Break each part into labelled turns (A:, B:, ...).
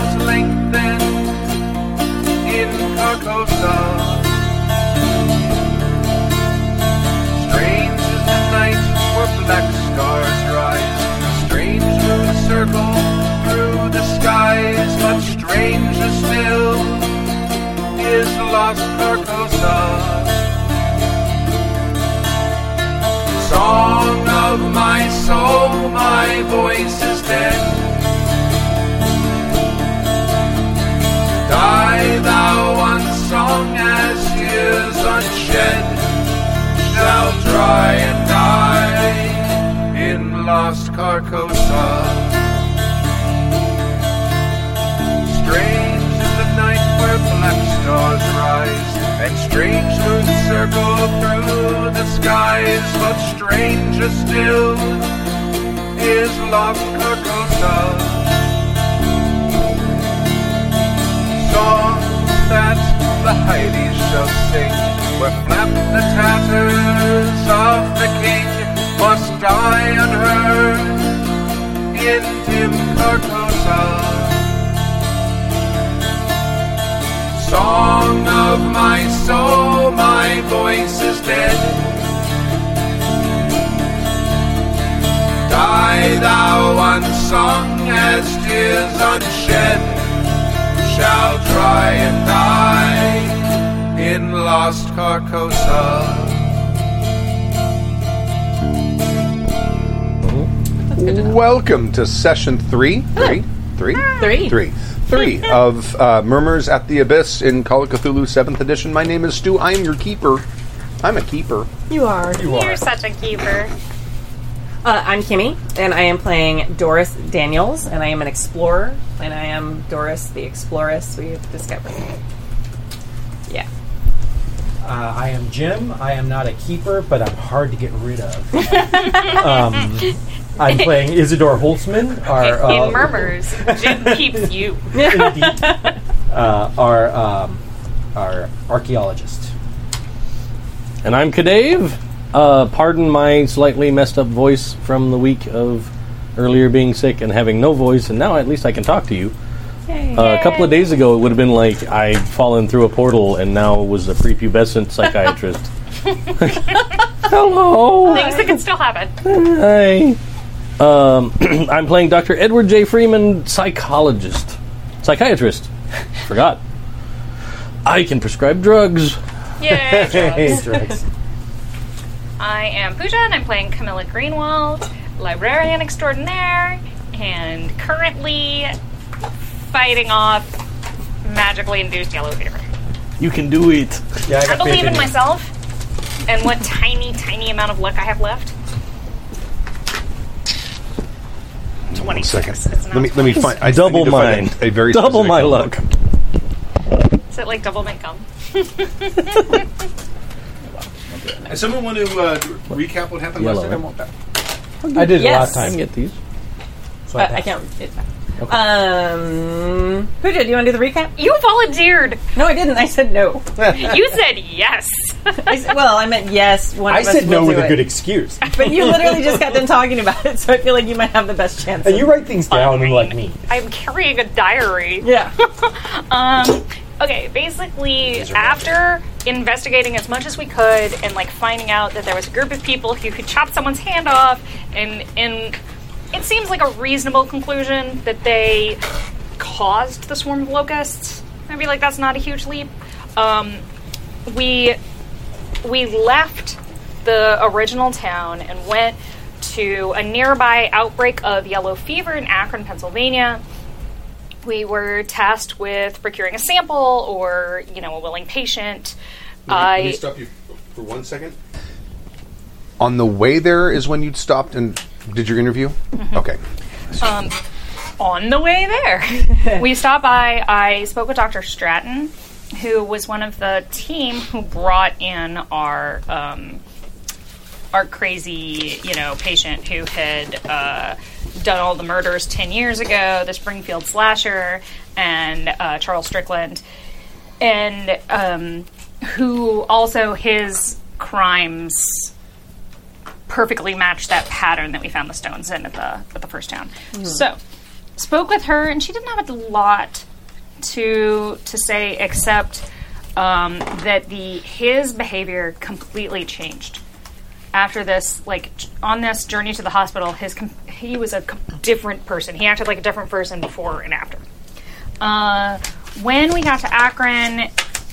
A: strengthen in Carcosa. Strange is the night where black stars rise. Strange moon circle through the skies. But stranger still is lost Carcosa. Song of my soul, my voice is dead. Die thou unsung as tears unshed shall dry and die in lost Carcosa. Strange is the night where black stars rise, and strange moons circle through the skies, but stranger still is lost Carcosa. songs that the Hyades shall sing, where flap the tatters of the king must die unheard in dim Carcosa. Song of my soul, my voice is dead. Die thou unsung as tears unshed shall try and die in lost Carcosa.
B: Welcome to session three, three, three,
C: Three.
B: three, three of uh, Murmurs at the Abyss in Call of Cthulhu Seventh Edition. My name is Stu. I am your keeper. I'm a keeper.
C: You are. Uh,
B: You
D: You're such a keeper.
C: I'm Kimmy, and I am playing Doris Daniels, and I am an explorer, and I am Doris the Exploress we have discovered. Yeah.
E: Uh, I am Jim. I am not a keeper, but I'm hard to get rid of. um, I'm playing Isidore Holtzman, our uh,
D: In murmurs, Jim keeps you.
E: indeed, uh, our um, our archaeologist.
F: And I'm Kadave. Uh, pardon my slightly messed up voice from the week of earlier being sick and having no voice, and now at least I can talk to you. Uh, a couple of days ago, it would have been like I'd fallen through a portal and now was a prepubescent psychiatrist. Hello.
D: Things that can still happen.
F: Hi. Um, I'm playing Dr. Edward J. Freeman, psychologist. Psychiatrist. Forgot. I can prescribe drugs.
D: Yay!
E: Drugs.
D: I am Pooja, and I'm playing Camilla Greenwald, librarian extraordinaire, and currently fighting off magically induced yellow fever.
F: You can do it.
E: Yeah, I
D: I
E: got
D: believe
E: faith
D: in
E: you.
D: myself and what tiny, tiny amount of luck I have left. Twenty
B: Second.
D: six. It's not.
B: Let me let me find. I just
F: Double
B: need to find
F: mine.
B: A, a very
F: Double
B: specific
F: my
B: number.
F: luck.
D: Is it like double my gum?
A: And someone want to uh, recap what happened
F: Yellow,
A: last time?
F: right?
A: I want that.
E: I did
C: Yes.
E: it last
F: can
E: time.
F: get these.
E: So
C: Uh,
E: passed.
C: I can't. It's fine. Um, Pooja, do you want to do the recap?
D: You volunteered.
C: No, I didn't. I said no.
D: You said yes.
C: I s- well, I meant yes. One
E: I
C: of us
E: said
C: will
E: no
C: do
E: with a
C: it.
E: good excuse.
C: But you literally just got them talking about it, so I feel like you might have the best chance.
E: and
C: of-
E: you write things down like me.
D: I'm carrying a diary.
C: yeah.
D: Um, okay, basically, after investigating as much as we could and like finding out that there was a group of people who could chop someone's hand off, and and it seems like a reasonable conclusion that they caused the swarm of locusts. I'd be like, that's not a huge leap. Um, we we left the original town and went to a nearby outbreak of yellow fever in Akron, Pennsylvania. We were tasked with procuring a sample or, you know, a willing patient.
A: Let me
D: I
A: stop you for one second.
B: On the way there is when you stopped and did your interview.
D: Mm-hmm.
B: Okay.
D: on the way there, we stopped by. I spoke with Dr. Stratton, who was one of the team who brought in our um, our crazy, you know, patient who had uh, done all the murders ten years ago, the Springfield slasher, and uh, Charles Strickland, and um, who also his crimes perfectly matched that pattern that we found the stones in at the at the first town. So spoke with her, and she didn't have a lot to to say except um, that the his behavior completely changed after this. Like j- on this journey to the hospital, his com- he was a com- different person. He acted like a different person before and after. Uh, when we got to Akron,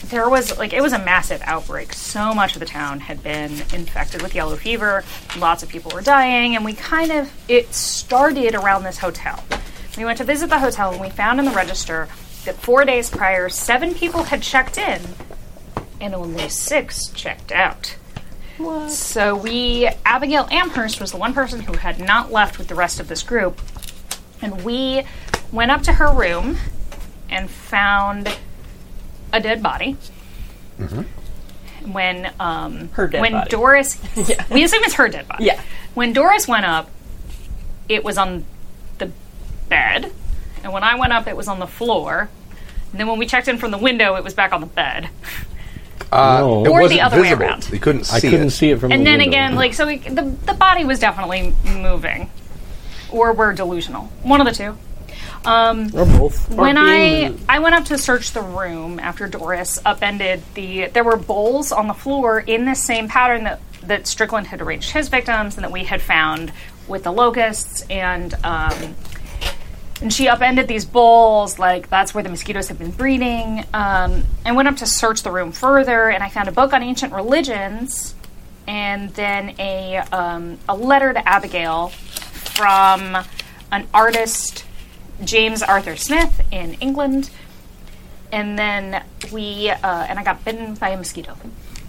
D: there was like it was a massive outbreak. So much of the town had been infected with yellow fever. Lots of people were dying, and we kind of it started around this hotel. We went to visit the hotel, and we found in the register that four days prior, seven people had checked in, and only six checked out. So we, Abigail Amherst was the one person who had not left with the rest of this group, and we went up to her room and found a dead body. When um,
C: Her dead
D: when
C: body.
D: Doris, we assume it's her dead body.
C: Yeah.
D: When Doris went up, it was on the bed, and when I went up, it was on the floor. And then when we checked in from the window, it was back on the bed.
B: Uh,
F: No.
B: it
F: Or
D: the
B: wasn't
D: other way
B: visible.
D: around.
B: You couldn't
F: I
B: see
F: couldn't
B: it.
F: see it from
D: and
F: the
D: then
F: window.
D: again, like so, we, the the body was definitely moving, or we're delusional. One of the two. Um,
F: or both.
D: when I I went up to search the room after Doris upended the, there were bowls on the floor in the same pattern that that Strickland had arranged his victims and that we had found with the locusts and. Um, and she upended these bowls like that's where the mosquitoes had been breeding um, and went up to search the room further and i found a book on ancient religions and then a, um, a letter to abigail from an artist james arthur smith in england and then we uh, and i got bitten by a mosquito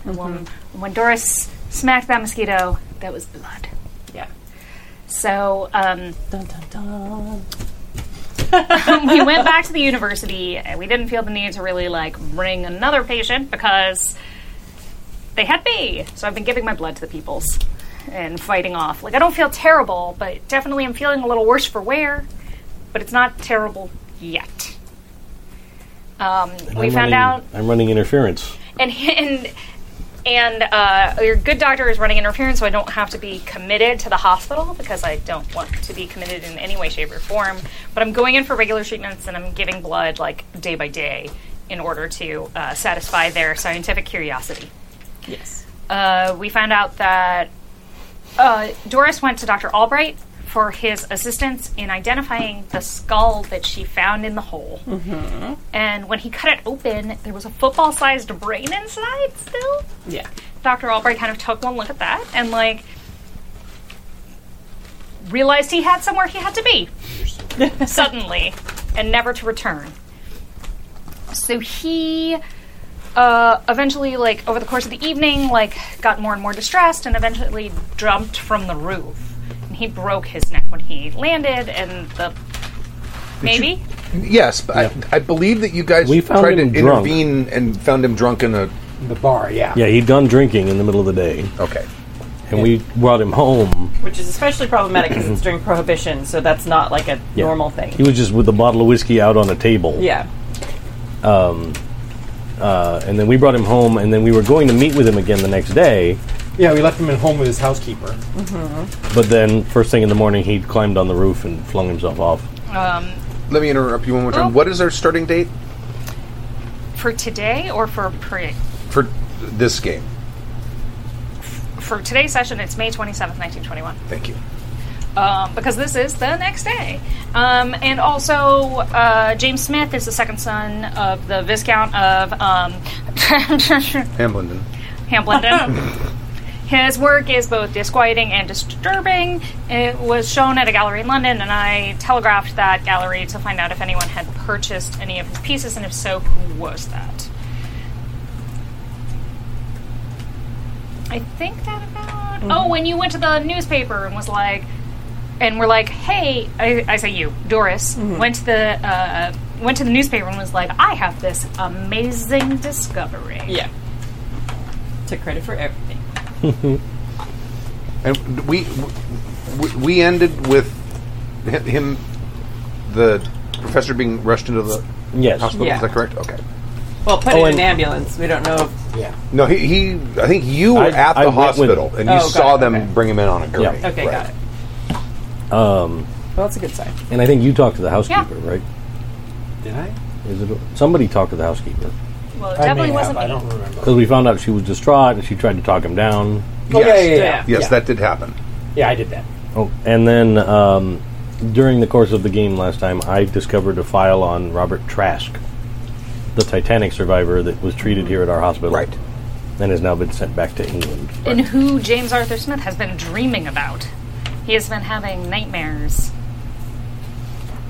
D: And when, when doris smacked that mosquito that was blood
C: Yeah.
D: so um,
C: Dun, dun, dun.
D: we went back to the university and we didn't feel the need to really like bring another patient because they had me. So I've been giving my blood to the peoples and fighting off. Like I don't feel terrible, but definitely I'm feeling a little worse for wear, but it's not terrible yet. Um, we
F: I'm
D: found
F: running-
D: out
F: I'm running interference.
D: and and and uh, your good doctor is running interference, so I don't have to be committed to the hospital because I don't want to be committed in any way, shape, or form. But I'm going in for regular treatments, and I'm giving blood like day by day in order to uh, satisfy their scientific curiosity.
C: Yes.
D: Uh, we found out that uh, Doris went to Dr. Albright for his assistance in identifying the skull that she found in the hole. And when he cut it open, there was a football sized brain inside still.
C: Yeah.
D: Dr. Albright kind of took one look at that and, like, realized he had somewhere he had to be suddenly and never to return. So he uh, eventually, like, over the course of the evening, like, got more and more distressed and eventually jumped from the roof. And he broke his neck when he landed, and the. Maybe?
B: Yes, but I, I believe that you guys
F: We found
B: tried to
F: him drunk.
B: intervene and found him drunk in a.
E: In the bar, yeah.
F: Yeah, he'd gone drinking in the middle of the day,
B: Okay.
F: and we brought him home.
C: Which is especially problematic because it's during Prohibition, so that's not like a
F: Yeah.
C: normal thing.
F: He was just with a bottle of whiskey out on a table.
C: yeah.
F: Uh, and then we brought him home, and then we were going to meet with him again the next day.
E: Yeah, we left him at home with his housekeeper.
F: But then, first thing in the morning, he climbed on the roof and flung himself off.
D: Um,
B: Let me interrupt you one more time.
D: Oh.
B: What is our starting date
D: for today or for pre-
B: for this game?
D: for today's session, it's May 27th, 1921,
B: Thank you.
D: um, because this is the next day. Um, and also, uh, James Smith is the second son of the Viscount of um,
B: Hamblenden.
D: Hambledon. His work is both disquieting and disturbing. It was shown at a gallery in London, and I telegraphed that gallery to find out if anyone had purchased any of his pieces, and if so, who was that? I think that about. Oh, when you went to the newspaper and was like, and we're like, hey, I, I say you, Doris, went to the uh, went to the newspaper and was like, I have this amazing discovery.
C: Yeah. Took credit for everything.
B: And we we, we ended with hi- him, the professor being rushed into the
F: Yes.
B: hospital.
C: Yeah.
B: Is that correct? Okay.
C: Well, put
F: Oh,
C: in
F: and-
C: an ambulance. We don't know if
E: Yeah.
B: No, he, he I think you were
F: I-
B: at the
F: I went with-
B: hospital and you
C: Oh, got
B: saw
C: it,
B: them
C: okay.
B: bring him in on a gurney.
F: Yeah.
C: Okay, got it.
F: Um,
C: Well, that's a good sign.
F: and I think you talked to the housekeeper, right?
E: Did I?
F: Isidore. Somebody talked to the housekeeper
D: Well, it
E: I
D: definitely
E: may
D: wasn't
E: have, I
D: me.
E: don't remember.
F: because we found out she was distraught and she tried to talk him down.
E: Oh, yeah,
B: Yes.
E: yeah, yeah.
B: Yes,
E: yeah.
B: that did happen.
E: Yeah, I did that.
F: Oh, and then um, during the course of the game last time, I discovered a file on Robert Trask, the Titanic survivor that was treated here at our hospital,
B: Right.
F: and has now been sent back to England.
D: And who James Arthur Smith has been dreaming about. He has been having nightmares.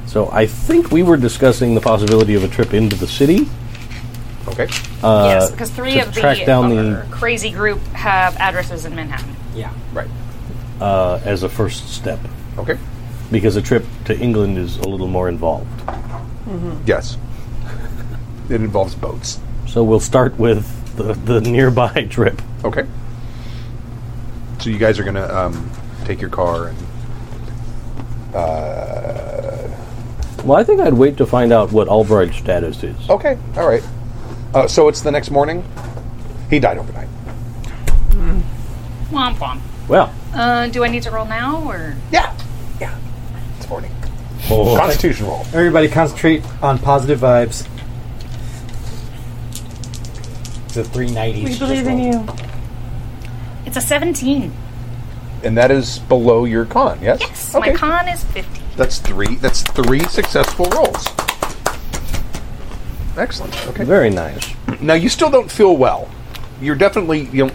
F: So I think we were discussing the possibility of a trip into the city.
B: Okay.
D: yes, because three
F: Uh, to
D: of the,
F: track down
D: other
F: the-
D: crazy group have addresses in Manhattan.
E: Yeah.
B: Right.
F: uh, as a first step
B: Okay.
F: because a trip to England is a little more involved.
B: Yes. It involves boats.
F: So we'll start with the, the nearby trip.
B: Okay. So you guys are gonna um, take your car and
F: Well, I think I'd wait to find out what Albright's status is.
A: Oh.
B: okay, all right. Uh, so it's the next morning. He died overnight.
D: Womp womp.
F: Well,
D: Uh, do I need to roll now or?
B: Yeah, yeah. It's morning.
F: oh,
B: Constitution roll.
E: Everybody concentrate on positive vibes. It's a 390. We believe in you.
D: It's a 17.
B: And that is below your con. Yes.
D: Yes,
B: Okay.
D: my con is 50.
B: That's three. That's three successful rolls. Excellent. Okay.
F: very nice.
B: Now you still don't feel well. You're definitely you know,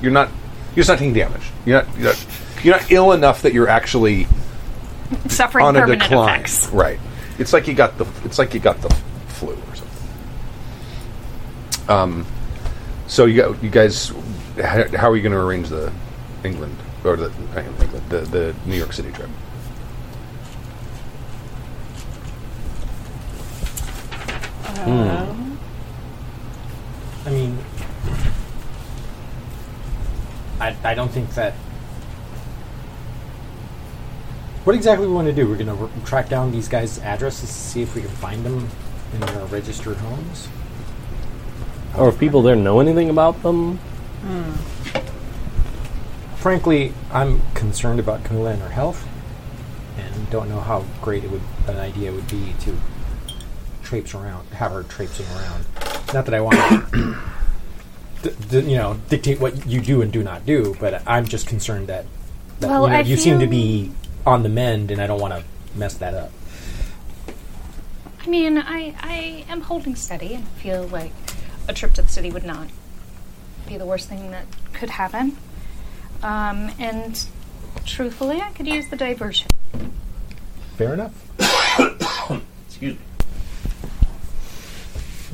B: you're not you're just not taking damage. You're not you're not, you're not ill enough that you're actually
D: Suffering
B: on a
D: permanent
B: decline.
D: effects.
B: Right. It's like you got the it's like you got the flu or something. Um, so you got, you guys, how, how are you going to arrange the England or the I mean England, the the New York City trip?
E: I mean, I, I don't think that. What exactly we want to do? We're going to track down these guys' addresses to see if we can find them in their registered homes.
F: Or if people there know anything about them,
E: Frankly, I'm concerned about Camilla and her health, and don't know how great it would an idea would be to traipse around, have her traipsing around. Not that I want to, d- d- you know, dictate what you do and do not do, but I'm just concerned that, that
D: Well,
E: you, know,
D: I
E: you seem to
D: feel-
E: be on the mend, and I don't want to mess that up.
D: I mean, I, I am holding steady and feel like a trip to the city would not be the worst thing that could happen. Um, and truthfully, I could use the diversion.
E: Fair enough.
F: excuse me.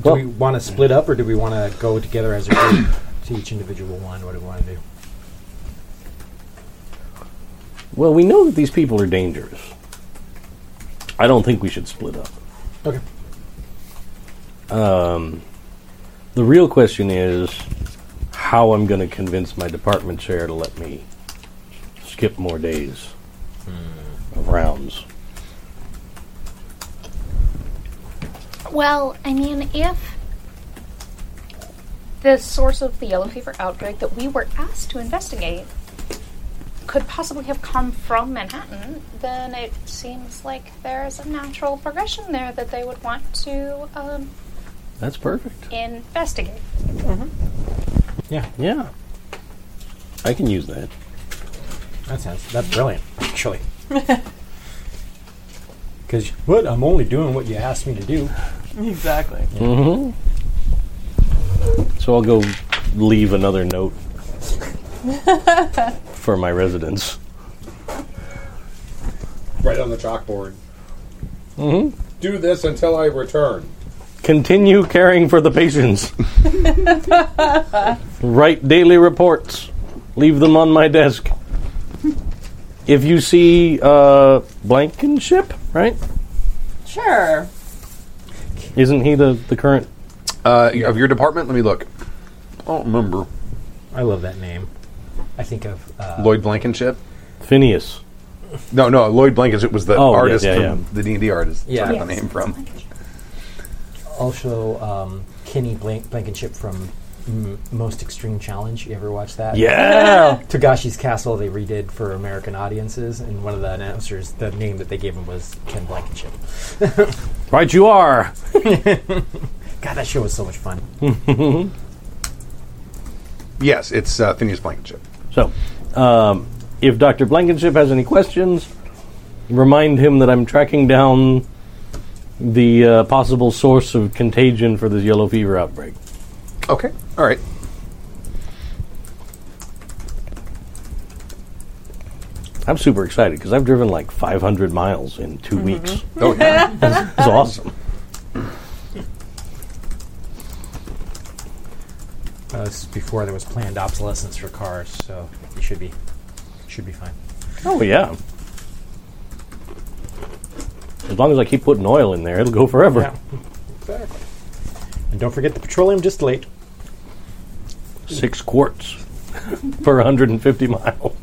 E: Do
F: Well-
E: we want to split up, or do we want to go together as a group to each individual one? What do we want to do?
F: Well, we know that these people are dangerous. I don't think we should split up.
E: Okay.
F: The real question is how I'm going to convince my department chair to let me skip more days of rounds.
D: Well, I mean, if the source of the yellow fever outbreak that we were asked to investigate could possibly have come from Manhattan, then it seems like there's a natural progression there that they would want to um,
F: That's perfect.
D: investigate.
E: Yeah,
F: Yeah. I can use that.
E: That sounds that's brilliant, actually. Because what I'm only doing what you asked me to do.
G: Exactly.
F: So I'll go leave another note for my residents.
H: right on the chalkboard. Do this until I return.
F: Mm-hmm. Continue caring for the patients. Write daily reports. Leave them on my desk. If you see uh, Blankenship, right?
G: Sure.
F: Isn't he the, the current?
B: Uh, Of your department, let me look. I don't remember
E: I love that name. I think of uh,
B: Lloyd Blankenship.
F: Phineas.
B: No, no, Lloyd Blankenship was the
F: Oh, yeah,
B: artist,
F: yeah,
B: from-
F: yeah.
B: the D and D artist.
E: Yeah.
B: Yeah, the
D: Yes.
B: name from.
E: also um, Kenny Blank- Blankenship from mm, Most Extreme Challenge. You ever watch that?
F: Yeah!
E: Togashi's Castle they redid for American audiences, and one of the announcers, the name that they gave him was Ken Blankenship.
F: Right, you are.
E: God, that show was so much fun.
B: Yes, it's uh, Phineas Blankenship.
F: So, um, if Dr. Blankenship has any questions, remind him that I'm tracking down the uh, possible source of contagion for this yellow fever outbreak.
B: Okay, all right.
F: I'm super excited because I've driven like 500 miles in 2 weeks.
B: Oh yeah,
F: It's awesome.
E: Uh, this is before there was planned obsolescence for cars, so you should be should be fine.
F: Oh yeah. As long as I keep putting oil in there, it'll go forever.
E: exactly. And don't forget the petroleum distillate.
F: Six quarts per 150 miles.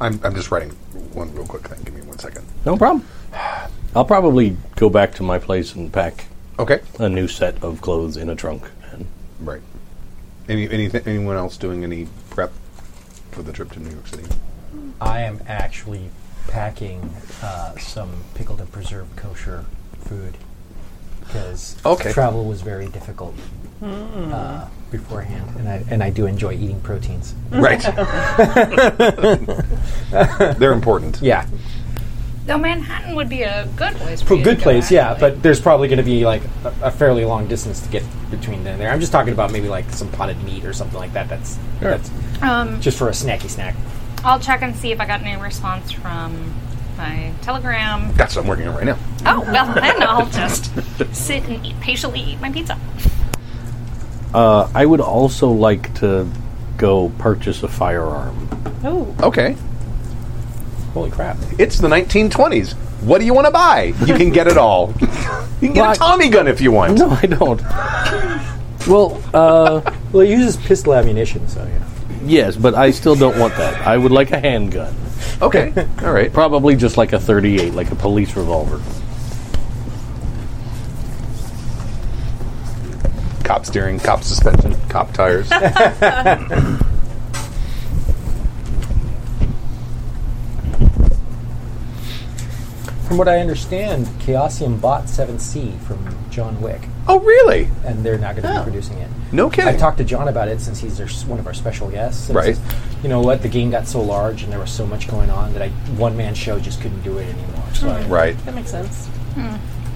B: I'm, I'm just writing one real quick thing. Give me one second.
F: No problem. I'll probably go back to my place and pack
B: Okay,
F: a new set of clothes in a trunk. And
B: right. Any anything anyone else doing any prep for the trip to New York City?
E: I am actually packing uh, some pickled and preserved kosher food because
B: Okay.
E: travel was very difficult uh, beforehand, and I and I do enjoy eating proteins.
B: Right. They're important.
E: Yeah,
D: Though Manhattan would be a good place.
E: Pro-
D: For you
E: good
D: to go,
E: place, yeah,
D: actually.
E: but there's probably going to be like a, a fairly long distance to get between there and there. I'm just talking about maybe like some potted meat or something like that. That's that's
D: um,
E: just for a snacky snack.
D: I'll check and see if I got any response from my telegram.
B: That's what I'm working on right now.
D: Oh well, then I'll just sit and eat, patiently eat my pizza.
F: uh, I would also like to go purchase a firearm.
G: Oh,
B: Okay,
E: Holy crap!
B: it's the 1920s. What do you want to buy? You can get it all. you can get
F: Right.
B: a Tommy gun if you want.
F: No, I don't. well, uh,
E: Well, it uses pistol ammunition, so yeah.
F: yes, but I still don't want that. I would like a handgun.
B: Okay, all right.
F: Probably just like a 38, like a police revolver.
B: Cop steering, cop suspension, cop tires.
E: From what I understand, Chaosium bought 7C from John Wick,
B: oh, really?
E: and they're not going to be producing it.
B: Oh. No kidding.
E: I talked to John about it since he's their, one of our special guests. and
B: Right.
E: says, you know what? The game got so large and there was so much going on that I one man show just couldn't do it anymore. So I-
B: right.
G: that makes sense.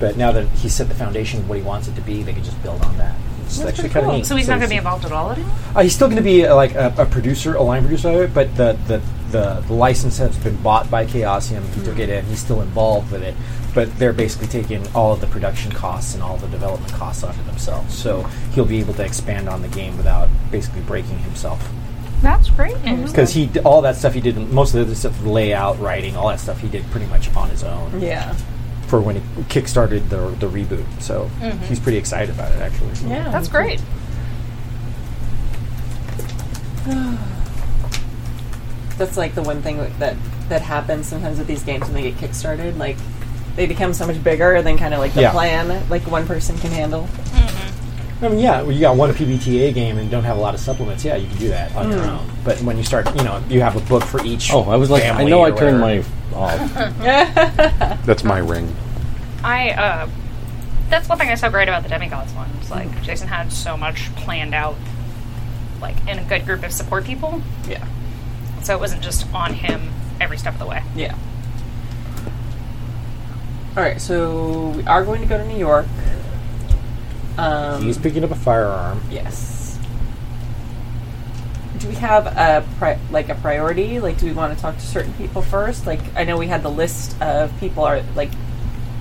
E: But now that he's set the foundation of what he wants it to be, they can just build on that. It's actually kind of neat.
D: So he's not going to be
E: it's-
D: involved at all anymore.
E: Uh, he's still going to be uh, like a, a producer, a line producer of it, but the, the, the, the license has been bought by Chaosium. He took it in. He's still involved with it, but they're basically taking all of the production costs and all the development costs onto themselves. So he'll be able to expand on the game without basically breaking himself.
D: That's great news.
E: Because he d- all that stuff he did, most of the stuff, layout, writing, all that stuff he did pretty much on his own
G: Yeah.
E: for when he kickstarted the, the reboot. So he's pretty excited about it, actually.
G: Mm-hmm. Yeah.
D: That's great.
G: that's like the one thing that that happens sometimes with these games when they get kickstarted. Like they become so much bigger than kind of like the
E: Yeah.
G: plan like one person can handle.
E: I mean, yeah, well, you got one PBTA game and don't have a lot of supplements. Yeah, you can do that on your own. But when you start, you know, you have a book for each.
F: Oh, I was like, I
E: family
F: know
E: or
F: I turned
E: whatever.
F: my off.
B: That's my ring.
D: I uh, that's one thing I saw great about the demigods one. It's like Jason had so much planned out, like in a good group of support people.
G: Yeah.
D: So it wasn't just on him every step of the way.
G: Yeah. All right, so we are going to go to New York. Um,
E: He's picking up a firearm.
G: Yes. Do we have a pri- like a priority? Like, do we want to talk to certain people first? Like, I know we had the list of people. Are like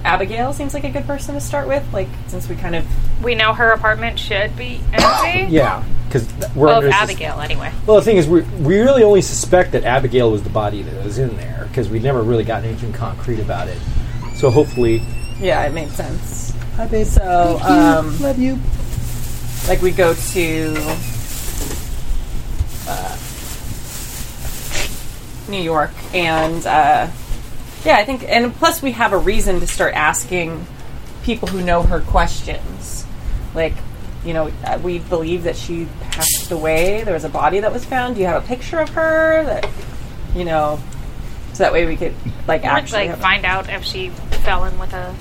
G: Abigail seems like a good person to start with. Like, since we kind of
D: We know her apartment should be empty.
E: Yeah, because we're
D: Of
E: under sus-
D: Abigail, anyway.
E: Well, the thing is, we we really only suspect that Abigail was the body that was in there because we never really got anything concrete about it. So hopefully,
G: yeah, it made sense. Hi, babe. So, um, love you. Like, we go to uh, New York, and uh, yeah, I think, and plus we have a reason to start asking people who know her questions. Like, you know, uh, we believe that she passed away. There was a body that was found. Do you have a picture of her? That you know, so that way we could like
I: I'd
G: actually
I: like
G: have a-
I: find out if she fell in with a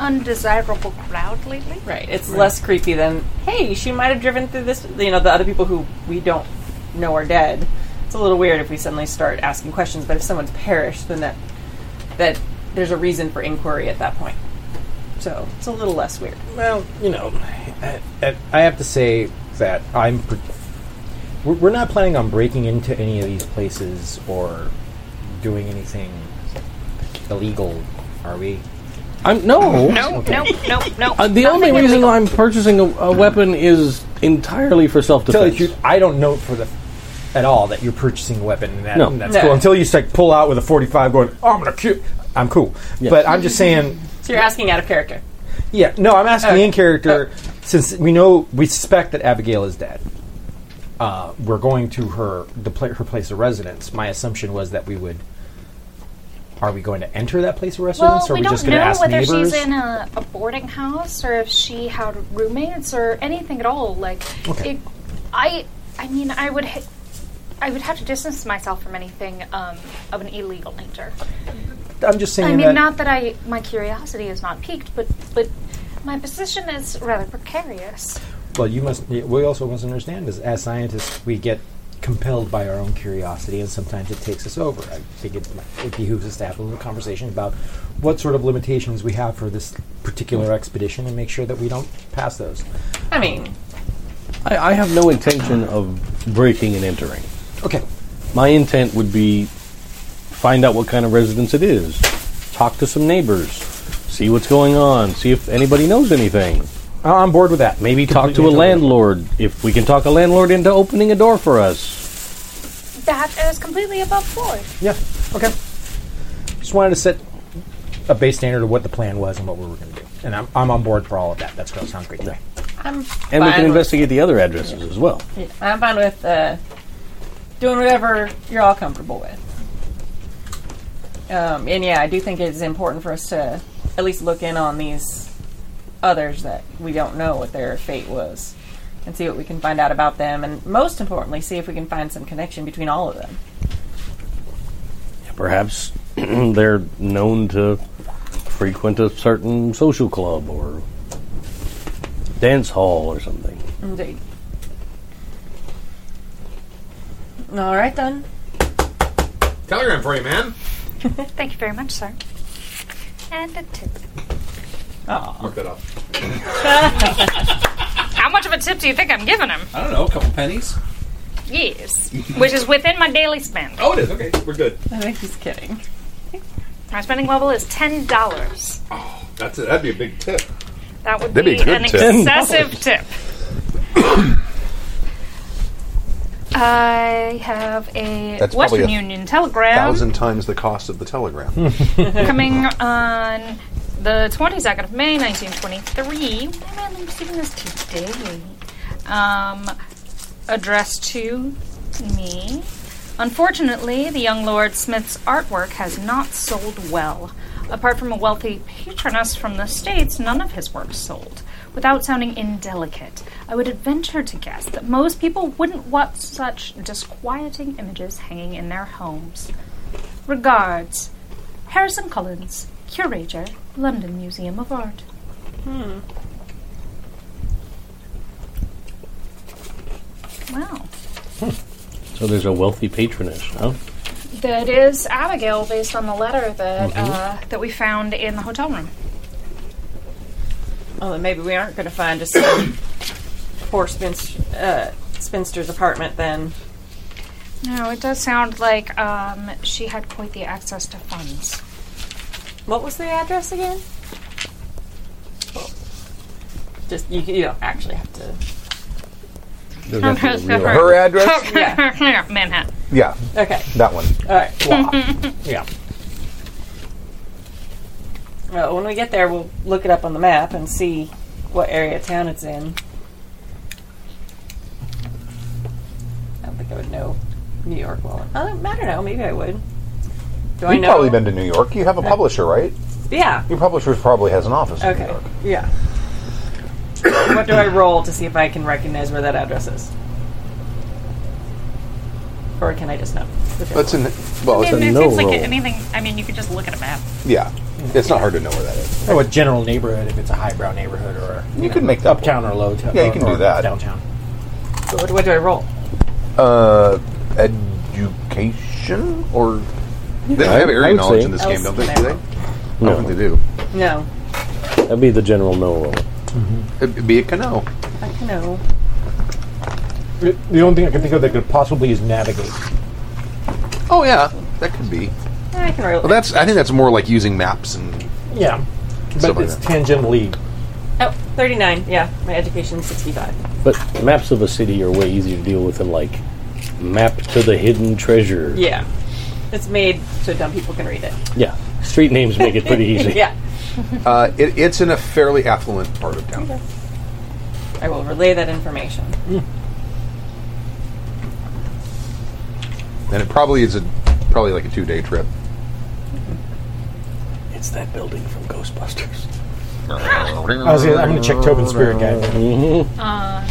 I: undesirable crowd lately.
G: Right. It's less creepy than, hey, she might have driven through this. You know, the other people who we don't know are dead. It's a little weird if we suddenly start asking questions. But if someone's perished, then that that there's a reason for inquiry at that point. So it's a little less weird.
E: Well, you know, I, I- I have to say that I'm. Pre- we're we're not planning on breaking into any of these places or doing anything illegal, are we?
F: I'm no.
I: No, no, no, no.
F: Uh, the only reason why I'm purchasing a, a weapon is entirely for
E: Tell you the
F: self-defense.
E: truth, I don't know for the at all that you're purchasing a weapon. And that,
F: No.
E: and that's
G: No.
E: cool. Until you like pull out with a 45, going, "Oh, I'm gonna kill." I'm cool, but I'm just saying.
G: So you're asking out of character.
E: Yeah, no, I'm asking
G: Okay.
E: in character since we know we suspect that Abigail is dead. Uh, we're going to her the pla- her place of residence. My assumption was that we would. Are we going to enter that place of residence,
I: Well,
E: or
I: we
E: are we
I: don't
E: just going to
I: know
E: ask
I: whether
E: neighbors?
I: she's in a, a boarding house or if she had roommates or anything at all. Like,
E: Okay.
I: it, I, I mean, I would, ha- I would have to distance myself from anything um, of an illegal nature.
E: I'm just saying
I: I mean,
E: that.
I: not that I, my curiosity is not piqued, but, but my position is rather precarious.
E: well, you must. yeah, We also must understand is as scientists we get compelled by our own curiosity, and sometimes it takes us over. I think it, it behooves us to have a little conversation about what sort of limitations we have for this particular expedition, and make sure that we don't pass those.
G: I mean,
F: I, I have no intention of breaking and entering.
E: Okay.
F: My intent would be find out what kind of residence it is, talk to some neighbors, see what's going on, see if anybody knows anything.
E: I'm bored with that.
F: Maybe talk to a
E: Completely totally.
F: landlord if we can talk a landlord into opening a door for us.
I: That is completely above board.
E: Yeah. Okay. Just wanted to set a base standard of what the plan was and what we were going to do, and I'm, I'm on board for all of that. That's great. Sounds great. to me.
G: I'm
F: And we
G: fine
F: can
G: with-
F: investigate the other addresses as well.
G: I'm fine with uh, doing whatever you're all comfortable with. Um, and yeah, I do think it's important for us to at least look in on these others that we don't know what their fate was and see what we can find out about them. And most importantly, see if we can find some connection between all of them.
F: Perhaps they're known to frequent a certain social club or dance hall or something.
G: Indeed. All right, then.
A: Telegram for you, man.
I: Thank you very much, sir. And a tip.
A: Mark that off.
I: How much of a tip do you think I'm giving him?
J: I
F: Oh,
J: don't know, a couple pennies.
I: Yes, which is within my daily spend.
A: Oh, it is. Okay, we're good.
G: I think he's kidding.
I: My spending level is ten dollars.
A: That's it. That'd be a big tip.
I: That would
B: That'd
I: be,
B: be a good
I: an
B: tip.
I: excessive tip. I have a
B: That's
I: Western
B: probably a
I: Union telegram
B: Thousand times the cost of the telegram.
I: coming on the 22nd of May, 1923. Why am I only receiving this today? Um, addressed to me. Unfortunately, the young Lord Smith's artwork has not sold well. Apart from a wealthy patroness from the States, none of his works sold. Without sounding indelicate, I would venture to guess that most people wouldn't want such disquieting images hanging in their homes. Regards, Harrison Collins, Curator, London Museum of Art. Hmm. Wow.
F: So there's a wealthy patroness, huh?
I: That is Abigail, based on the letter that
F: Mm-hmm.
I: uh, that we found in the hotel room.
G: Well, then maybe we aren't going to find just some poor spinster, uh, spinster's apartment then.
I: No, it does sound like um, she had quite the access to funds.
G: What was the address again? Just you, you don't actually have to.
F: There's nothing real.
B: Her address?
I: Manhattan.
B: yeah,
G: Okay,
B: that one.
G: all right.
E: Yeah.
G: Well, when we get there, we'll look it up on the map and see what area of town it's in. I don't think I would know New York well. I don't, I don't know. Maybe I would. Do I
B: You've
G: know?
B: probably been to New York. You have a publisher, right?
G: Yeah.
B: Your publisher probably has an office in New
G: Okay.
B: York.
G: Yeah. what do I roll to see if I can recognize where that address is? Or can I just know?
A: That's in. Well,
D: I
A: it's
D: mean,
A: in,
D: it
F: no
D: seems like
B: Oh.
F: roll.
D: anything. I mean, you could just look at a map.
A: yeah. It's not hard to know where that is.
E: Or what general neighborhood, if it's a highbrow neighborhood or
A: You can make that
E: uptown or low town.
A: Yeah, you can
E: or
A: do that.
E: Downtown.
G: So what, what do I roll?
A: Uh, education or they don't
F: I-
A: have
F: I
A: area
F: would
A: knowledge
F: say-
A: in this game, don't they? Do they? I don't
F: No,
A: think they do.
G: No.
F: that'd be the general no roll.
A: It'd be a canoe.
G: I can know.
E: The only thing I can think of that could possibly is navigate.
A: Oh yeah, that could be.
G: I can roll.
A: Well, that's. I think that's more like using maps and
E: Yeah. But
A: Something
E: it's
A: like
E: tangentially.
G: Oh, 39. Yeah, my education's 65.
F: But maps of a city are way easier to deal with than like map to the hidden treasure.
G: Yeah. It's made so dumb people can read it.
F: Yeah. Street names make it pretty easy.
G: Yeah.
A: Uh, it, it's in a fairly affluent part of town.
G: I will relay that information.
A: and it probably is a probably like a two day trip.
F: It's that building from Ghostbusters.
E: I was gonna, I'm going to check Tobin's spirit guide.
D: Um,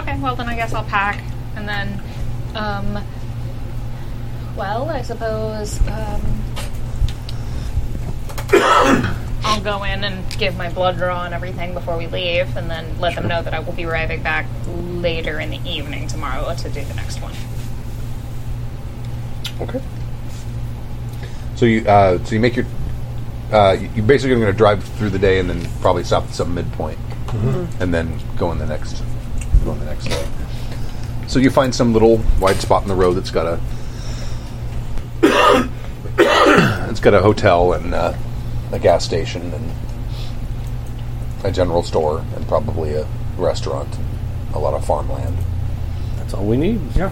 D: okay, well then I guess I'll pack, and then, um, well, I suppose um, I'll go in and give my blood draw and everything before we leave, and then let them know that I will be arriving back later in the evening tomorrow to do the next one.
A: Okay. So you uh, so you make your uh, you you're basically going to drive through the day and then probably stop at some midpoint and then go on the next go on the next day. So you find some little wide spot in the road that's got a it's got a hotel and uh, a gas station and a general store and probably a restaurant, and a lot of farmland.
F: That's all we need.
E: Yeah.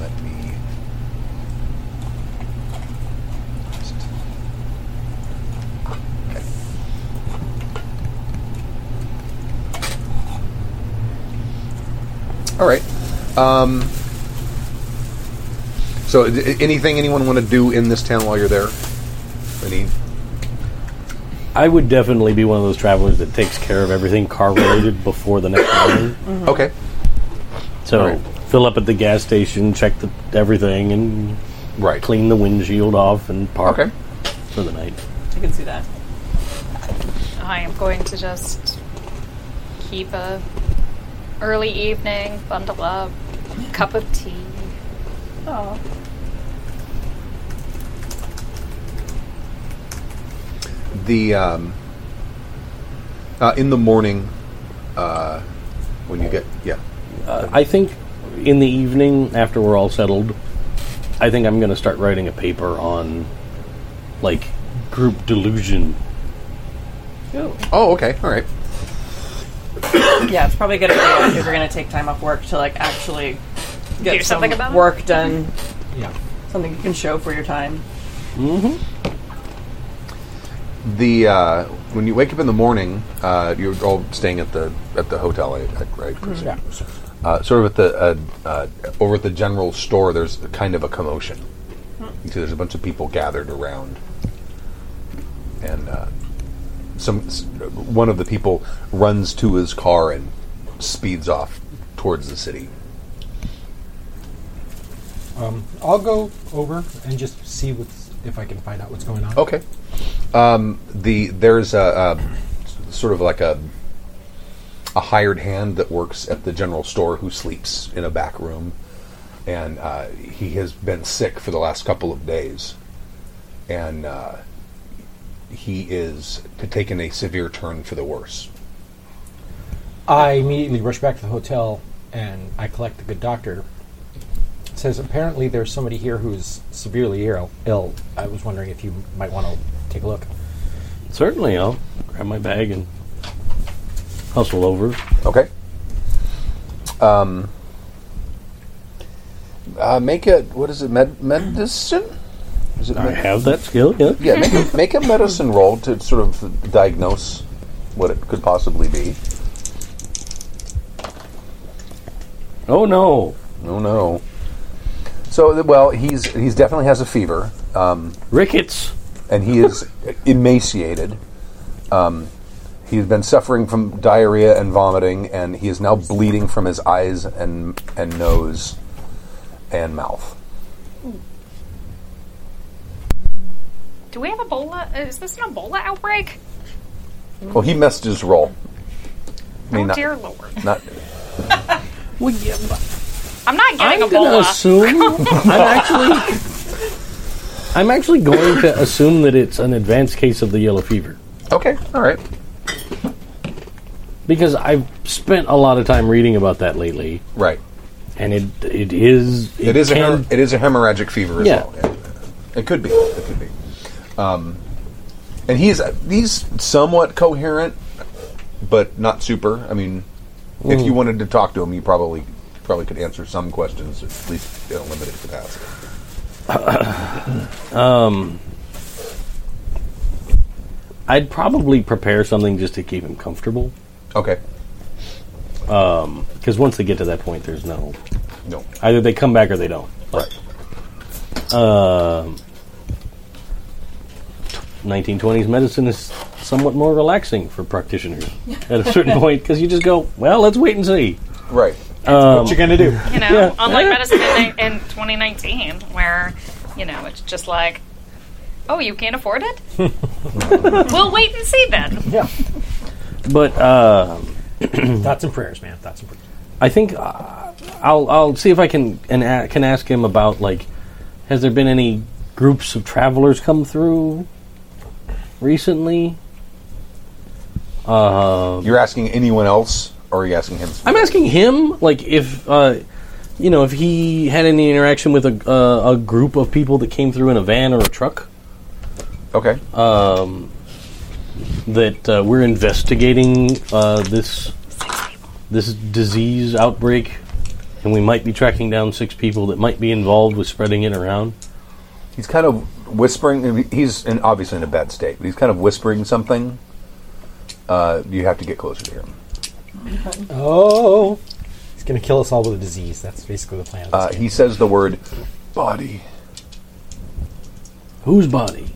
A: Let me. Okay. All right. Um, so, i- i- anything anyone want to do in this town while you're there? Any?
F: I would definitely be one of those travelers that takes care of everything car related before the next morning.
A: Okay.
F: So
A: Right.
F: fill up at the gas station, check the, everything, and
A: Right.
F: clean the windshield off and park
A: Okay.
F: for the night.
G: I can see that.
D: I am going to just keep a early evening bundle up, cup of tea.
G: Oh.
A: the um, uh, in the morning uh, when you get yeah
F: Uh, I think in the evening after we're all settled, I think I'm going to start writing a paper on like group delusion.
A: oh okay all right
G: Yeah, it's probably a good idea if you're going to take time off work to like actually get
D: Do something
G: some
D: about it?
G: work done,
E: Yeah.
G: something you can show for your time.
A: the uh, when you wake up in the morning uh, you're all staying at the at the hotel I, I, I presume.
E: Yeah.
A: Uh, sort of at the uh, uh, over at the general store there's kind of a commotion you see there's a bunch of people gathered around and uh, some s- one of the people runs to his car and speeds off towards the city
E: Um, I'll go over and just see what's, if I can find out what's going on.
A: Okay. Um, the there's a, a sort of like a a hired hand that works at the general store who sleeps in a back room, and uh, he has been sick for the last couple of days, and uh, he is to taken a severe turn for the worse.
E: I immediately rush back to the hotel and I collect the good doctor. It says apparently there's somebody here who's severely ill. Ill. I was wondering if you might want to take a look.
F: Certainly, I'll grab my bag and hustle over.
A: Okay. Um. Uh, make a what is it? Med- medicine? Is it
F: I
A: med-
F: have that skill. Yeah.
A: Yeah, make a, make a medicine roll to sort of diagnose what it could possibly be.
F: Oh no!
A: Oh no. So, th- well, he's he's definitely has a fever, um,
F: Rickets.
A: and he is emaciated. Um, He's been suffering from diarrhea and vomiting, and he is now bleeding from his eyes and and nose and mouth.
I: Do we have Ebola? Is this an Ebola outbreak?
A: Well, he messed his roll. I mean,
I: oh
A: not-
I: dear lord!
A: not
I: I'm not getting
F: I'm going to
I: Ebola.
F: assume. I'm actually. I'm actually going to assume that it's an advanced case of the yellow fever
A: okay. All right.
F: because I've spent a lot of time reading about that lately,
A: Right.
F: and it it is
A: It is a
F: can-
A: hem- it is a hemorrhagic fever as
F: Yeah.
A: well. Yeah. It could be. It could be. Um, and he's he's somewhat coherent, but not super. I mean, if you wanted to talk to him, you probably probably could answer some questions at least in a limited capacity.
F: I'd probably prepare something just to keep him comfortable
A: Okay.
F: because once they get to that point, there's no
A: No.
F: either they come back or they don't. Like,
A: Right.
F: nineteen twenties medicine is somewhat more relaxing for practitioners at a certain point because you just go, well, let's wait and see.
A: Right.
E: what you gonna do?
I: you know,
F: Yeah.
I: unlike medicine in, in 2019, where you know it's just like, oh, you can't afford it. we'll wait and see then.
E: yeah.
F: But uh,
E: Thoughts and prayers, man. Thoughts and prayers.
F: I think uh, I'll I'll see if I can and a- can ask him about like, has there been any groups of travelers come through recently?
A: You're asking anyone else, or are you asking him?
F: I'm asking him, like, if uh, you know, if he had any interaction with a uh, a group of people that came through in a van or a truck
A: Okay.
F: that uh, we're investigating uh, this this disease outbreak, and we might be tracking down six people that might be involved with spreading it around.
A: He's kind of whispering. He's in, obviously in a bad state, but he's kind of whispering something. Uh, you have to get closer to him.
E: Oh, he's gonna kill us all with a disease. That's basically the plan. Of this
A: Uh,
E: game.
A: he says the word body
F: Whose body?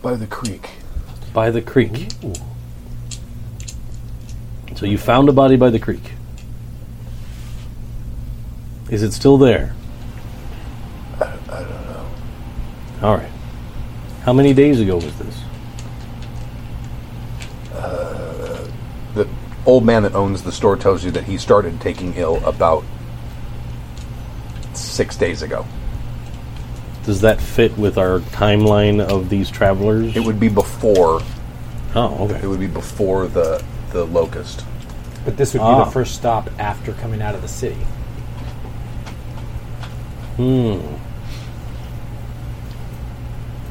A: by the creek.
F: By the creek. So you found a body by the creek. Is it still there? I, don't know. All right. How many days ago was this?
A: The old man that owns the store tells you that he started taking ill about six days ago.
F: Does that fit with our timeline of these travelers?
A: It would be before.
F: oh, okay.
A: It would be before the the locust.
E: but this would be
F: Ah.
E: the first stop after coming out of the city.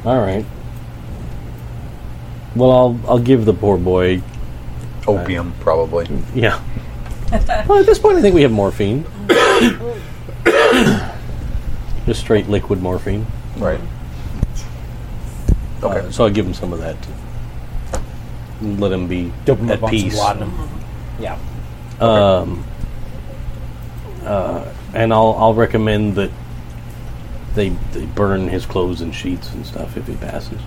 F: All right. Well, I'll I'll give the poor boy.
A: Opium, probably.
F: Yeah. well, at this point, I think we have morphine. Just straight liquid morphine.
A: Right. Okay.
F: Uh, so I'll give him some of that. Let him be
E: Dope him
F: at
E: up on some
F: peace.
E: laudanum. Mm-hmm. Yeah.
F: and I'll I'll recommend that they they burn his clothes and sheets and stuff if he passes.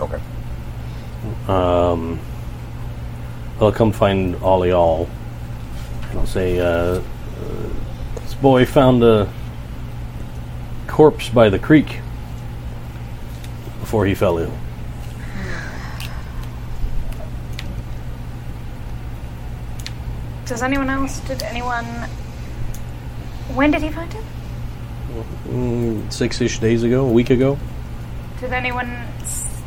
A: Okay.
F: I'll come find Ollie All, and I'll say, uh, uh, "This boy found a corpse by the creek before he fell ill."
I: Does anyone else? Did anyone? When did he find it?
F: Mm, Six-ish days ago, a week ago.
I: Did anyone s-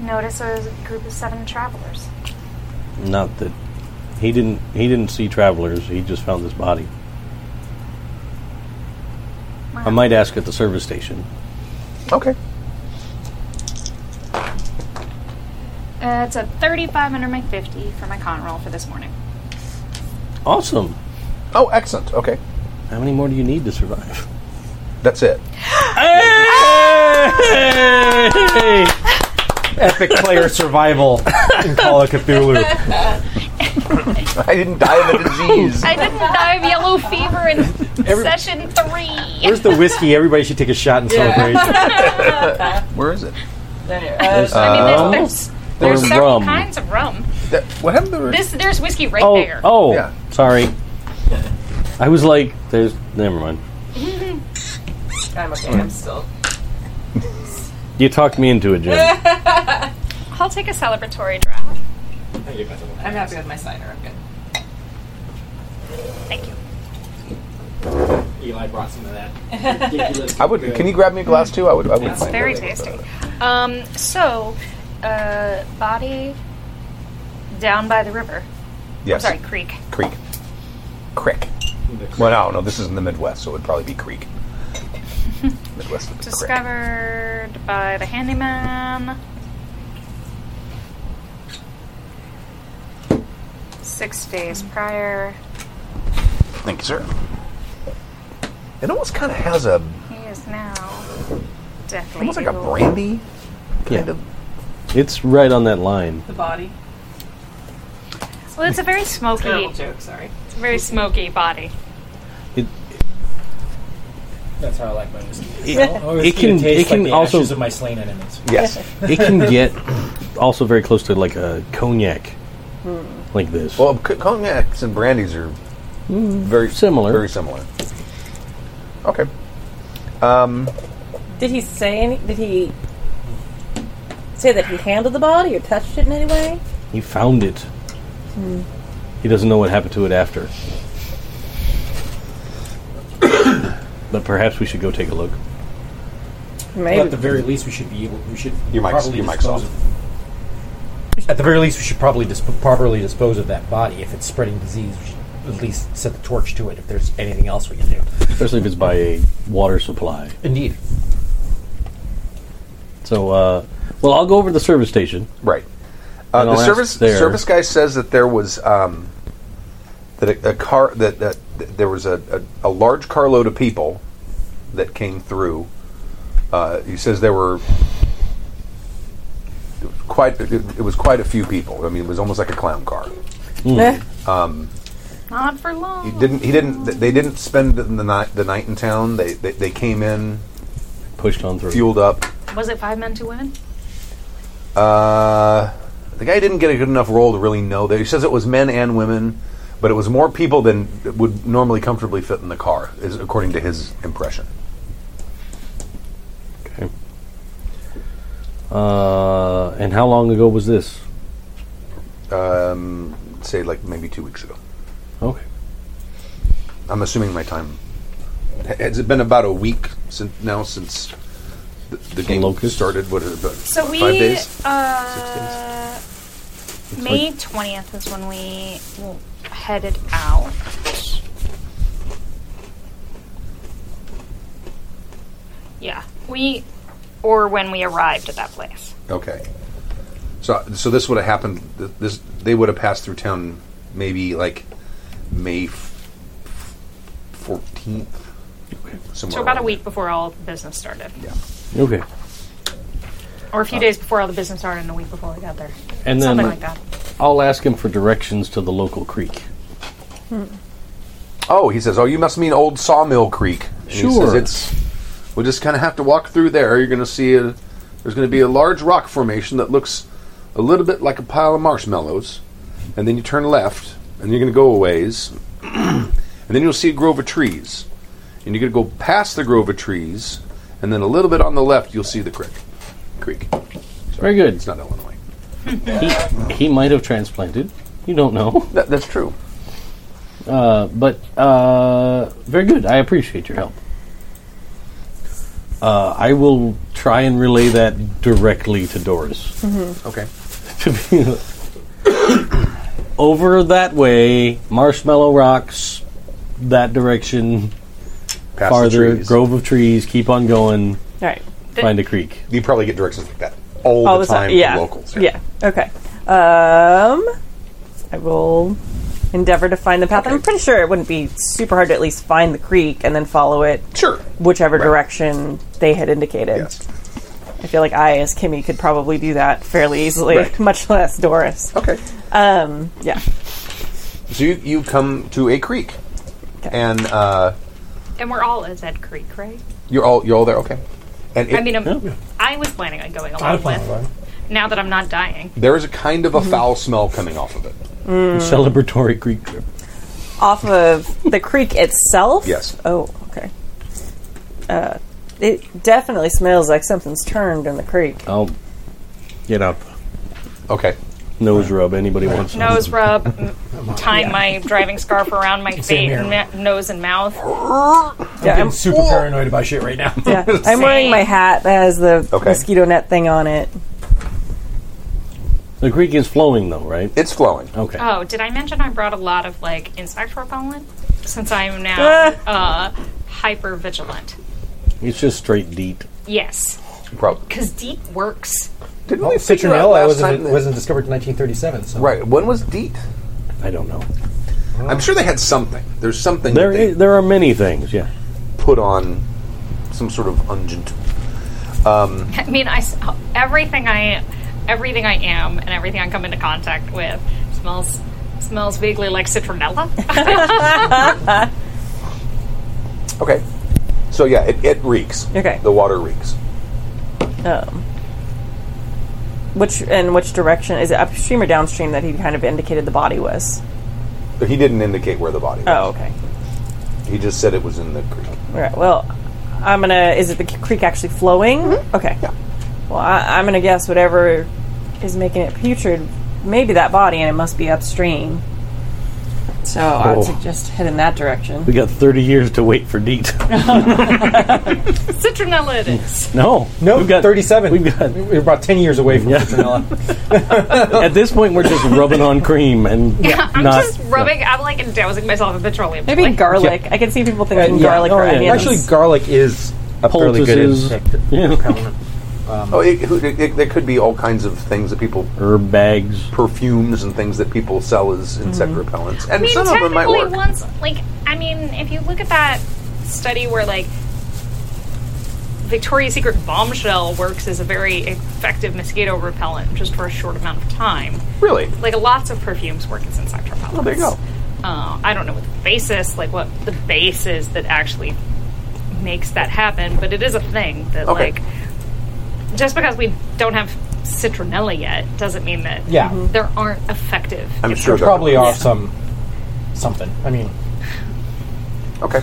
I: notice a group of seven travelers?
F: Not that he didn't he didn't see travelers. He just found this body. I might ask at the service station.
A: Okay.
I: Uh, it's a 35 under my 50 for my con roll for this morning.
F: Awesome.
A: Oh, excellent. Okay.
F: How many more do you need to survive?
A: That's it.
F: Hey!
E: Epic player survival in Call of Cthulhu.
A: I didn't die of a disease.
I: I didn't die of yellow fever in session three.
E: Where's the whiskey? Everybody should take a shot and celebrate.
A: Where is it?
K: Then it- uh,
I: I mean,
F: Um,
D: Uh,
I: there's, there's, there's
F: or
I: several
F: rum.
I: kinds of rum.
A: That, what happened to the
I: This there's whiskey right
F: Oh,
I: there.
F: oh,
A: Yeah.
F: sorry. I was like, "There's never mind."
G: I'm okay. I'm still.
F: You talked me into it, Jim.
I: I'll take a celebratory draft.
G: I'm happy with my cider. I'm good.
I: Thank you.
E: Eli brought some of that. Ridiculous.
A: I would. Can you grab me a glass too? I would. I would.
I: It's very tasty. Um, so, uh, body down by the river.
A: Yes.
I: Sorry, creek.
A: Creek. Crick. Well, I don't know. This is in the Midwest, so it would probably be Creek. Midwest. with the crick.
I: Discovered by the handyman. Six days prior.
A: Thank you, sir. It almost kind of has a
I: He is now deathly.
A: almost like a
I: evil.
A: brandy kind
F: Yeah.
A: of.
F: It's right on that line.
G: The body.
I: Well, it's a very smoky,
G: Terrible joke. Sorry.
I: it's a very smoky body.
F: It,
E: That's how I like my whiskey.
F: it, can it can also
E: of my slain enemies.
A: Yes.
F: it can get also very close to like a cognac,
I: Hmm.
F: like this.
A: well, c- cognacs and brandies are very
F: Mm, similar.
A: Very similar. Okay.
C: Did he say any? Did he say that he handled the body or touched it in any way?
F: he found it. He doesn't know what happened to it after. but perhaps we should go take a look.
E: Well, at
C: Maybe.
E: the very least, we should be able. We should
A: Your mic's-
E: properly
A: your mic's
E: dispose
A: off.
E: of- At the very least, we should probably disp- properly dispose of that body. If it's spreading disease, we should at least set the torch to it. If there's anything else we can do,
F: Especially if it's by a water supply.
E: indeed.
F: So, uh, well, I'll go over to the service station.
A: Right. Uh,
F: And
A: the
F: I'll ask
A: service
F: there.
A: service guy says that there was um, that a, a car that, that, that there was a, a, a large carload of people that came through. Uh, he says there were quite it, it was quite a few people. I mean, it was almost like a clown car.
I: Not for
A: He
I: long.
A: didn't he didn't they didn't spend the night the night in town. They they, they came in
F: Pushed on through.
A: fueled up.
I: Was it five men, two women?
A: Uh, the guy didn't get a good enough roll to really know that. He says it was men and women, but it was more people than would normally comfortably fit in the car, is according to his impression.
F: Okay. Uh, and how long ago was this?
A: Um, say like maybe two weeks ago.
F: Okay.
A: I'm assuming my time. Ha- Has it been about a week since now since the, the game
F: locust?
A: started? What is it? About
I: So we
A: five days.
I: uh May twentieth is when we headed out. Yeah, we or when we arrived at that place.
A: Okay. So so this would have happened. th- This they would have passed through town maybe like May fourteenth. Somewhere
I: So about a
A: around
I: week before all the business started,
A: there. Yeah.
F: Okay.
I: or a few days before all the business started, and a week before we got there,
F: And then
I: something like that.
F: I'll ask him for directions to the local creek.
A: Oh, he says. Oh, you must mean Old Sawmill Creek. And he says,
F: Sure.
A: it's we just kind of have to walk through there. You're going to see a there's going to be a large rock formation that looks a little bit like a pile of marshmallows, and then you turn left, and you're going to go a ways, and then you'll see a grove of trees, and you're going to go past the grove of trees, and then a little bit on the left you'll see the creek. Creek.
F: Very good.
A: It's not Illinois.
F: He, he might have transplanted. You don't know.
A: That, that's true.
F: Uh, but uh, very good. I appreciate your help. Uh, I will try and relay that directly to Doris.
A: Mm-hmm. Okay.
F: To be- Over that way, Marshmallow Rocks, that direction,
A: Past
F: farther,
A: the trees.
F: grove of trees, keep on going,
C: All right.
F: find a creek.
A: You probably get directions like that all,
C: All
A: the,
C: the
A: time
C: time. Yeah.
A: from locals.
C: Yeah. Okay. Um, I will endeavor to find the path. I'm pretty sure it wouldn't be super hard to at least find the creek and then follow it
A: Sure.
C: whichever
A: Right.
C: direction they had indicated.
A: Yes.
C: I feel like I, as Kimmy, could probably do that fairly easily,
A: Right. Oh.
C: much less Doris.
A: Okay.
C: Um, yeah.
A: So you, you come to a creek,
C: Okay.
A: and uh,
I: And we're all at Zed Creek, right?
D: um,
A: you're all you're all there. Okay, and it,
I: I mean, i I was planning on going along with.
D: now that I'm not dying.
B: There is a kind of a foul smell coming off of it.
A: Mm.
F: Celebratory Greek trip.
C: off of the creek itself?
B: Yes.
C: Oh, okay. Uh, it definitely smells like something's turned in the creek.
A: Oh.
F: I'll get up.
B: Okay.
F: Nose rub. Anybody wants some?
D: Nose rub, m- tie my driving scarf around my face, and ma- nose and mouth.
C: Yeah,
E: I'm
C: I'm,
E: super paranoid about shit right now.
C: yeah. I'm wearing my hat that has the
B: Okay.
C: mosquito net thing on it.
F: The creek is flowing though, right?
B: It's flowing.
F: Okay.
D: Oh, did I mention I brought a lot of like insect repellent? Since I am now uh, hyper vigilant.
F: It's just straight deet.
D: Yes,
B: Probably.
D: because deep works.
B: Didn't
E: Well,
B: we figure out
E: citronella
B: last
E: wasn't,
B: time that-
E: wasn't discovered in 1937. So
B: Right. When was DEET?
F: I don't know.
B: I'm sure they had something. There's something
F: There,
B: that they
F: i there are many things. Yeah.
B: put on some sort of ungent.
D: I mean, I s- everything I everything I am and everything I come into contact with smells smells vaguely like citronella.
B: Okay. So yeah, it, it reeks.
C: Okay.
B: The water reeks.
C: Um, which and which direction is it upstream or downstream that he kind of indicated the body was?
B: But he didn't indicate where the body was.
C: Oh, okay.
B: He just said it was in the creek.
C: All right. Well, I'm gonna. Is it the creek actually flowing? Okay. Well, I, I'm gonna guess whatever is making it putrid, maybe that body, and it must be upstream. So I
F: Oh.
C: would suggest head in that direction.
F: We got 30 years to wait for deet.
D: citronella it is.
F: no.
E: No,
F: We've got
E: 37.
F: We've got.
E: We're about 10 years away from
F: Yeah.
E: citronella.
F: At this point, we're just rubbing on cream and
D: I'm
F: not.
D: just rubbing. I'm like dousing myself in petroleum.
C: Maybe
D: Like,
C: garlic. I can see people thinking
E: yeah.
C: garlic
F: Oh,
C: or
F: yeah.
C: onions.
E: Actually, garlic is a fairly good
F: Poultices.
E: insect
F: Yeah.
E: repellent. Um,
B: Oh, it, it, it, there could be all kinds of things that people
F: herb bags.
B: perfumes and things that people sell as insect
E: Mm-hmm.
B: repellents, and
D: I mean,
B: some of them might
D: technically,
B: work.
D: once like I mean, if you look at that study where like Victoria's Secret bombshell works as a very effective mosquito repellent just for a short amount of time.
B: Really?
D: Like lots of perfumes work as insect repellents.
B: Oh, there you go.
D: Uh, I don't know what the basis, like what the base is that actually makes that happen, but it is a thing that
B: Okay.
D: like just because we don't have citronella yet doesn't mean that
E: Yeah. Mhm.
D: there aren't effective.
B: I'm
D: different-
B: sure that
E: Probably
B: works.
E: off some something. I mean,
B: Okay.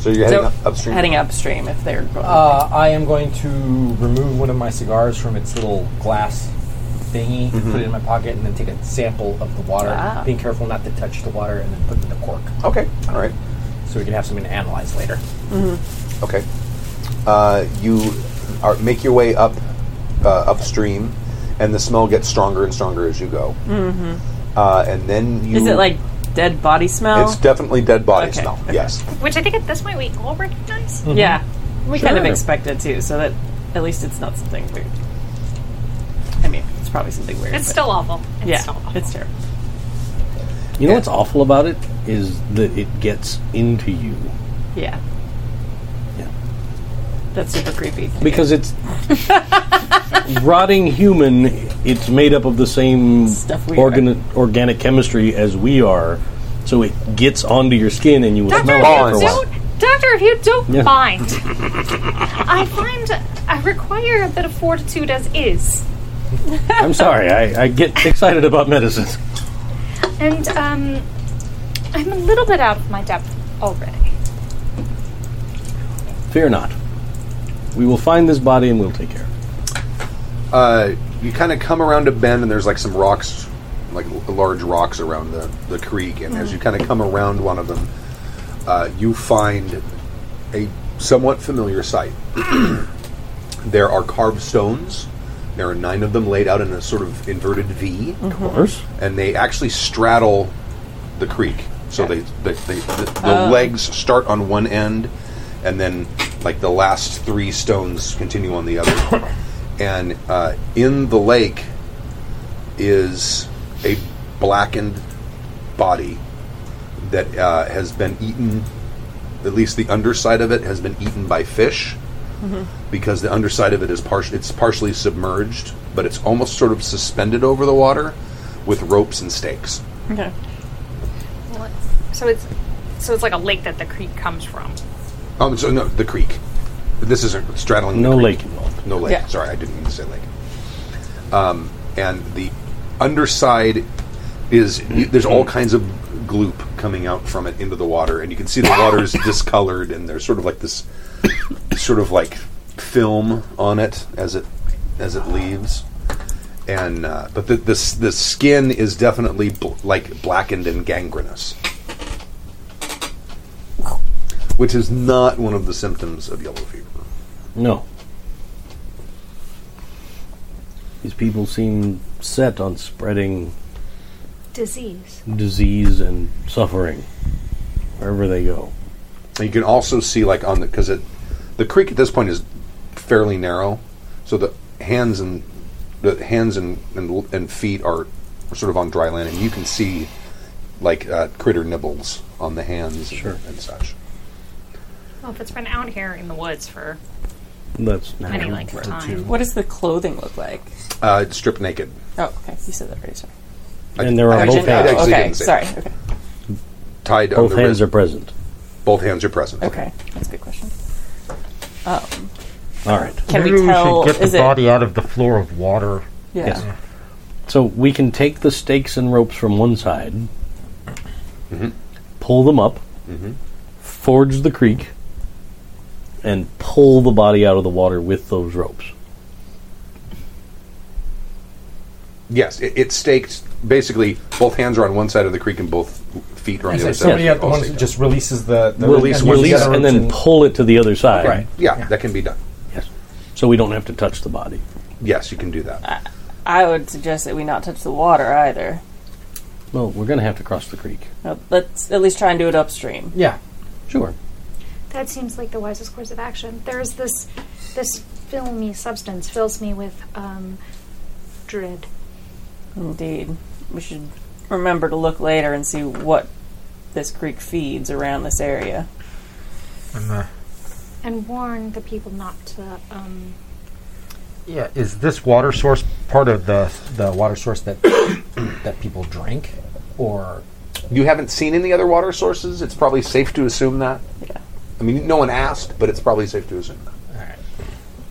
B: So you're heading
C: So-
B: up, upstream.
C: heading upstream if they're going.
E: uh, I am going to remove one of my cigars from its little glass thingy, put it in my pocket, and then take a sample of the water,
C: Ah.
E: being careful not to touch the water, and then put it in the cork
B: Okay. All right.
E: so we can have something to analyze later.
B: Okay. Uh, you are, make your way up uh, upstream, and the smell gets stronger and stronger as you go. Mm-hmm. Uh, and then you.
C: is it like dead body smell?
B: It's definitely dead body
C: Okay,
B: smell.
C: okay.
B: Yes.
D: Which I think at this point we all recognize.
C: yeah, we kind of
F: Sure.
C: expected to, so that at least it's not something weird. I mean, it's probably something weird.
D: It's
C: but-
D: still awful. It's
C: yeah,
D: still awful.
C: it's terrible.
F: You know what's awful about it is that it gets into you
C: Yeah,
F: Yeah.
C: that's super creepy.
F: because it's rotting human. It's made up of the same
C: Stuff we
F: organ- organic chemistry as we are, so it gets onto your skin and you will
D: Doctor,
F: smell it
B: Balance.
F: for
D: if
F: a
D: you
F: while.
D: don't, doctor, if you don't
F: Yeah.
D: mind, I find I require a bit of fortitude as is,
F: I'm sorry, I, I get excited about medicine.
D: and um, I'm a little bit out of my depth already.
F: Fear not. We will find this body and we'll take care. of
B: Uh, you kind of come around a bend, and there's like some rocks, like l- large rocks around the, the creek. And as you kind of come around one of them, uh, you find a somewhat familiar sight. there are carved stones. There are nine of them laid out in a sort of inverted V,
F: it. Of course.
B: and they actually straddle the creek. So they, they, they the, the legs start on one end, and then like the last three stones continue on the other. and uh, in the lake is a blackened body that uh, has been eaten. At least the underside of it has been eaten by fish. Because the underside of it is partial, it's partially submerged, but it's almost sort of suspended over the water with ropes and stakes.
C: Okay.
D: What? So it's so it's like a lake that the creek comes from.
B: Um, so no, the creek. This isn't straddling. the
F: No
B: creek.
F: lake involved.
B: No lake.
C: Yeah.
B: Sorry, I didn't mean to say lake. um, and the underside is there's all kinds of gloop coming out from it into the water, and you can see the water is discolored, and there's sort of like this sort of like film on it as it as it leaves. And uh, but the, the s- the skin is definitely bl- like blackened and gangrenous, which is not one of the symptoms of yellow fever.
F: No. These people seem set on spreading
D: Disease.
F: disease and suffering wherever they go.
B: And you can also see, like, on the because it the creek at this point is fairly narrow, so the hands and the hands and and, and feet are sort of on dry land, and you can see like uh, critter nibbles on the hands and-
F: Sure.
B: and, such.
D: Well, if it's been out here in the woods for
F: That's not
D: many like time.
C: What does the clothing look like?
B: Uh, it's stripped naked.
C: Oh, okay. You said that already. Sorry.
F: And there are
B: I
F: both
B: actually- I
F: hands.
B: actually
C: okay.
B: didn't say
C: Sorry.
B: that.
C: Okay.
B: Tied on
F: Both
B: the
F: hands
B: wrist.
F: are present.
B: both hands are present.
C: Okay. That's a good question.
F: All right.
C: Can
L: Maybe
C: we tell?
L: should get
C: is
L: the
C: it?
L: body out of the floor of water.
C: yeah.
F: Yes. So we can take the stakes and ropes from one side, pull them up, forge the creek, and pull the body out of the water with those ropes.
B: Yes, it, it's staked. Basically, both hands are on one side of the creek, and both feet are on
E: It's
B: the other
E: like
B: side.
E: somebody
B: All
E: at the ones that
B: staked
E: just releases the, the
B: Release-
E: uses
F: Release
E: the other
F: and
E: ropes
F: then pull it to the other side.
E: right.
B: out. yeah, that can be done.
F: Yes. So we don't have to touch the body.
B: Yes, you can do that.
C: I would suggest that we not touch the water either.
F: Well, we're going to have to cross the creek.
C: Uh, Let's at least try and do it upstream.
E: Yeah.
F: Sure.
I: That seems like the wisest course of action. There's this this filmy substance fills me with um, dread.
C: Indeed. We should remember to look later and see what this creek feeds around this area.
L: And, uh,
I: and warn the people not to. Um,
L: yeah, is this water source part of the?
E: The water source that that people drink, or
B: You haven't seen any other water sources. It's probably safe to assume that.
C: Yeah.
B: I mean, no one asked, but it's probably safe to assume that.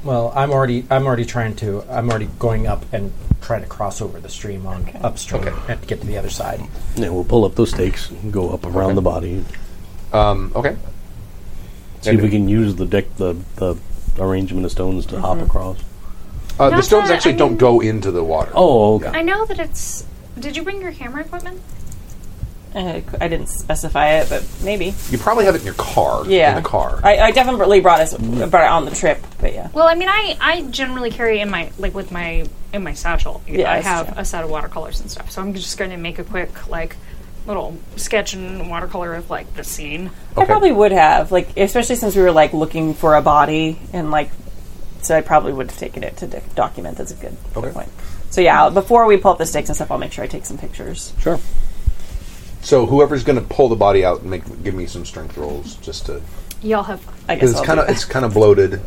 E: well, I'm already I'm already trying to I'm already going up and trying to cross over the stream on upstream and to get to the other side.
F: Yeah, we'll pull up those stakes and go up around the body.
B: Um, okay.
F: See if we can use the deck, the, the arrangement of stones to hop across.
B: Uh, the
I: Not
B: stones
I: that-
B: actually
I: I
B: don't
I: mean-
B: go into the water.
F: Oh, okay.
I: I know that it's. Did you bring your camera equipment?
C: Uh, I didn't specify it, but maybe.
B: You probably have it in your car.
C: Yeah.
B: In the car.
C: I, I definitely brought us brought it on the trip, but yeah.
D: Well, I mean, I, I generally carry in my like with my in my satchel.
C: Yeah,
D: I
C: it's
D: have
C: true.
D: a set of watercolors and stuff. So I'm just going to make a quick like little sketch and watercolor of like the scene.
C: I probably would have, like, especially since we were like looking for a body and like, so I probably would have taken it to doc- document. That's a good, good
B: Okay.
C: point. So yeah, I'll- before we pull up the stakes and stuff, I'll make sure I take some pictures.
F: Sure.
B: So whoever's going to pull the body out and make give me some strength rolls just to
I: Y'all have.
C: I
B: because
C: guess
B: it's
C: I'll
B: kind of
C: do
B: it's kind of bloated
C: it.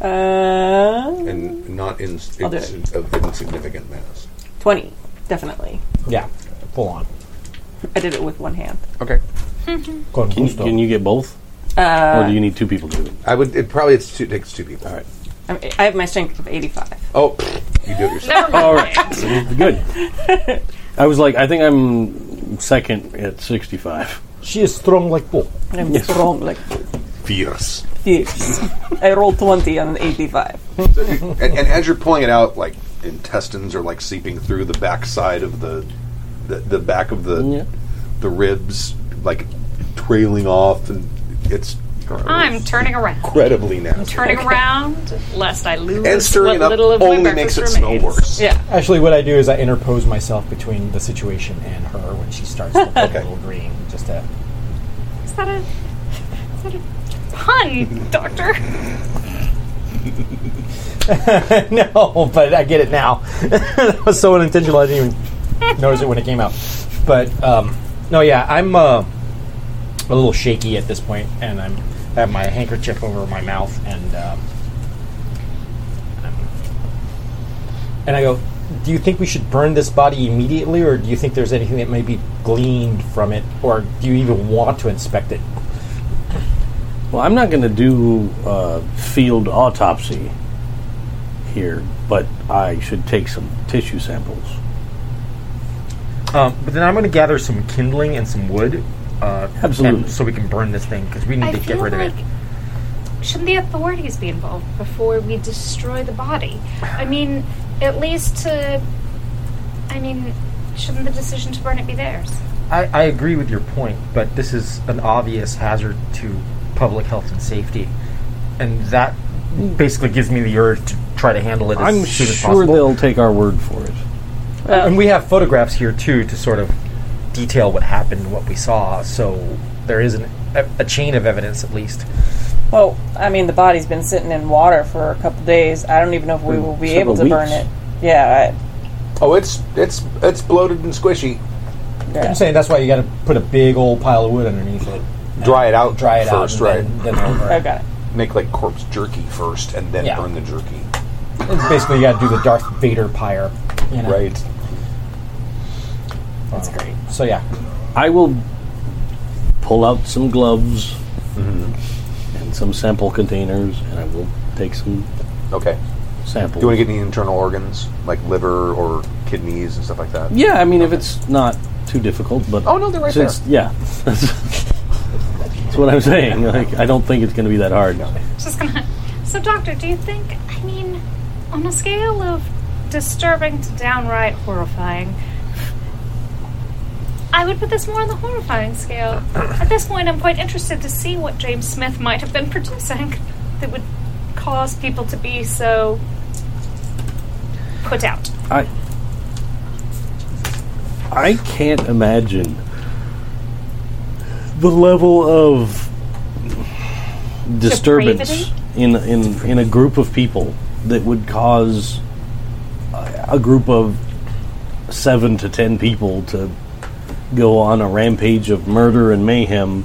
C: Uh,
B: and not in,
C: I'll do
B: it's of insignificant mass.
C: twenty definitely.
E: Yeah, full on.
C: I did it with one hand.
B: Okay.
E: Con
F: Can you,
E: gusto.
F: can you get both? or do you need two people to do it?
B: I would. It probably it's two, takes two people.
F: All right.
C: I'm, I have my strength of eighty-five.
B: Oh, pfft, you do it yourself.
D: Never mind.
F: All right. Good. I was like, I think I'm second at 65.
E: She is strong like bull.
C: And I'm strong like
B: Fierce.
C: fierce. I rolled twenty on an eighty-five.
B: and, and as you're pulling it out, like intestines are like seeping through the backside of the the, the back of the
F: Yeah.
B: the ribs, like trailing off, and it's
D: I'm turning around.
B: incredibly nasty.
D: Turning around lest I lose
B: And stirring
D: what
B: it up
D: little of my
B: only makes
D: breakfast
B: it smell
D: remains.
B: worse.
C: Yeah.
E: Actually, what I do is I interpose myself between the situation and her when she starts to look a little green, just to
D: Is that a, is that a pun, Doctor?
E: no, but I get it now. that was so unintentional. I didn't even notice it when it came out. But um, no, yeah, I'm uh, a little shaky at this point, and I'm I have my handkerchief over my mouth, and um, I'm- and I go. Do you think we should burn this body immediately, or do you think there's anything that may be gleaned from it, or do you even want to inspect it?
F: Well, I'm not going to do uh, field autopsy here, but I should take some tissue samples.
M: Um, but then I'm going to gather some kindling and some wood. Uh,
F: Absolutely.
M: and- so we can burn this thing because we need
I: I
M: to get
I: feel
M: rid
I: like
M: of it.
I: shouldn't the authorities be involved before we destroy the body? I mean, at least to. I mean, shouldn't the decision to burn it be theirs?
M: I, I agree with your point, but this is an obvious hazard to public health and safety, and that basically gives me the urge to try to handle it as
F: I'm
M: soon as
F: sure
M: possible.
F: they'll take our word for it.
M: and we have photographs here too to sort of detail what happened, what we saw. So there is an, a, a chain of evidence at least.
G: Well, I mean, the body's been sitting in water for a couple days. I don't even know if we will be able
F: several
G: to burn
F: weeks.
G: it. Yeah,
A: Oh, it's it's it's bloated and squishy.
G: I, yeah.
E: I'm saying that's why you got to put a big old pile of wood underneath it,
A: Dry it out.
E: dry it
A: first,
E: out,
A: right?
E: and Then, then over.
G: I got it.
A: Make like corpse jerky first, and then
E: Yeah.
A: burn the jerky.
E: It's basically you got to do the Darth Vader pyre. You know?
A: Right.
E: That's great. Um, So yeah,
F: I will pull out some gloves
M: Mm-hmm.
F: and some sample containers, and I will take some
A: Okay.
F: samples.
A: Do you want to get any internal organs, like liver or kidneys and stuff like that?
F: yeah, I mean, if it's not too difficult, but
A: Oh, no, they're right
F: since, Yeah, that's what I'm saying. Like, I don't think it's going to be that hard.
I: Just gonna. So, doctor, do you think? I mean, on a scale of disturbing to downright horrifying, I would put this more on the horrifying scale. At this point, I'm quite interested to see what James Smith might have been producing that would cause people to be so put out.
F: I I can't imagine the level of disturbance in in in a group of people that would cause a a group of 7 to 10 people to go on a rampage of murder and mayhem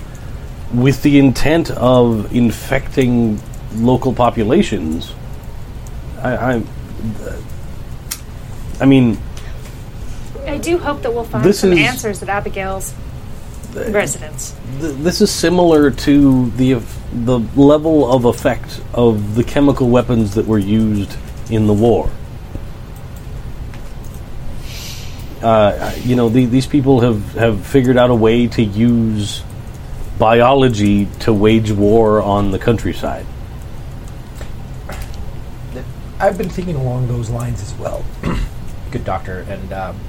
F: with the intent of infecting local populations. I, I I mean,
I: I do hope that we'll find
F: This
I: some
F: is-
I: answers at Abigail's residence.
F: th- this is similar to the eff- the level of effect of the chemical weapons that were used in the war. Uh, you know, the, these people have, have figured out a way to use biology to wage war on the countryside.
E: I've been thinking along those lines as well. Good doctor, and um,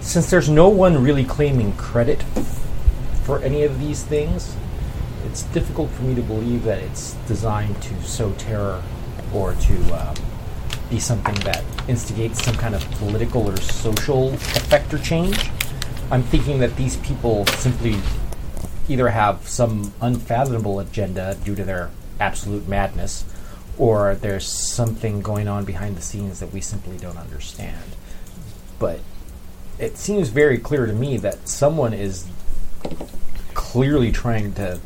E: since there's no one really claiming credit for any of these things, it's difficult for me to believe that it's designed to sow terror or to um, be something that instigates some kind of political or social effect or change. I'm thinking that these people simply either have some unfathomable agenda due to their absolute madness, or there's something going on behind the scenes that we simply don't understand. But it seems very clear to me that someone is clearly trying to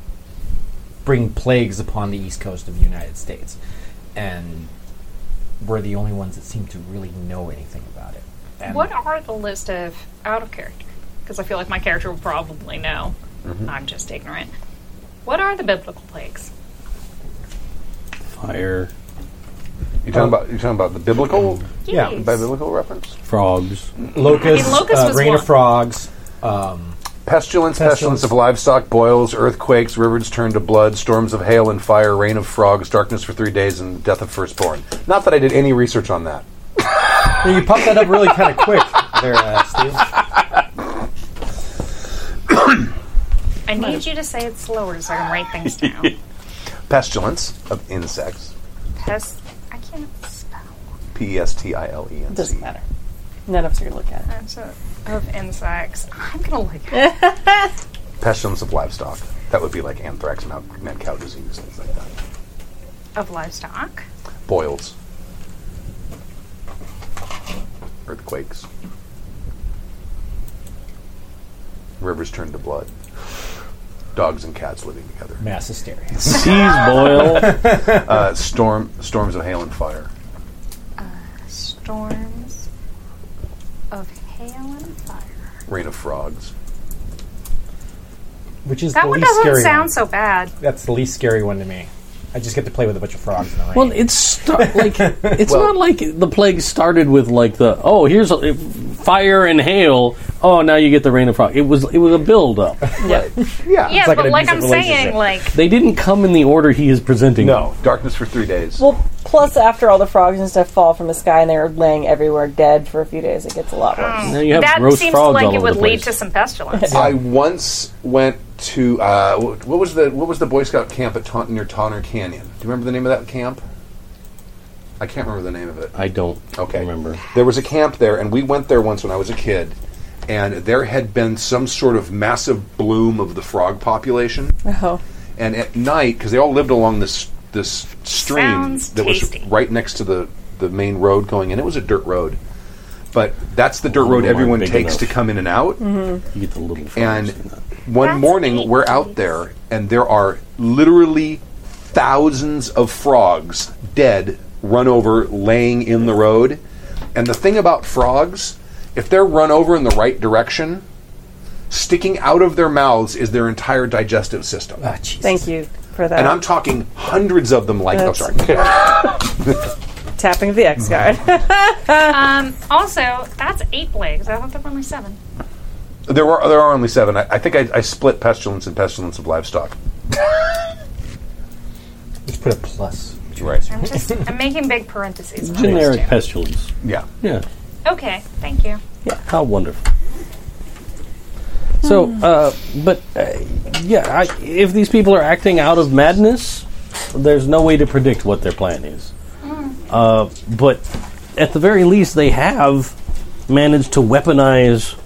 E: bring plagues upon the east coast of the United States. And we're the only ones that seem to really know anything about it. And
D: What are the list of out of character? Because I feel like my character will probably know.
F: Mm-hmm.
D: I'm just ignorant. What are the biblical plagues?
F: Fire,
A: You're talking about you're talking about the biblical
E: Yeah,
A: by
D: Yes.
A: biblical reference.
F: frogs,
E: locusts,
D: And locust
E: uh,
D: was
E: rain
D: one.
E: of frogs, um,
A: Pestilence, pestilence
E: Pestilence.
A: of livestock, boils, earthquakes, rivers turned to blood, storms of hail and fire, rain of frogs, darkness for three days, and death of firstborn. Not that I did any research on that.
E: Yeah, you popped that up really kind of quick there, uh, Steve.
I: I need you to say it slower so I can write things down.
A: Pestilence of insects.
I: Pest. I can't spell.
A: P E S T I L E N C.
G: Doesn't matter. None of us are gonna look at it.
D: That's a- Of insects. I'm gonna look at
A: Pestilence of livestock. That would be like anthrax, mad, mad cow disease, things like that.
D: of livestock.
A: Boils. Earthquakes. Rivers turned to blood. Dogs and cats living together.
E: Mass hysteria.
F: seas boil,
A: Uh, storm, storms of hail and fire.
I: Storms of hail and fire.
A: Rain of frogs.
E: Which is
D: That
E: the
D: one
E: least
D: doesn't
E: scary
D: sound
E: one.
D: so bad.
E: That's the least scary one to me. I just get to play with a bunch of frogs in the rain.
F: Well, it's sta- like it's not like the plague started with like the oh here's a, if- fire and hail oh now you get the rain of fog. It was it was a build up.
D: yeah,
E: like an
D: but like I'm
E: abusive
D: saying,
E: relationship.
D: like
F: They didn't come in the order he is presenting.
A: No, darkness for three days.
N: Well, plus after all the frogs and stuff fall from the sky and they're laying everywhere dead for a few days, it gets a lot worse.
F: now you have
D: that
F: roast
D: seems
F: frogs
D: like
F: all
D: it
F: over
D: would
F: the
D: lead
F: place.
D: to some pestilence.
A: I once went to uh, wh- what was the what was the Boy Scout camp at Taunton near Tonner Canyon? Do you remember the name of that camp? I can't remember the name of it.
F: I don't
A: Okay.
F: remember.
A: There was a camp there, and we went there once when I was a kid, and there had been some sort of massive bloom of the frog population.
D: Uh-huh.
N: Oh.
A: And at night, because they all lived along this this stream
D: Sounds
A: that
D: tasty.
A: was right next to the the main road going in, it was a dirt road. But that's the dirt road
F: Aren't
A: everyone
F: Oh big
A: takes
F: enough.
A: to come in and out.
D: Mm-hmm.
F: You get the little frogs.
A: And
F: in that.
A: one
D: That's
A: morning,
D: neat.
A: we're out there, and there are literally thousands of frogs dead, run over, laying in the road. And the thing about frogs, if they're run over in the right direction, sticking out of their mouths is their entire digestive system.
E: Ah,
C: Thank you for that.
A: and I'm talking hundreds of them, like, oh,
C: That's-
A: sorry.
C: tapping the X card.
D: Um, also, that's eight plagues. I thought there were only seven.
A: There, were, there are only seven. I, I think I, I split pestilence and pestilence of livestock.
E: just put a plus.
A: Right.
D: I'm just I'm making big parentheses. when I was
F: generic
D: doing it.
F: pestilence.
A: Yeah.
F: Yeah.
D: Okay, thank you.
F: How wonderful. So, uh, but uh, yeah, I, if these people are acting out of madness, there's no way to predict what their plan is. Uh, but at the very least, they have managed to weaponize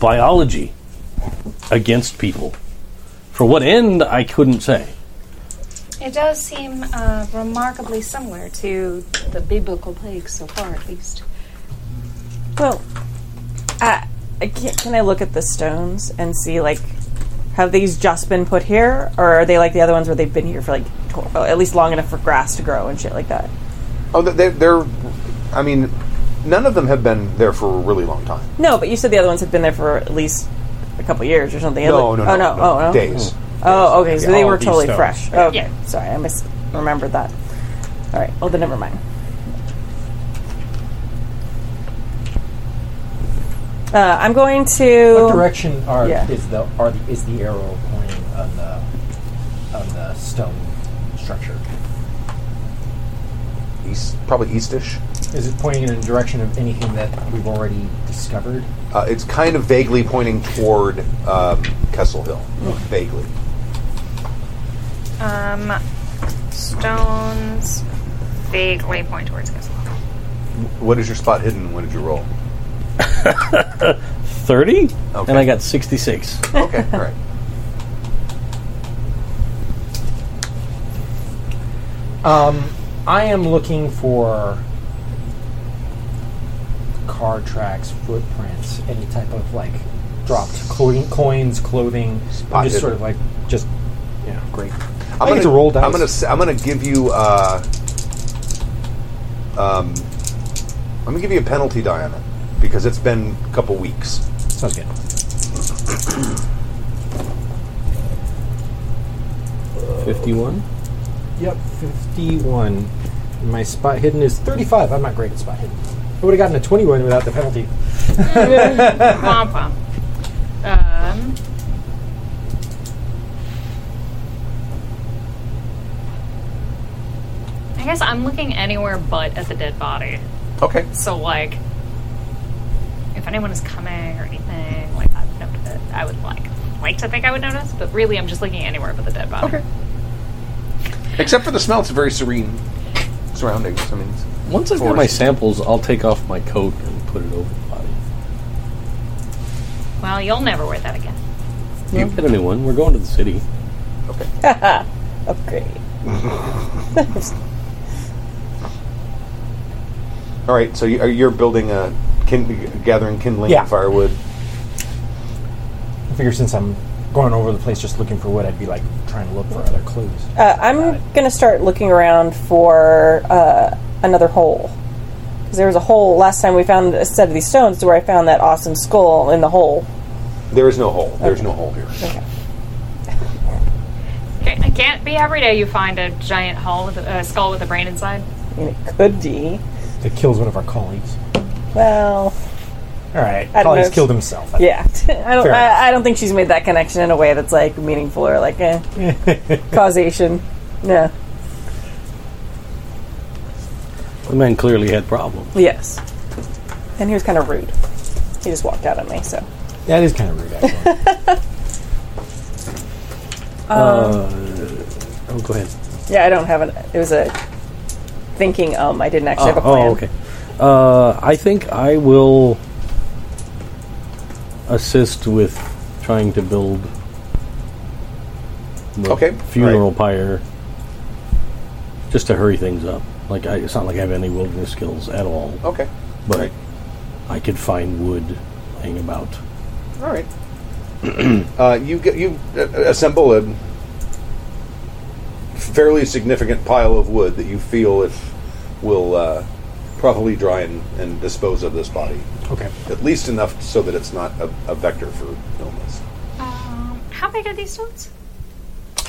F: biology against people. For what end, I couldn't say.
I: It does seem uh, remarkably similar to the biblical plagues so far, at least.
C: Well, I, I can, can I look at the stones and see like have these just been put here, or are they like the other ones where they've been here for like tw- at least long enough for grass to grow and shit like that?
A: Oh, they're, they're, I mean, none of them have been there for a really long time.
C: No, but you said the other ones have been there for at least a couple years or something.
A: No, no, no,
C: oh no, oh no,
A: Days.
C: Oh, okay, so they
E: all
C: were
E: these
C: totally
E: stones.
C: fresh. Oh,
D: Yeah.
C: sorry, I misremembered that. All right, well then, never mind. Uh, I'm going to.
E: What direction are
C: Yeah.
E: is the are the is the arrow pointing on the on the stone structure?
A: East, probably eastish.
E: Is it pointing in a direction of anything that we've already discovered?
A: Uh, it's kind of vaguely pointing toward um, Kessel Hill,
C: Mm.
A: vaguely.
D: Um, stones vaguely point towards us.
A: What is your spot hidden? What did you roll?
F: 30?
A: Okay.
F: And I got 66.
A: Okay, all right.
E: Um, I am looking for car tracks, footprints, any type of like dropped clo- coins, clothing. I'm
A: Spotted.
E: just sort of like just yeah, great.
A: I'm
E: I get to roll dice.
A: I'm gonna. s- I'm gonna give you. Uh, um, I'm gonna give you a penalty die on it because it's been a couple weeks.
E: Sounds good.
F: Fifty-one.
E: Yep, 51. My spot hidden is 35. I'm not great at spot hidden. I would have gotten a 21 without the penalty.
D: Womp womp. Um, I guess I'm looking anywhere but at the dead body.
A: Okay.
D: So like, if anyone is coming or anything, like I've noticed, it. I would like like to think I would notice, but really I'm just looking anywhere but the dead body. Okay.
A: Except for the smell, it's very serene surroundings. I mean,
F: Once I've got
A: Forest.
F: my samples, I'll take off my coat and put it over the body.
D: Well, you'll never wear that again.
F: You get a new one. We're going to the city.
N: Upgrade.
C: Uh,
A: all right. So you, uh, you're building a kin- gathering kindling
E: Yeah.
A: firewood.
E: I figure since I'm going over the place just looking for wood, I'd be like trying to look for other clues.
C: Uh, I'm going to start looking around for uh, another hole. Because there was a hole last time we found a set of these stones to where I found that awesome skull in the hole.
A: There is no hole. There's no hole here.
D: Okay, I can't be every day you find a giant hull with a, a skull with a brain inside.
C: I mean, it could be.
E: That kills one of our colleagues.
C: Well,
E: All right,
C: know
E: colleague's
C: if-
E: killed himself. I-
C: yeah. I don't.
E: Fair enough.
C: I, I don't think she's made that connection in a way that's like meaningful or like eh. causation. No.
F: The man clearly had problems.
C: Yes. And he was kind of rude. He just walked out on me. So
E: That is kind of rude, actually.
F: Oh, go ahead.
C: yeah, I don't have an. It was a thinking. Um, I didn't actually have a
F: Oh,
C: plan.
F: oh, okay. Uh, I think I will assist with trying to build the
B: Okay.
F: funeral pyre just to hurry things up. Like I, it's not like I have any wilderness skills at all,
C: Oh.
B: Okay.
F: but
B: right.
F: I could find wood laying about.
B: All right. uh, you get you uh, assemble a fairly significant pile of wood that you feel if will uh, properly dry and, and dispose of this body.
E: okay.
B: At least enough so that it's not a, a vector for illness.
D: Um, how big are these stones?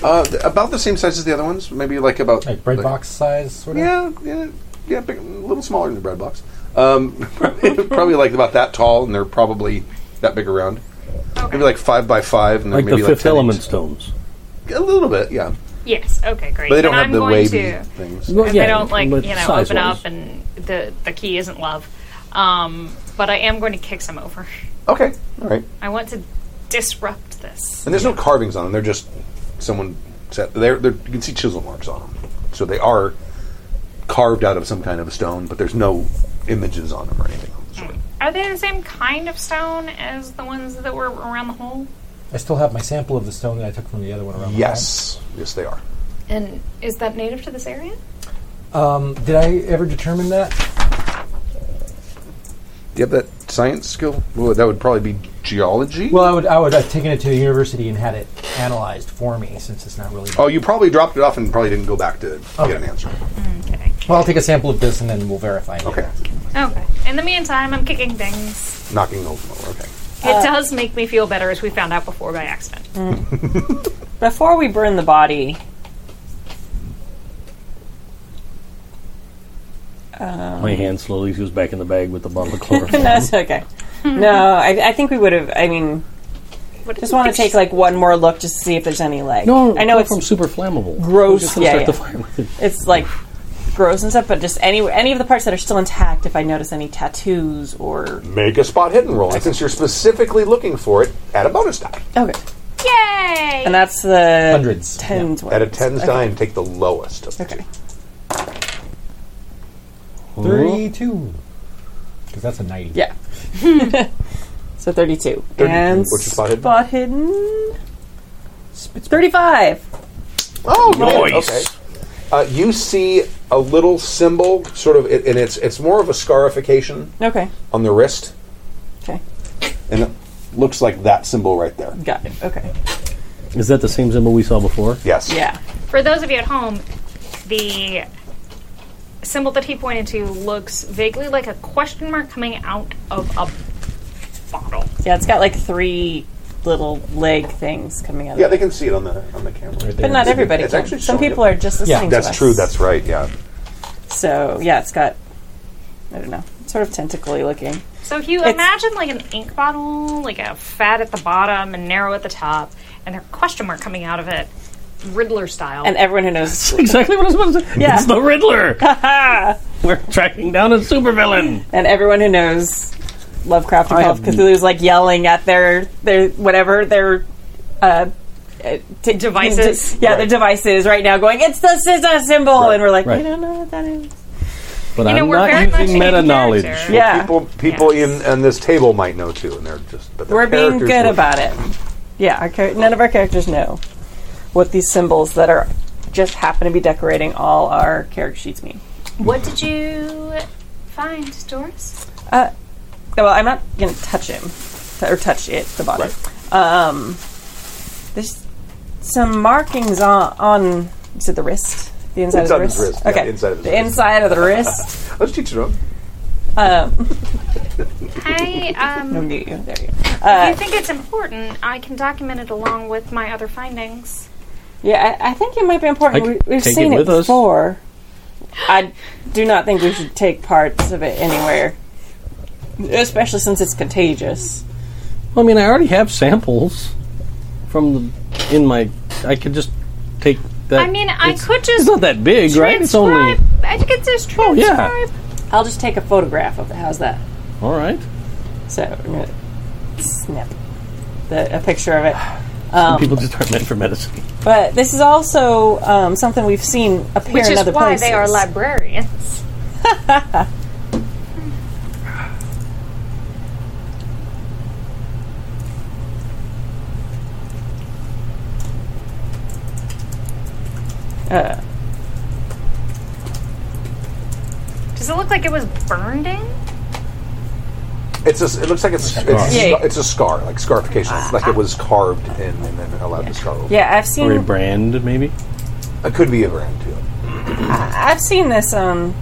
B: Uh, th- about the same size as the other ones, maybe like about
E: Like bread box size, sort of?
B: Yeah, yeah, yeah, big, a little smaller than the bread box. Um, probably, probably like about that tall, and they're probably that big around. Maybe like five by five, and they're
F: Like the
B: maybe
F: fifth
B: 10
F: element
B: inch.
F: stones.
B: A little bit, yeah.
D: Yes. Okay. Great.
B: But they don't
D: Then
B: have
D: I'm
B: the
D: going
B: wavy
D: to-
B: things.
F: Well,
D: If
F: yeah,
D: I don't like
F: but
D: you know
F: size-wise.
D: open up and the the key isn't love. Um, but I am going to kick some over.
B: Okay, all right.
D: I want to disrupt this.
B: And there's no carvings on them. They're just someone set. They're, they're you can see chisel marks on them, so they are carved out of some kind of a stone, but there's no images on them or anything. of the sort.
D: Are they the same kind of stone as the ones that were around the hole?
E: I still have my sample of the stone that I took from the other one around. my
B: Yes, yes, they are.
D: And is that native to this area?
E: neck. Um, did I ever determine that?
B: Do you have that science skill? Well, that would probably be geology.
E: Well, I would I would have taken it to the university and had it analyzed for me, since it's not really.
B: Oh, you probably dropped it off and probably didn't go back to get an answer.
D: Okay.
E: Well, I'll take a sample of this and then we'll verify. it.
B: Okay.
D: Okay. In the meantime, I'm kicking things.
B: Knocking over. Okay.
D: it does make me feel better, as we found out before by accident.
C: Before we burn the body,
F: My hand slowly goes back in the bag with the bottle of chloroform.
C: that's okay. No, I, I think we would have. I mean,
D: What did
C: just
D: you
C: want to
D: think?
C: take like one more look just to see if there's any like.
F: No,
C: I know it's
F: from super flammable.
C: gross-
F: We're just gonna
C: yeah,
F: start
C: yeah.
F: the fire with it.
C: it's like gross and stuff, but just any any of the parts that are still intact. If I notice any tattoos or
B: Make a spot hidden roll. And since you're specifically looking for it, add a bonus die.
C: okay,
D: Yay!
C: and that's the
E: Hundreds,
C: tens one.
B: Add a tens die and take the lowest. Of the
C: Okay.
B: two.
E: Thirty-two. Because that's a ninety.
C: Yeah. so 32.
B: 32.
C: And
B: What's your spot hidden?
C: Spot hidden. 35.
B: Oh, nice. Okay. Uh, you see a little symbol, sort of, it, and it's it's more of a scarification
C: Okay.
B: on the wrist,
C: Okay.
B: and it looks like that symbol right there.
C: Got it. Okay.
F: Is that the same symbol we saw before?
B: Yes.
C: Yeah.
D: For those of you at home, the symbol that he pointed to looks vaguely like a question mark coming out of a bottle.
C: Yeah, it's got like three little leg things coming out
B: Yeah,
C: of it.
B: they can see it on the on the camera.
C: But not everybody
B: It's
C: can.
B: actually
C: Some
B: showing
C: people
B: up.
C: are just listening to
B: That's
C: us.
B: true. That's right. Yeah.
C: So, yeah, it's got, I don't know, sort of tentacly looking.
D: So if you imagine like an ink bottle, like a fat at the bottom and narrow at the top, and a question mark coming out of it, Riddler style.
C: And everyone who knows,
F: Exactly what I was supposed to say.
C: Yeah.
F: It's the Riddler. We're tracking down a supervillain.
C: and everyone who knows Lovecraft and Call of Cthulhu's like yelling at their, their whatever their, uh, uh, t-
D: Devices.
C: yeah, their devices right now going, it's the scissor symbol. And we're like,
F: Right.
C: we don't know what that is.
F: But
D: you know,
F: I'm
D: we're very
F: not
D: much
F: using
D: in
F: meta knowledge.
D: character.
C: Yeah.
B: People people in on this table might know too, and they're just but their
C: We're being
B: characters
C: good
B: would-
C: about it. Yeah, our char- none of our characters know what these symbols that are just happen to be decorating all our character sheets mean.
D: What did you find, Doris?
C: Well, I'm not going to touch him or touch it, the body. Um, there's some markings on, on is it the wrist? The inside
B: Inside
C: of the
B: his
C: wrist.
B: wrist, yeah,
C: Okay,
B: inside of his
C: the
B: wrist.
C: inside of the wrist.
B: Let's teach it to 'em.
D: I um,
C: I'll mute you. There you go.
D: if you think it's important, I can document it along with my other findings.
C: Yeah, I, I think it might be important.
F: I
C: We,
F: could
C: we've
F: take
C: seen
F: it
C: it,
F: with us.
C: before. I do not think we should take parts of it anywhere, especially since it's contagious.
F: Well, I mean, I already have samples from the in my. I could just take that.
I: I mean, I
F: it's-
I: could just
F: It's not that big, right? It's only.
I: transcribe. I could just
F: Oh, yeah.
I: transcribe.
C: I'll just take a photograph of it. How's that?
F: All right.
C: So I'm gonna snip the, a picture of it.
F: People just aren't meant for medicine.
C: But this is also um, something we've seen appear
I: Which
C: in
I: is
C: other
I: why
C: places.
I: they are librarians.
C: Uh,
I: Does it look like it was burned in?
B: It's a, it looks like it's it's,
H: scar.
C: Yeah.
B: it's a scar, like scarification. It's like it was carved in and then allowed to scar over.
C: yeah,
F: Or
C: I've
F: a
C: seen
F: brand, maybe?
B: It could be a brand too.
C: I've seen this on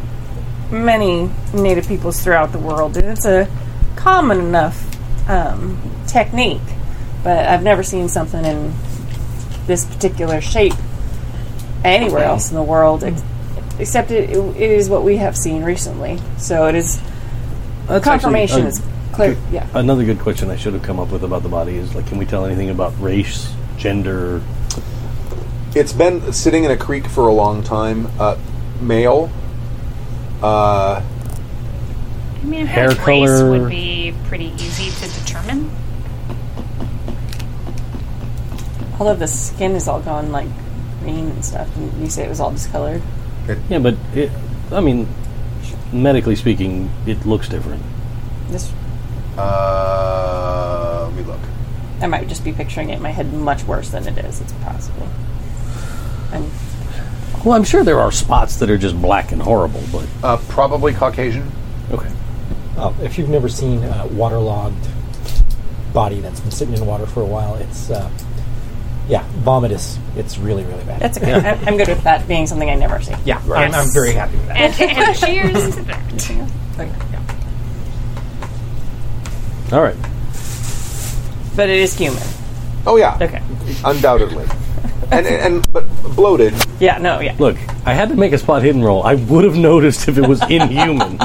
C: many native peoples throughout the world, and it's a common enough um, technique. But I've never seen something in this particular shape anywhere else in the world, ex- except it, it is what we have seen recently. So it is
F: That's
C: confirmation
F: actually a-
C: is clear. Yeah.
F: Another good question I should have come up with about the body is like, can we tell anything about race, gender?
B: It's been sitting in a creek for a long time. Uh, male. Uh,
I: I mean, I
F: Hair
I: feel like race
F: color.
I: would be pretty easy to determine.
C: Although the skin is all gone like green and stuff, and you say it was all discolored.
F: Yeah, but it, I mean, medically speaking, it looks different.
C: This
B: uh, let me look.
C: I might just be picturing it in my head much worse than it is. It's possible. And
F: Well, I'm sure there are spots that are just black and horrible, but
B: Uh, probably Caucasian.
F: okay.
E: Uh, if you've never seen a waterlogged body that's been sitting in water for a while, it's uh, yeah, vomitous. It's really really bad.
C: that's okay. I'm, I'm good with that being something I never see.
E: yeah, I'm, I'm very happy with that.
I: And, and cheers to that.
F: All right.
C: But it is human.
B: Oh yeah.
C: Okay.
B: Undoubtedly. and, and and but bloated.
C: Yeah, no, yeah.
F: Look, I had to make a spot hidden roll. I would have noticed if it was inhuman.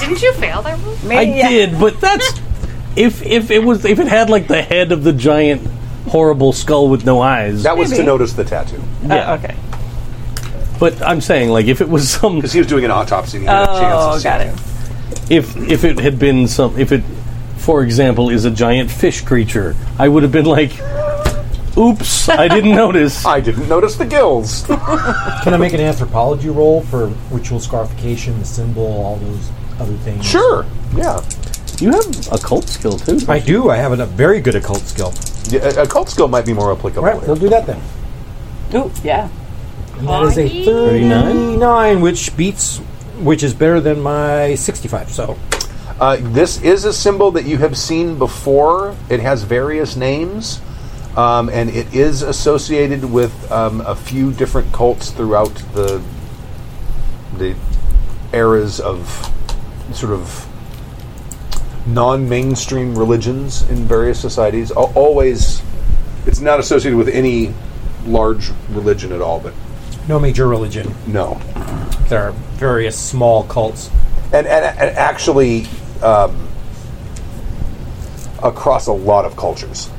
I: Didn't you fail that one?
F: I
C: Maybe- yeah.
F: did, but that's if if it was if it had like the head of the giant horrible skull with no eyes.
B: That was to notice the tattoo
C: Oh, okay.
F: But I'm saying like if it was some
B: because he was doing an autopsy. And he had a chance
C: Oh,
B: of
C: got
B: seeing
C: it.
F: if if it had been some if it for example is a giant fish creature, I would have been like oops, I didn't notice.
B: I didn't notice the gills.
E: Can I make an anthropology roll for ritual scarification, the symbol, all those other things?
B: sure. Yeah.
F: You have a cult skill too.
E: I do. I have a very good occult skill.
B: Yeah, a- a cult skill might be more applicable.
E: All right, we'll
B: here.
E: do that then.
C: Ooh, yeah.
E: And that is a 39, which beats, which is better than my 65. So
B: Uh, this is a symbol that you have seen before. It has various names, um, and it is associated with um, a few different cults throughout the the eras of sort of non-mainstream religions in various societies. Al- Always, it's not associated with any large religion at all. But
E: no major religion.
B: no,
E: There are various small cults.
B: and and, and actually um, across a lot of cultures.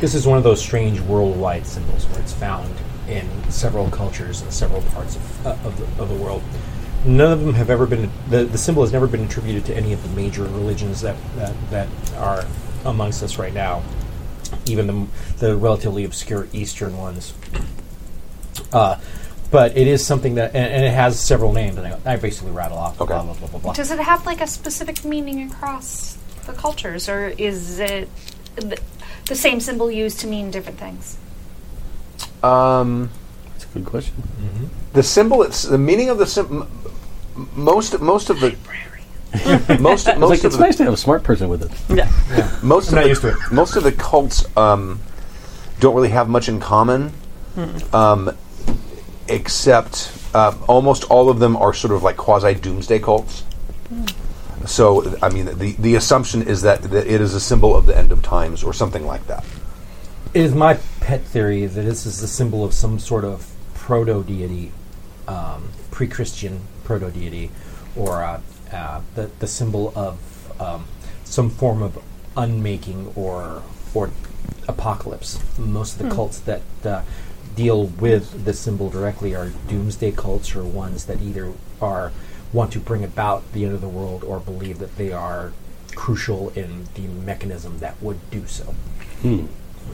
E: This is one of those strange worldwide symbols where it's found in several cultures and several parts of, uh, of, the, of the world. None of them have ever been, the, the symbol has never been attributed to any of the major religions that, that, that are amongst us right now, even the, the relatively obscure Eastern ones. Uh, but it is something that, and, and it has several names, and I, I basically rattle off
B: Okay.
E: blah, blah, blah, blah, blah.
I: Does it have like a specific meaning across the cultures, or is it the, the same symbol used to mean different things?
B: Um,
F: That's a good question.
B: the symbol, it's the meaning of the symbol. M- m- most, most of the most, most
F: It's like
B: of
F: it's
B: the,
F: nice to have a smart person with it.
B: most of
E: not
B: the,
E: used to it.
B: most of the cults um, don't really have much in common,
F: Hmm.
B: um, except uh, almost all of them are sort of like quasi doomsday cults.
F: Hmm.
B: So, I mean, the the assumption is that, that it is a symbol of the end of times or something like that.
E: It is my pet theory that this is the symbol of some sort of proto deity, um, pre Christian proto deity, or uh, uh, the, the symbol of um, some form of unmaking or, or apocalypse. Most of
I: Hmm.
E: the cults that uh, deal with the symbol directly are doomsday cults or ones that either are want to bring about the end of the world or believe that they are crucial in the mechanism that would do so.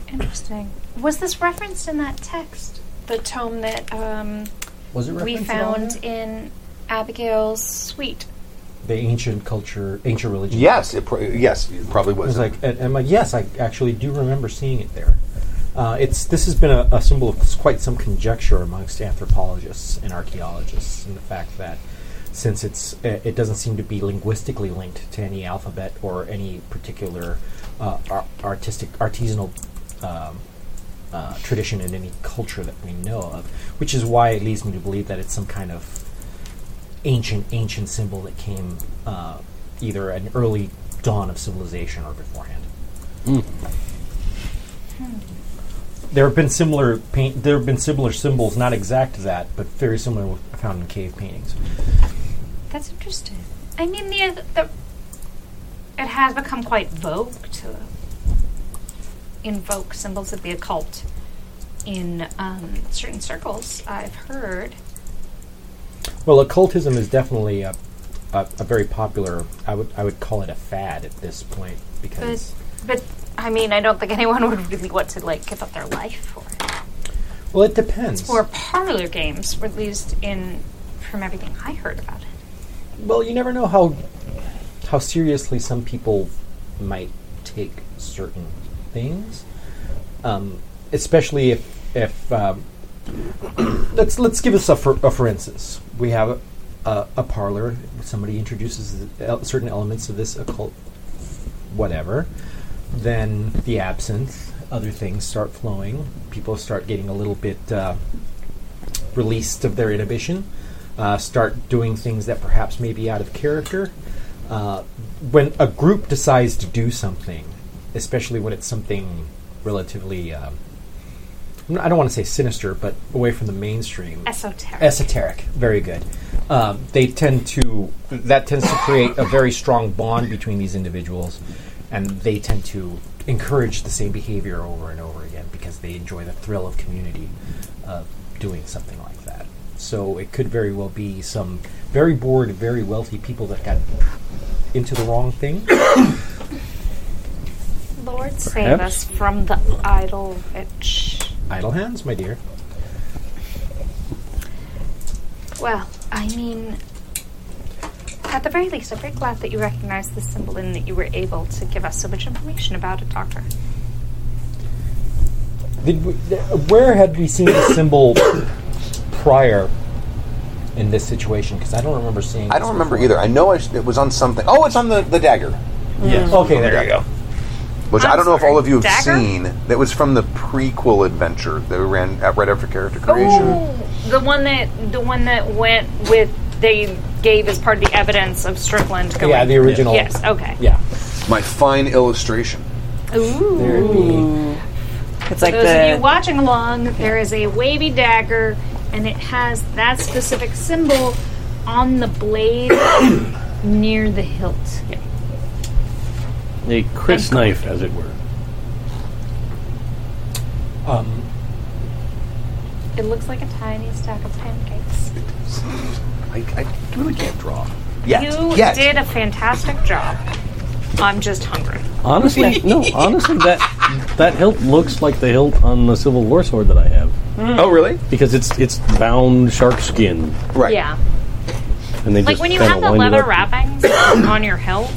I: Interesting. Was this referenced in that text? The tome that um,
E: Was it
I: we
E: referenced at all?
I: found in Abigail's suite.
E: the ancient culture, ancient religion?
B: Yes, it pro- yes, it probably
E: I
B: was.
E: was like, and, and I'm like, yes, I actually do remember seeing it there. Uh, it's this has been a, a symbol of s- quite some conjecture amongst anthropologists and archaeologists, and the fact that since it's uh, it doesn't seem to be linguistically linked to any alphabet or any particular uh, ar- artistic artisanal um, uh, tradition in any culture that we know of, which is why it leads me to believe that it's some kind of ancient, ancient symbol that came uh, either an early dawn of civilization or beforehand. There have been similar paint. There have been similar symbols, not exact to that, but very similar found in cave paintings.
I: That's interesting. I mean, the, the it has become quite vogue to invoke symbols of the occult in um, certain circles. I've heard.
E: Well, occultism is definitely a, a, a very popular. I would I would call it a fad at this point because.
I: But, but I mean, I don't think anyone would really want to like give up their life for it.
E: well, it depends.
I: Or parlor games, or at least in from everything I heard about it.
E: Well, you never know how how seriously some people might take certain things, um, especially if if um, let's let's give this a for, a for instance. We have a, a parlor. Somebody introduces the el- certain elements of this occult, whatever. Then the absinthe, other things start flowing. People start getting a little bit. Uh, released of their inhibition, uh, start doing things that perhaps may be out of character. Uh, when a group decides to do something, especially when it's something relatively, um, I don't want to say sinister, but away from the mainstream,
I: Esoteric.
E: esoteric, very good. Um, they tend to that tends to create a very strong bond between these individuals, and they tend to encourage the same behavior over and over again because they enjoy the thrill of community of doing something like that. So it could very well be some very bored, very wealthy people that got into the wrong thing.
I: Lord save
F: Perhaps.
I: us from the idol witch.
E: Idle hands, my dear.
I: Well, I mean, at the very least, I'm very glad that you recognized this symbol and that you were able to give us so much information about it, Doctor.
E: Did we, th- where had we seen the symbol prior in this situation? Because I don't remember seeing.
B: I
E: this
B: don't remember
E: before.
B: either. I know I s- it was on something. Oh, it's on the, the dagger.
E: Okay, there you go.
B: Which I'm I
I: I'm
B: do not know if
I: sorry,
B: all of you have
I: dagger?
B: seen. That was from the prequel adventure that we ran at, right after character creation.
I: Oh, the one that the one that went with they gave as part of the evidence of Strickland going.
E: Yeah, the original.
I: Yes. Okay.
E: Yeah.
B: My fine illustration.
I: Ooh.
C: It's like
I: Those of
C: the
I: you watching along, there is a wavy dagger, and it has that specific symbol on the blade near the hilt.
F: A Chris knife, as it were.
E: Um,
I: It looks like a tiny stack of pancakes.
B: I, I really can't draw. Yet.
I: You
B: Yet.
I: did a fantastic job. I'm just hungry.
F: Honestly, no. Honestly, that that hilt looks like the hilt on the Civil War sword that I have
B: Oh, really?
F: because it's it's bound shark skin,
B: Right.
I: Yeah.
F: and they
D: Like
F: just
D: when you
F: kinda
D: have the
F: line it
D: leather
F: up.
D: wrappings on your hilt,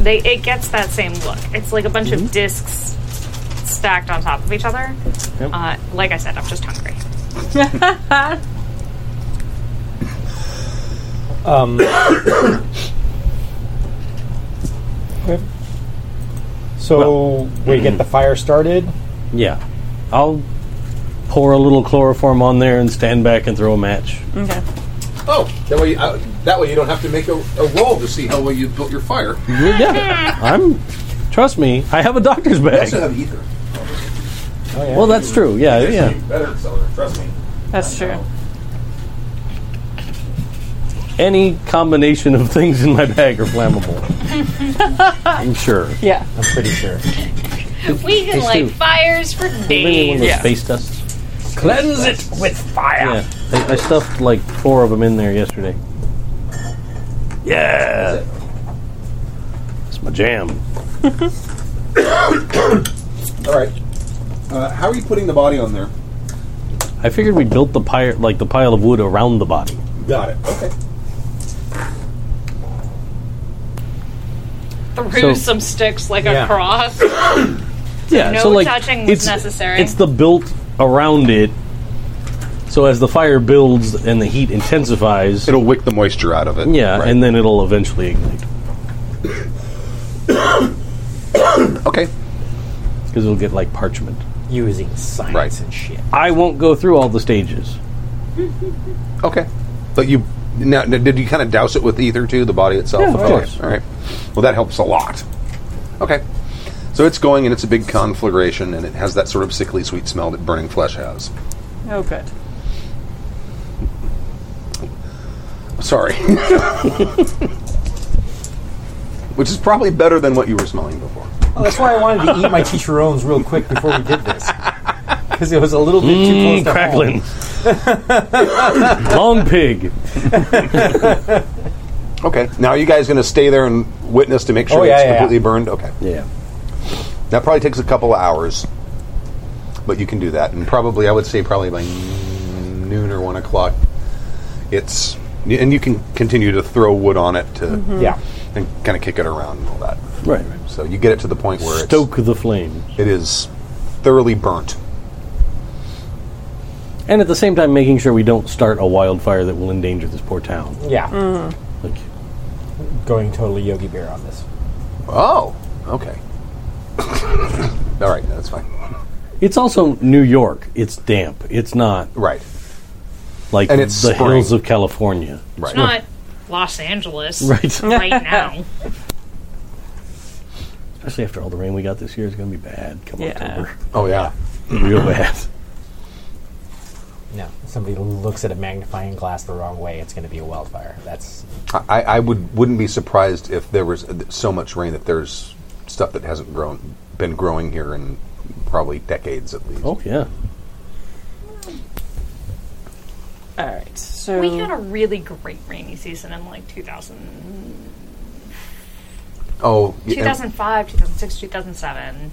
D: they it gets that same look. It's like a bunch
B: Mm-hmm.
D: of discs stacked on top of each other.
F: Yep.
D: Uh, like I said, I'm just hungry.
E: um, okay. So we get the fire started.
F: Yeah, I'll pour a little chloroform on there and stand back and throw a match.
C: okay.
B: Oh, that way, uh, that way you don't have to make a, a roll to see how well you built your fire. You
F: Yeah, I'm. Trust me, I have a doctor's bag.
B: also have ether.
E: Oh, yeah.
F: Well, that's true. Yeah, yeah.
H: Better seller, trust me.
C: That's true.
F: Any combination of things in my bag are flammable. I'm sure.
C: Yeah.
E: I'm pretty sure.
I: We can
F: Please
I: light
F: do.
I: fires for
F: Maybe one of
I: days.
F: those space dusts.
E: Cleanse it with fire.
F: Yeah, I, I stuffed like four of them in there yesterday. Yeah, it's my jam.
B: All right. Uh, how are you putting the body on there?
F: I figured we built the pile, like the pile of wood around the body.
B: Got it. Okay.
D: Through
F: So-
D: some sticks like
E: Yeah.
D: a cross.
F: Yeah,
D: no
F: so like
D: touching was
F: it's
D: necessary.
F: It's the built around it. So as the fire builds and the heat intensifies,
B: It'll wick the moisture out of it.
F: yeah,
B: Right.
F: and then it'll eventually ignite
B: okay.
F: because it'll get like parchment.
E: Using science
B: Right.
E: and shit.
F: I won't go through all the stages.
B: Okay. But you now, now, did you kind of douse it with ether too, the body itself?
F: Yeah, of
B: Okay.
F: course.
B: All right. Well, that helps a lot. Okay. So it's going and it's a big conflagration and it has that sort of sickly sweet smell that burning flesh has.
C: Oh, good.
B: Sorry. Which is probably better than what you were smelling before.
E: Oh, that's why I wanted to eat my chicharrones real quick before we did this. Because it was a little bit too close
F: Mm,
E: to home.
F: crackling. Long pig.
B: Okay. Now, are you guys going to stay there and witness to make sure
E: Oh, yeah,
B: it's
E: yeah, yeah.
B: completely burned? Okay.
F: Yeah.
B: That probably takes a couple of hours, but you can do that. And probably, I would say, probably by noon or one o'clock, it's and you can continue to throw wood on it to
E: Yeah.
B: and kind of kick it around and all that.
F: Right.
B: So you get it to the point where
F: Stoke the flame.
B: it's, it is thoroughly burnt.
F: And at the same time, making sure we don't start a wildfire that will endanger this poor town.
E: Yeah.
F: Like,
E: Going totally Yogi Bear on this.
B: Oh, okay. all right, that's fine.
F: it's also New York. It's damp. It's not
B: Right,
F: like
B: And it's
F: the
B: spring.
F: hills of California.
B: right.
I: Not Los Angeles
F: Right.
I: right now.
F: Especially after all the rain we got this year, it's going to be bad. Come
C: Yeah.
F: October,
B: Oh yeah.
F: real bad.
E: No. Somebody looks at a magnifying glass the wrong way, it's going to be a wildfire. That's.
B: I, I would wouldn't be surprised if there was so much rain that there's stuff that hasn't grown been growing here in probably decades at least.
F: Oh yeah.
C: All right. So
D: we had a really great rainy season in like 2000,
B: Oh, yeah, and
D: 2005, 2006, 2007.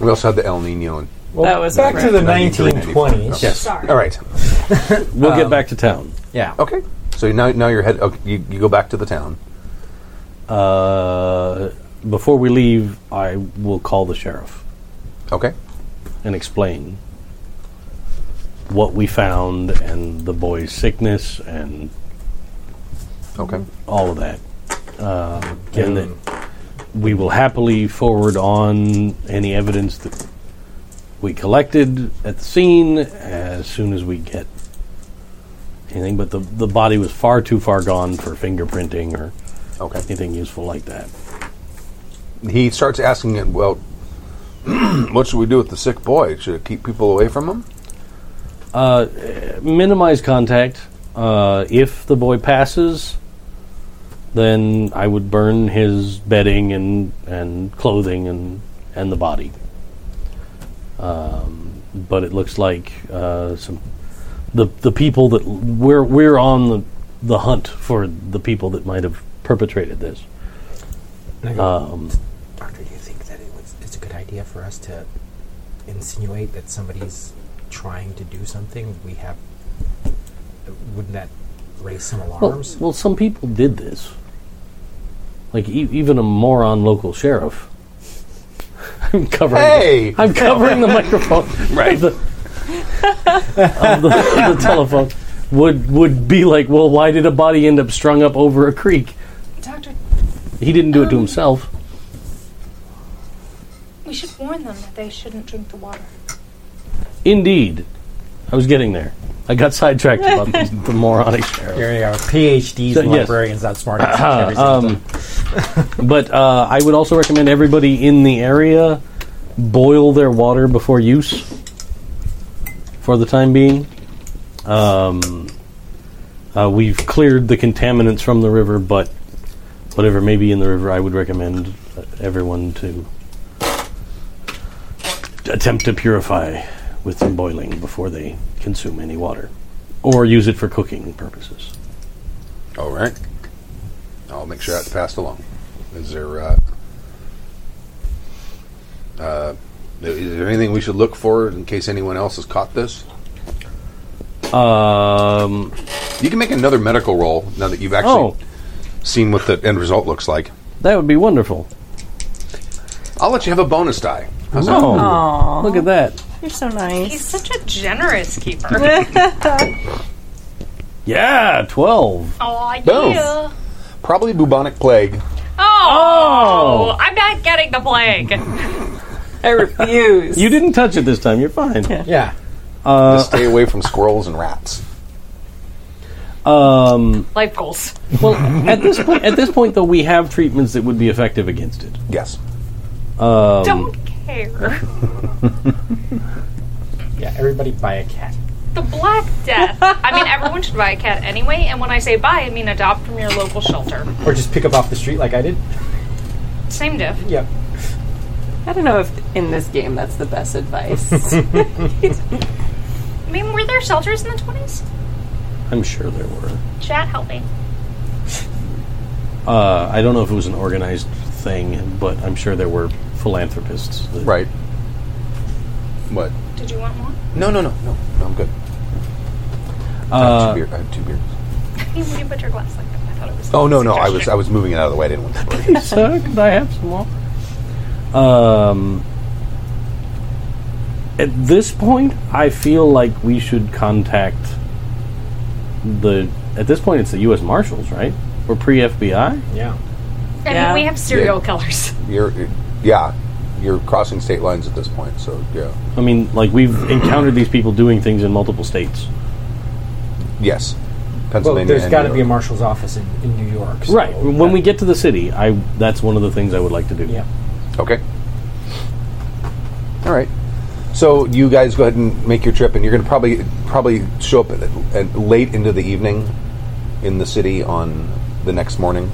B: we also had the El Nino. And,
E: Well,
C: That was
E: back to the 1920s.
B: Yes. All right.
F: We'll get back to town.
E: Yeah.
B: Okay. So now, now you're head. Okay, you, you go back to the town.
F: Uh, before we leave, I will call the sheriff
B: Okay.
F: and explain what we found and the boy's sickness and
B: Okay.
F: all of that. Um, and that we will happily forward on any evidence that we collected at the scene as soon as we get anything. But the, the body was far too far gone for fingerprinting or
B: Okay.
F: anything useful like that.
B: He starts asking it. Well, what should we do with the sick boy? Should it keep people away from him?
F: Minimize contact. Uh, if the boy passes, then I would burn his bedding and, and clothing and, and the body. Um, but it looks like uh, some the the people that we're we're on the the hunt for the people that might have perpetrated this. Um,
E: Doctor, do you think that it was, it's a good idea for us to insinuate that somebody's trying to do something? We have. Wouldn't that raise some
F: Well,
E: alarms?
F: well, some people did this. Like e- even a moron local sheriff. I'm covering.
B: Hey!
F: I'm covering the microphone. Right. Of the, of the, the telephone would would be like, well, why did a body end up strung up over a creek?
I: Doctor,
F: He didn't do it to himself.
I: we should warn them that they shouldn't drink the water.
F: Indeed, I was getting there. I got sidetracked about the, the moronic sheriff.
E: Here we are. PhDs and
F: yes.
E: librarians outsmart us every single time.
F: um, but uh, I would also recommend everybody in the area boil their water before use. for the time being. Um, uh, we've cleared the contaminants from the river, but whatever may be in the river, I would recommend uh, everyone to attempt to purify with some boiling before they consume any water or use it for cooking purposes.
B: All right. I'll make sure that's passed along. Is there uh, uh, is there anything we should look for in case anyone else has caught this?
F: Um,
B: You can make another medical roll now that you've actually
F: oh,
B: seen what the end result looks like.
F: that would be wonderful.
B: I'll let you have a bonus die. How's that?
F: Oh, look at that.
C: You're so nice.
D: He's such a generous keeper.
F: Yeah, 12.
D: oh,
B: Boom.
D: yeah.
B: Probably bubonic plague.
D: Oh, I'm not getting the plague.
C: I refuse.
F: You didn't touch it this time. You're fine.
E: Yeah.
B: Just stay away from squirrels and rats.
F: Um,
D: Life goals.
F: well, at this point, at this point though, we have treatments that would be effective against it.
B: Yes.
F: Um,
D: Don't care.
E: Yeah, everybody buy a cat.
D: The Black Death. I mean, everyone should buy a cat anyway, and when I say buy, I mean adopt from your local shelter.
E: Or just pick up off the street like I did.
D: Same diff.
E: Yep.
C: I don't know if in this game that's the best advice.
D: I mean, were there shelters in the 20s?
F: I'm sure there were.
D: Chat, help me.
F: Uh, I don't know if it was an organized thing, but I'm sure there were philanthropists. that-
B: Right. What?
D: Did you want more?
B: No, no, no, no. No, I'm good.
F: Uh,
B: I, have two beer- I have two beers.
D: You can put your glass like that. I thought it was.
B: Oh no, no. I was I was moving it out of the way. I didn't want to break.
F: so could I have some more? Um, at this point, I feel like we should contact the. At this point, it's the U.S. Marshals, right? We're pre FBI.
E: Yeah.
D: And
C: Yeah.
D: we have serial
B: Yeah.
D: killers.
B: You're, you're- yeah, you're crossing state lines at this point. So yeah,
F: I mean, like we've encountered these people doing things in multiple states,
B: yes,
E: Well,
B: Pennsylvania.
E: there's
B: and
E: got to
B: New
E: be a
B: York.
E: marshal's office in, in New York. so-
F: right? When we get to the city, I that's one of the things I would like to do.
E: Yeah.
B: okay. All right. So you guys go ahead and make your trip, and you're going to probably probably show up at, at late into the evening in the city on the next morning.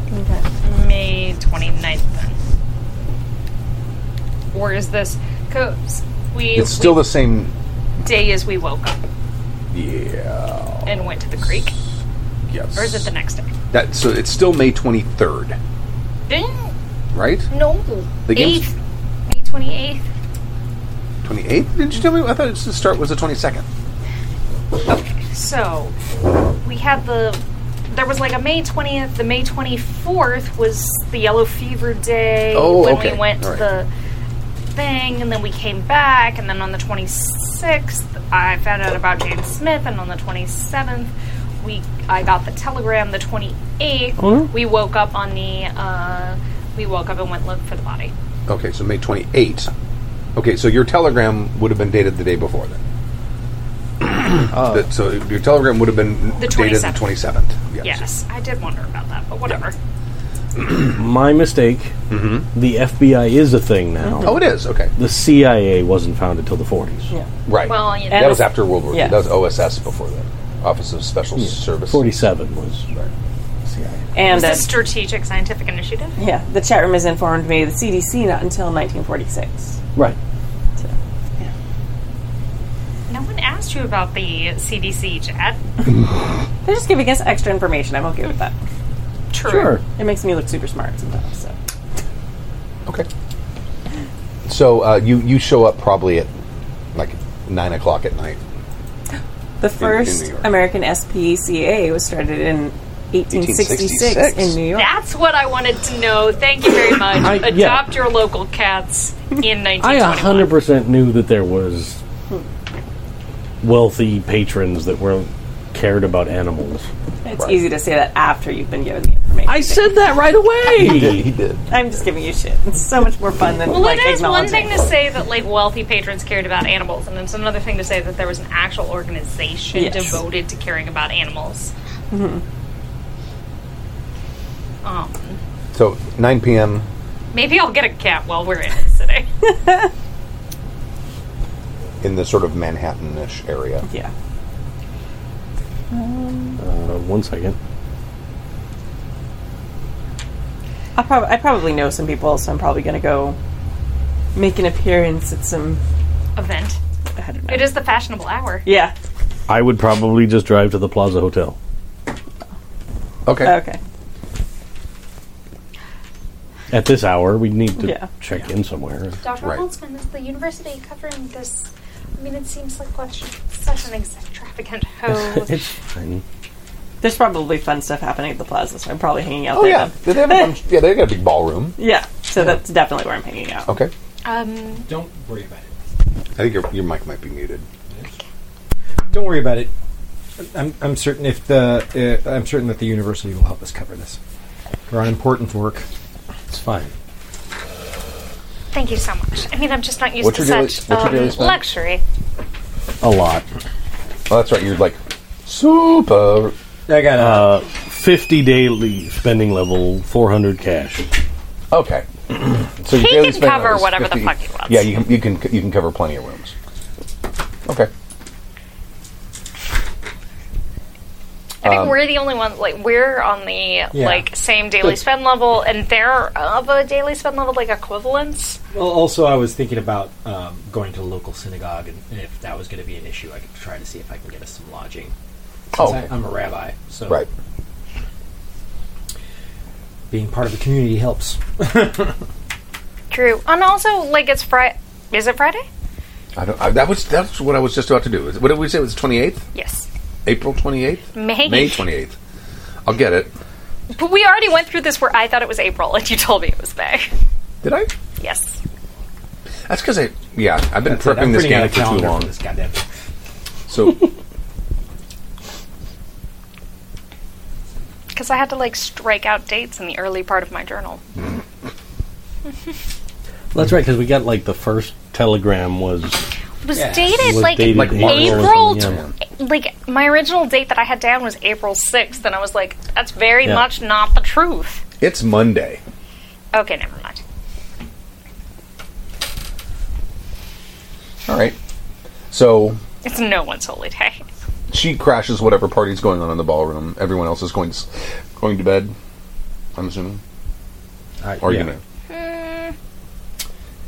D: May 29th, then. Or is this. Cause we.
B: It's still the same.
D: we- Day as we woke up
B: Yeah.
D: and went to the creek.
B: Yes.
D: Or is it the next day?
B: That, so it's still May 23rd,
D: Didn't.
B: right?
D: No.
B: The game's-
D: 8th. May 28th.
B: 28th? Did you tell me? I thought it's- the start was the 22nd.
D: So we had the there was like a May twentieth. The May twenty fourth was the yellow fever day
B: Oh,
D: when
B: okay.
D: we went to
B: All right.
D: the thing, and then we came back, and then on the twenty sixth, I found out about Jane Smith, and on the twenty seventh, we I got the telegram. The twenty eighth,
F: Oh, no.
D: we woke up on the uh, we woke up and went look for the body.
B: Okay, so May 28. Okay, so your telegram would have been dated the day before then. That- so your telegram would have been
D: Oh. The
B: dated the
D: 27th.
B: 27th. Yes.
D: Yes, I did wonder about that, but whatever.
F: My mistake. Mm-hmm. The FBI is a thing now.
B: Oh, it is. Okay.
F: The CIA wasn't founded till the 40s.
B: Right.
D: Well, you
B: that
D: know.
B: was after World War II.
C: Yeah.
B: That was OSS before that. Office of Special Service.
F: 47 was.
D: It's
C: and uh,
D: a strategic scientific initiative.
C: yeah, the chat room has informed me the CDC not until 1946.
F: Right.
D: No one asked you about the CDC, Chad.
C: They're just giving us extra information. I'm okay with that.
D: True.
F: Sure.
C: It makes me look super smart sometimes. So
B: Okay. So uh, you you show up probably at like nine o'clock at night.
C: the first
B: York.
C: American SPCA was started in 1866,
B: 1866.
C: in New York.
D: That's what I wanted to know. Thank you very much.
F: I- yeah.
D: Adopt your local cats in 1921.
F: I 100% knew that there was Hmm. wealthy patrons that were cared about animals.
C: It's easy to say that after you've been given the information.
F: I said that right away.
B: did.
C: I'm just giving you shit. It's so much more fun than
D: well,
C: like
D: it is one
C: acknowledging.
D: thing to say that like wealthy patrons cared about animals, and it's another thing to say that there was an actual organization
C: Yes.
D: devoted to caring about animals. Um,
B: So nine p.m.
D: maybe I'll get a cat while we're in it today.
A: in the sort of Manhattan-ish area.
C: Yeah.
F: Uh, one second.
C: I, prob- I probably know some people, so I'm probably going to go make an appearance at some.
D: event.
C: I don't know.
D: It is the fashionable hour.
C: Yeah.
F: I would probably just drive to the Plaza Hotel.
A: Okay.
C: Okay.
F: At this hour, we need to
C: Yeah.
F: check in somewhere.
D: Dr.
A: Right.
D: Holtzman is the university covering this. I mean, it seems like such, such an extravagant hoe.
F: it's fine.
C: There's probably fun stuff happening at the plaza, so I'm probably hanging out
A: Oh
C: there.
A: yeah,
C: then.
A: they have a bunch, yeah they got a big ballroom.
C: Yeah. So that's definitely where I'm hanging out.
A: Okay.
D: um,
E: Don't worry about it.
A: I think your, your mic might be muted.
E: Don't worry about it. I'm, I'm certain if the uh, I'm certain that the university will help us cover this. We're on important work.
F: It's fine.
D: thank you so much. I mean, I'm just not used
A: What's
D: to
A: your daily-
D: such
A: what's your daily
D: um,
A: spend?
D: luxury.
F: A lot.
A: Well, that's right. You're like super.
E: I got uh,
F: Uh, 50 daily spending level, 400 cash.
A: Okay. So your
D: He
A: daily
D: can
A: spend
D: cover
A: is
D: whatever the fuck he wants.
A: Yeah, you can, you can you can cover plenty of rooms. Okay.
D: I think
A: Um,
D: we're the only ones. Like we're on the like same daily
E: Good.
D: spend level, and they're of a daily spend level like equivalence.
E: well, also I was thinking about um, going to the local synagogue, and if that was going to be an issue, I could try to see if I can get us some lodging.
A: Oh,
E: Since
A: okay.
E: I, am a rabbi, so
A: Right.
E: being part of the community helps.
D: True, and also like it's Friday. Is it Friday?
A: I don't, I, that was that's what I was just about to do. Is- What did we say? It was twenty eighth,
D: Yes,
A: April twenty eighth,
D: May.
A: May twenty eighth. I'll get it.
D: But we already went through this where I thought it was April, and you told me it was May.
A: Did I?
D: Yes.
A: That's because I yeah I've been
E: That's it.
A: prepping
E: I'm
A: this
E: printing out
A: game
E: a
A: for too
E: calendar
A: long.
E: this goddamn thing.
A: So
D: Because I had to like strike out dates in the early part of my journal.
F: That's right, because we got like the first telegram was,
D: It was
E: Yeah.
D: dated
F: was
D: like
F: dated
A: like
F: April. or
D: April.
F: something, yeah.
D: tw- like my original date that I had down was April sixth, and I was like, "That's very
F: Yeah.
D: much not the truth."
A: it's Monday.
D: Okay, never mind.
A: All right. So
D: It's no one's holy day.
A: she crashes whatever party's going on in the ballroom. Everyone else is going to, s- going to bed. I'm assuming.
E: I-
A: Or
E: yeah.
A: you know.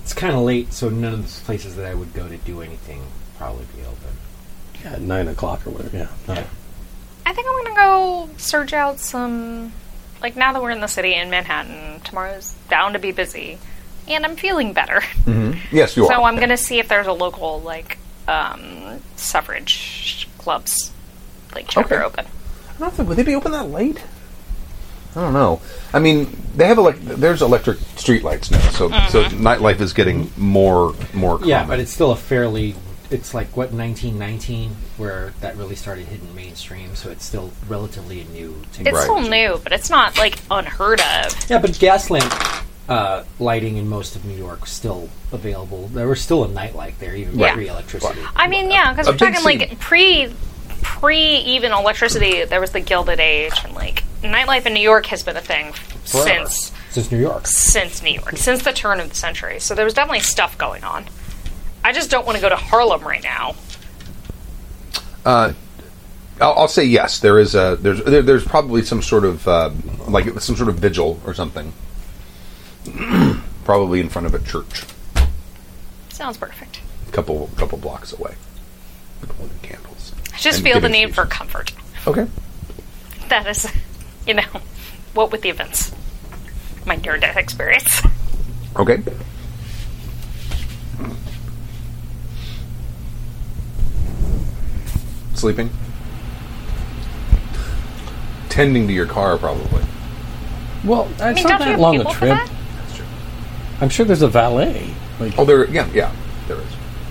E: It's kind of late, so none of the places that I would go to do anything probably be open.
F: yeah, at 9 o'clock or whatever. Yeah. nine.
D: I think I'm gonna go search out some. Like now that we're in the city in Manhattan, tomorrow's bound to be busy, and I'm feeling better.
A: Yes, you are.
D: So I'm gonna see if there's a local like um, suffrage clubs like chapter
A: Okay.
D: open.
A: I don't think would they be open that late? I don't know. I mean, they have elect- there's electric streetlights now, so so
D: Mm-hmm.
A: nightlife is getting more more common.
E: Yeah, but it's still a fairly. It's like what 1919, where that really started hitting mainstream, so it's still relatively new. To
D: It's
A: Right.
D: still new, but it's not like unheard of.
E: Yeah, but gas lamp uh, lighting in most of New York was still available. There was still a nightlight there, even
D: Yeah.
E: pre electricity.
D: I mean, yeah, because
A: a
D: we're
A: big scene.
D: talking like pre pre even electricity. There was the Gilded Age, and like nightlife in New York has been a thing since
E: Since New York.
D: since New York, since the turn of the century. So there was definitely stuff going on. I just don't want to go to Harlem right now.
A: I'll, I'll say yes. There is a there's there, there's probably some sort of uh, like some sort of vigil or something, probably in front of a church,
D: Sounds perfect.
A: a couple couple blocks away. People holding candles.
D: I just
A: And
D: feel the
A: getting
D: need for
A: seizures.
D: comfort.
A: Okay.
D: That is, you know, what with the events, my near death experience.
A: Okay. Sleeping. Tending to your car, probably.
F: Well, it's
D: mean,
F: not
D: don't you
F: that
D: have
F: long a
D: people for
F: trip.
D: that?
F: I'm sure there's a valet. Like,
A: Oh, there. Yeah, yeah, there is.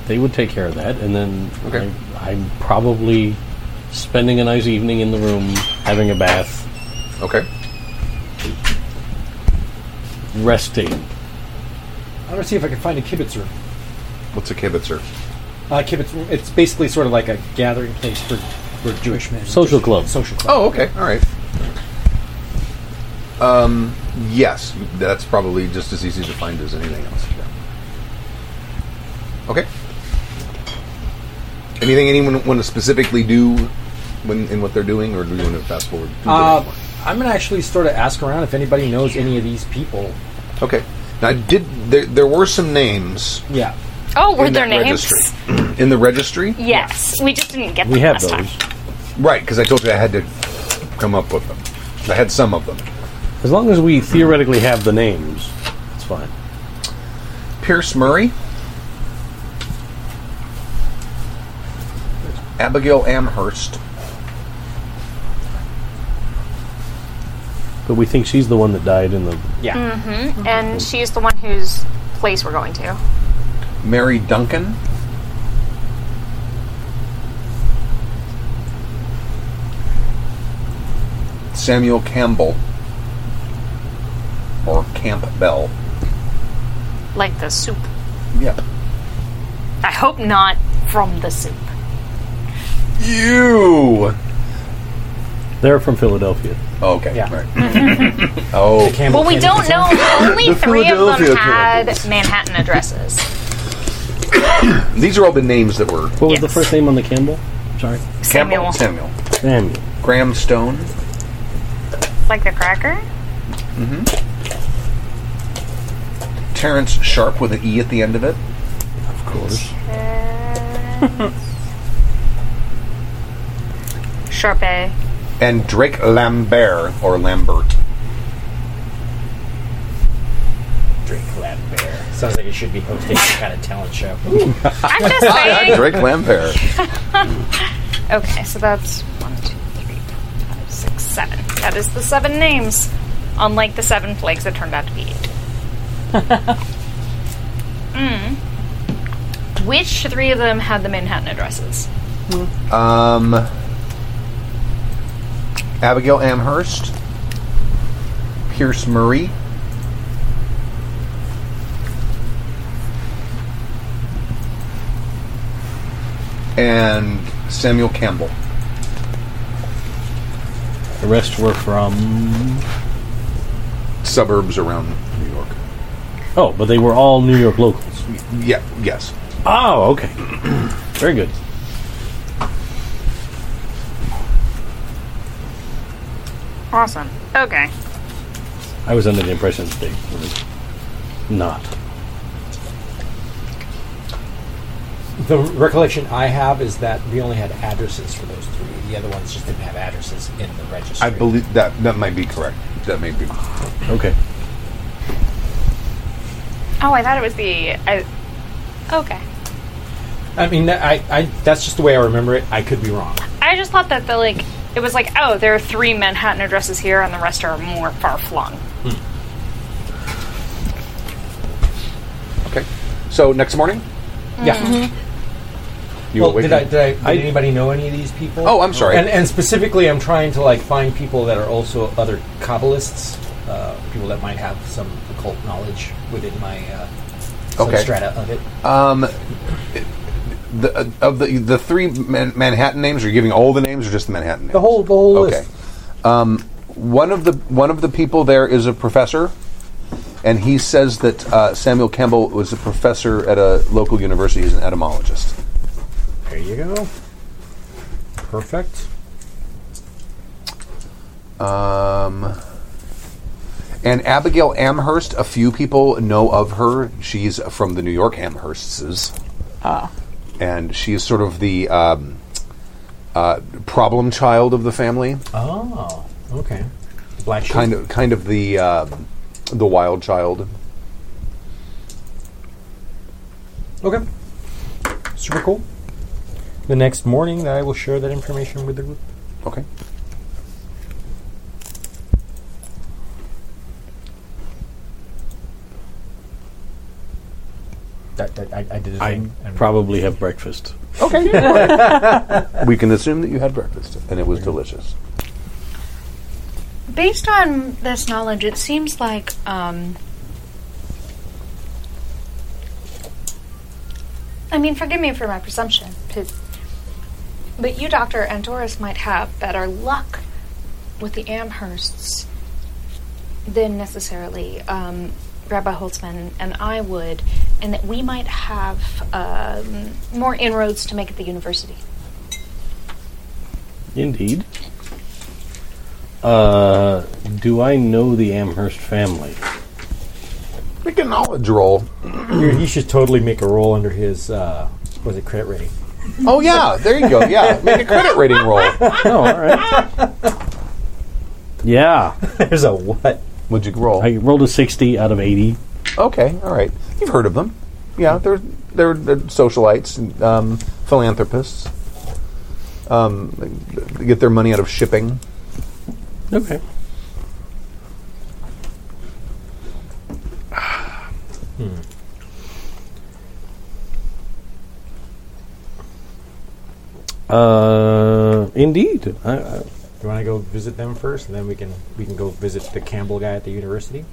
F: they would take care of that, and then
A: Okay.
F: I, I'm probably spending a nice evening in the room, having a bath,
A: Okay.
F: resting.
E: I'm gonna see if I can find a kibbutz room.
A: What's a kibitzer?
E: Uh, kibbutz room. It's basically sort of like a gathering place for, for Jewish men.
F: Social club.
E: Social club.
A: Oh, okay. All right. Um. Yes, that's probably just as easy to find as anything else. Yeah. Okay.
B: Anything anyone want to specifically do when in what they're doing, or do you want to fast forward? to the
E: Uh,
B: next one?
E: I'm gonna actually sort of ask around if anybody knows any of these people.
B: Okay. Now, I did there, there were some names
E: Yeah,
D: Oh, were
B: in
D: there
B: that
D: names?
B: registry? in the registry,
D: Yes, we just didn't get them
F: We have
D: last time.
F: those.
B: right? Because I told you I had to come up with them. I had some of them.
F: As long as we theoretically have the names, it's fine.
B: Pierce Murray, Abigail Amherst.
F: But we think she's the one that died in the.
E: yeah.
D: Mm. And she's the one whose place we're going to.
B: Mary Duncan. Samuel Campbell. Or Campbell.
D: Like the soup.
B: Yep.
D: I hope not from the soup.
B: You!
F: They're from Philadelphia.
B: Okay,
E: Yeah.
B: right. oh,
E: Campbell
D: Well, we
E: Kennedy.
D: don't know. Only
B: The
D: three of them
B: Philadelphia
D: had
B: Cannibals.
D: Manhattan addresses.
B: these are all the names that were
F: What was the
D: Yes.
F: first name on the Campbell? Sorry.
D: Samuel.
B: Campbell. Samuel.
F: Samuel.
B: Graham Stone.
D: Like the cracker?
B: Terrence Sharp with an E at the end of it.
F: Of course.
D: Uh, Sharpay.
B: And Drake Lambert, or Lambert.
E: Drink Lab Bear. Sounds like it should be hosting some kind of talent show.
D: I'm just saying.
B: Drake Lambert.
D: Okay, so that's one, two, three, four, five, six, seven. That is the seven names. Unlike the seven plagues that turned out to be eight. mm. Which three of them had the Manhattan addresses?
B: Um, Abigail Amherst, Pierce Murray, and Samuel Campbell.
F: The rest were from.
B: Suburbs around New York.
F: Oh, but they were all New York locals.
B: Yeah. Yes.
F: Oh, okay. Very good.
D: Awesome. Okay.
F: I was under the impression that they were not.
E: The recollection I have is that we only had addresses for those three. The other ones just didn't have addresses in the registry.
B: I believe that that might be correct. That may be.
F: Okay.
D: Oh, I thought it was the. I, okay.
E: I mean, that- I, I that's just the way I remember it. I could be wrong.
D: I just thought that the like it was like oh there are three Manhattan addresses here and the rest are more far flung.
B: Okay. So next morning,
E: Yeah.
B: you
E: Well,
B: awake.
E: Oh, did I, did, I, did
F: I-
E: anybody know any of these people?
B: Oh, I'm sorry.
E: And, and specifically, I'm trying to like find people that are also other Kabbalists, uh, people that might have some occult knowledge within my uh,
B: Okay. Uh,
E: substrata of it.
B: the, uh, of the the three man- Manhattan names, are you giving all the names or just the Manhattan names?
E: The whole, the whole
B: Okay.
E: list.
B: Um, one of the one of the people there is a professor, and he says that uh, Samuel Campbell was a professor at a local university. He's an etymologist.
E: There you go. Perfect.
B: Um, and Abigail Amherst, a few people know of her. She's from the New York Amhersts. Ah. And she is sort of the um, uh, problem child of the family.
E: Oh, okay. Black sheep.
B: kind of kind of the uh, the wild child.
E: Okay. Super cool. The next morning, I will share that information with the group.
B: Okay.
E: That, that, I, I did a
F: I
E: thing. and-
F: probably have breakfast.
B: We can assume that you had breakfast and it was delicious.
I: Based on this knowledge, it seems like um
D: I mean, forgive me for my presumption, but, but you, Doctor, and Doris might have better luck with the Amhersts than necessarily um, Rabbi Holtzman and I would, and that we might have um, more inroads to make at the university.
F: Indeed. Uh, do I know the Amherst family?
B: Make a knowledge roll.
E: Dude, he should totally make a roll under his, uh, was it credit rating?
B: Oh yeah, there you go. Yeah, make a credit rating roll.
F: Oh, all right. yeah,
E: There's a what?
B: Would you roll?
F: I rolled a sixty out of eighty.
B: Okay, all right. You've heard of them. Yeah, they're they're, they're socialites, and, um, philanthropists. Um, they get their money out of shipping.
F: Okay. Hmm. Uh, indeed. I, I,
E: Do you want to go visit them first, and then we can we can go visit the Campbell guy at the university?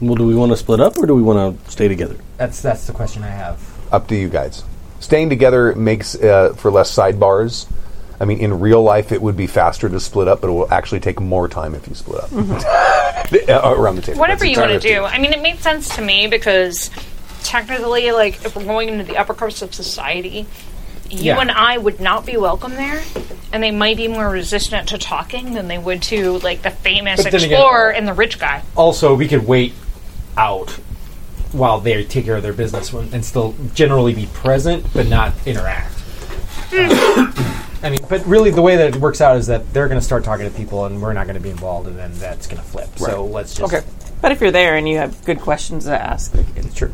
F: well, do we want to split up or do we want to stay together?
E: That's that's the question I have.
B: Up to you guys. Staying together makes uh, for less sidebars. I mean, in real life, it would be faster to split up, but it will actually take more time if you split up Uh, around the table.
D: Whatever
B: That's
D: you want to
B: entirely
D: do.
B: up
D: I mean, it made sense to me because technically, like, if we're going into the upper crust of society, you
L: Yeah.
D: and I would not be welcome there, and they might be more resistant to talking than they would to like the famous
E: But then again-
D: explorer and the rich guy.
E: Also, we could wait out while they take care of their business when- and still generally be present but not interact. Um, I mean, but really, the way that it works out is that they're going to start talking to people, and we're not going to be involved, and then that's going to flip. So let's just
B: Okay.
C: But if you're there and you have good questions to ask,
E: Sure.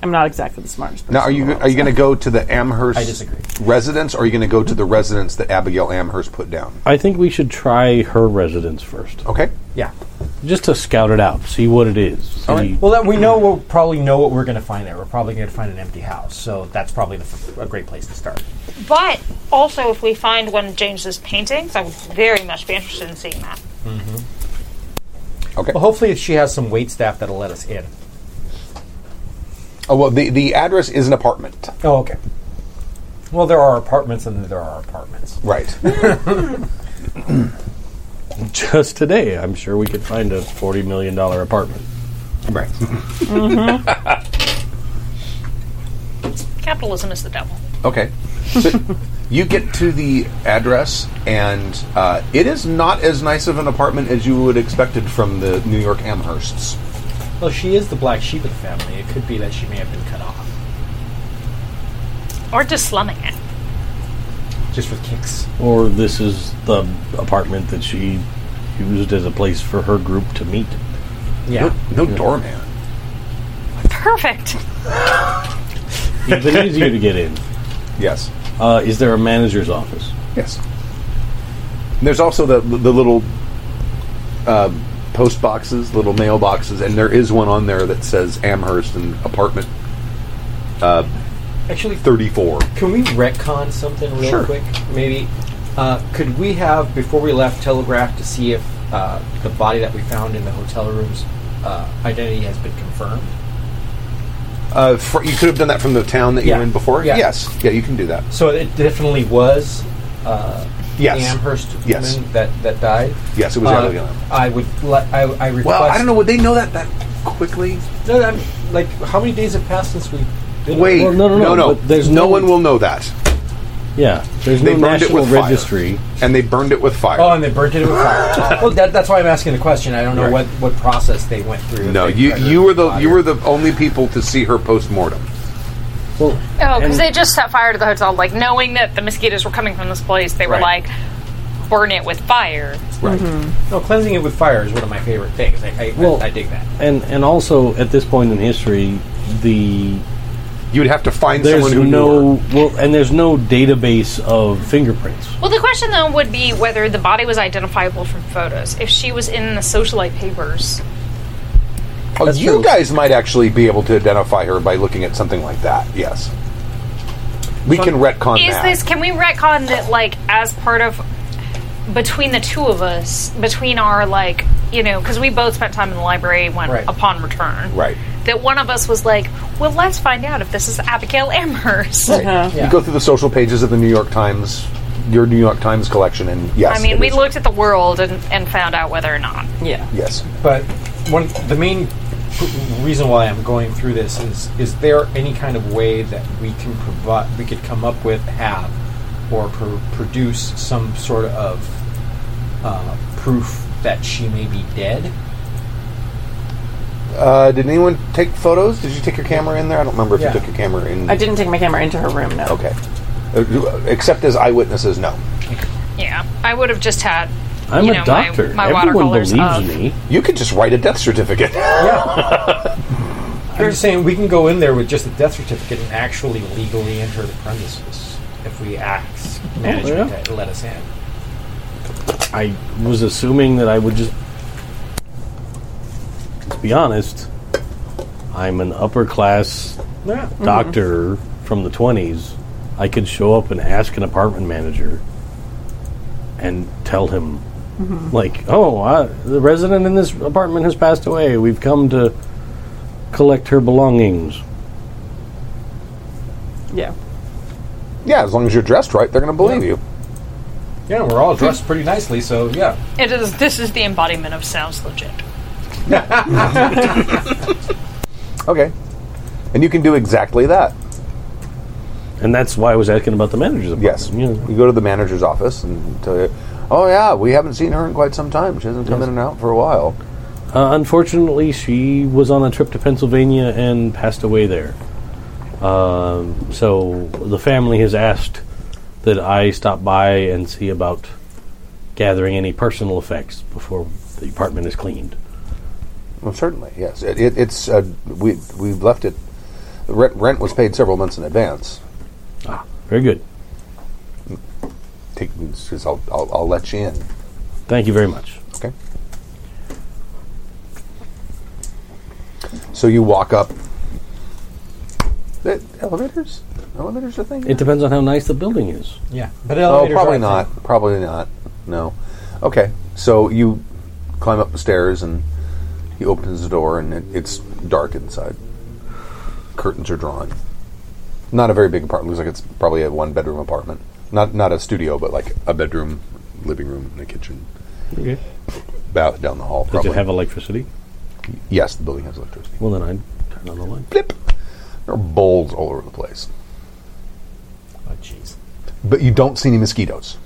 C: I'm not exactly the smartest person.
B: Now, are
C: in
B: you
C: the world,
B: are you
C: so.
B: going to go to the Amherst
E: I disagree.
B: residence, or are you going to go to the residence that Abigail Amherst put down?
F: I think we should try her residence first,
A: Oh.
B: Okay.
E: Yeah.
F: just to scout it out, see what it is. See,
E: Well, that we know we'll probably know what we're going to find there. We're probably going to find an empty house, so that's probably the f- a great place to start.
D: But also, if we find one of James's paintings, I would very much be interested in seeing that.
B: Okay.
E: Well, hopefully, she has some wait staff that'll let us in.
B: Oh well, the the address is an apartment,
E: Oh, okay. Well, there are apartments, and there are apartments.
B: right?
F: just today, I'm sure we could find a forty million dollar apartment.
E: Right.
D: Capitalism is the devil.
B: Okay. So you get to the address, and uh, it is not as nice of an apartment as you would expected from the New York Amhersts.
E: Well, she is the black sheep of the family. It could be that she may have been cut off
D: Or just slumming it.
E: just for kicks.
F: Or this is the apartment that she used as a place for her group to meet.
E: Yeah.
B: No doorman.
D: Perfect.
F: Even easier to get in.
B: Yes.
F: Uh, is there a manager's office?
B: Yes. And there's also the the little uh, post boxes, little mail boxes, and there is one on there that says Amherst and apartment
E: Actually,
B: 34.
E: Can we retcon something real
B: Sure.
E: quick? Maybe. Uh, could we have before we left telegraph to see if uh, the body that we found in the hotel room's uh, identity has been confirmed?
B: Uh, fr- you could have done that from the town that you
E: Yeah.
B: were in before.
E: Yeah.
B: Yes. Yeah, you can do that.
E: So it definitely was uh,
B: Yes.
E: the Amherst
B: Yes.
E: woman that, that died.
B: Yes, it was
E: Uh,
B: Abigail.
E: I would. Li- I, I request.
B: Well, I don't know. Would they know that that quickly?
E: No, I'm, like how many days have passed since we? Been
B: Wait,
F: Well, no, no, no, but
B: There's
F: there's
B: no
F: no-
B: one will know that.
F: Yeah, there's
B: They
F: no
B: burned it
F: national
B: with fire.
F: registry.
B: And they burned it with fire.
E: Oh, and they burnt it with fire. well, that, that's why I'm asking the question. I don't know
B: Right.
E: what, what process they went through. if
B: no,
E: they
B: you
E: tried to
B: you were the
E: body
B: you
E: her.
B: were the only people to see her post mortem.
F: Well,
D: Oh, because
F: And-
D: they just set fire to the hotel, like knowing that the mosquitoes were coming from this place. They were
E: Right.
D: like, burn it with fire.
E: Right. No, cleansing it with fire is one of my favorite things. I, I,
F: Well-
E: I, I dig that.
F: and and also at this point in history, the
B: You would have to find
F: there's
B: someone who knew her.
F: no well, and there's no database of fingerprints.
D: Well, the question though would be whether the body was identifiable from photos. If she was in the socialite papers,
B: Oh, you guys might actually be able to identify her by looking at something like that. Yes, we can retcon
D: is
B: that.
D: this? Can we retcon that? Like, as part of between the two of us, between our like, you know, because we both spent time in the library when
E: Right.
D: upon return,
B: right.
D: That one of us was like, well, let's find out if this is Abigail Amherst.
B: You go through the social pages of the New York Times, your New York Times collection, and yes,
D: I mean,
B: it
D: we
B: is-
D: looked at the world and, and found out whether or not.
C: Yeah.
B: Yes,
E: But one the main p- reason why I'm going through this is: is there any kind of way that we can provide, we could come up with, have, or pro- produce some sort of uh, proof that she may be dead?
B: Uh, did anyone take photos? Did you take your camera in there? I don't remember if
E: Yeah.
B: you took your camera in.
C: I didn't take my camera into her room, no.
B: Okay. Uh, do- Except as eyewitnesses, no.
D: Yeah, I would have just had.
F: I'm
D: you
F: a
D: know,
F: doctor.
D: My, my
F: Everyone
D: watercolors
F: believes
D: of.
F: me.
B: You could just write a death certificate.
E: I'm just saying we can go in there with just a death certificate and actually legally enter the premises if we ask management
F: yeah.
E: to let us in.
F: I was assuming that I would just. Let's be honest. I'm an upper class
E: Yeah.
F: doctor from the 20s. I could show up and ask an apartment manager and tell him, like, oh, I, the resident in this apartment has passed away. We've come to collect her belongings.
C: Yeah.
B: yeah, as long as you're dressed right, they're going to believe you.
E: Yeah, we're all dressed pretty nicely, so yeah.
D: It is. This is the embodiment of sounds legit.
B: Okay. And you can do exactly that.
F: And that's why I was asking about the manager's apartment.
B: Yes.
F: You know,
B: You go to the manager's office and tell you, oh, yeah, we haven't seen her in quite some time. She hasn't come in and out for a while.
F: Uh, unfortunately, she was on a trip to Pennsylvania and passed away there. Um, so the family has asked that I stop by and see about gathering any personal effects before the apartment is cleaned.
B: Well, certainly, yes. It, it, it's uh, we we left it. Rent, rent was paid several months in advance.
F: Very good.
B: Take because I'll, I'll I'll let you in.
F: Thank you very much.
B: Okay. So you walk up. The elevators? Elevators, I think.
F: It depends on how nice the building is.
E: Yeah. But
B: oh,
E: elevators
B: probably
E: are-
B: not. Probably not. No. Okay. So you climb up the stairs and he opens the door and it, it's dark inside. Curtains are drawn. Not a very big apartment. Looks like it's probably a one bedroom apartment. Not not a studio, but like a bedroom, living room, and a kitchen.
F: Okay.
B: About down the hall,
F: Does
B: probably.
F: it have electricity?
B: yes, the building has electricity.
F: Well, then I'd turn on the light.
B: Blip. There are bowls all over the place.
E: Oh, jeez.
B: But you don't see any mosquitoes.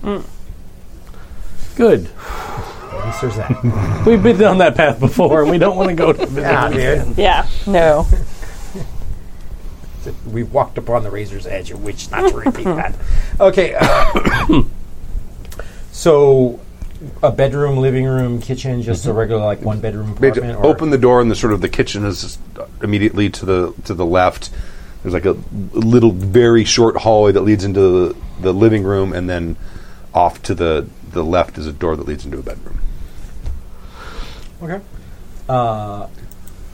F: Good.
E: At least there's that.
F: We've been down that path before, and we don't want to go to visit.
E: yeah, dude.
C: Yeah. No.
E: We walked upon the razor's edge, of which not to repeat that. Okay. uh, so, a bedroom, living room, kitchen, just a regular, like, one bedroom
B: They just
E: apartment? or-
B: Mm-hmm. open the door, and the sort of the kitchen is immediately to the to the left. There's like a little, very short hallway that leads into the, the living room, and then off to the the left is a door that leads into a bedroom.
E: Okay. Uh,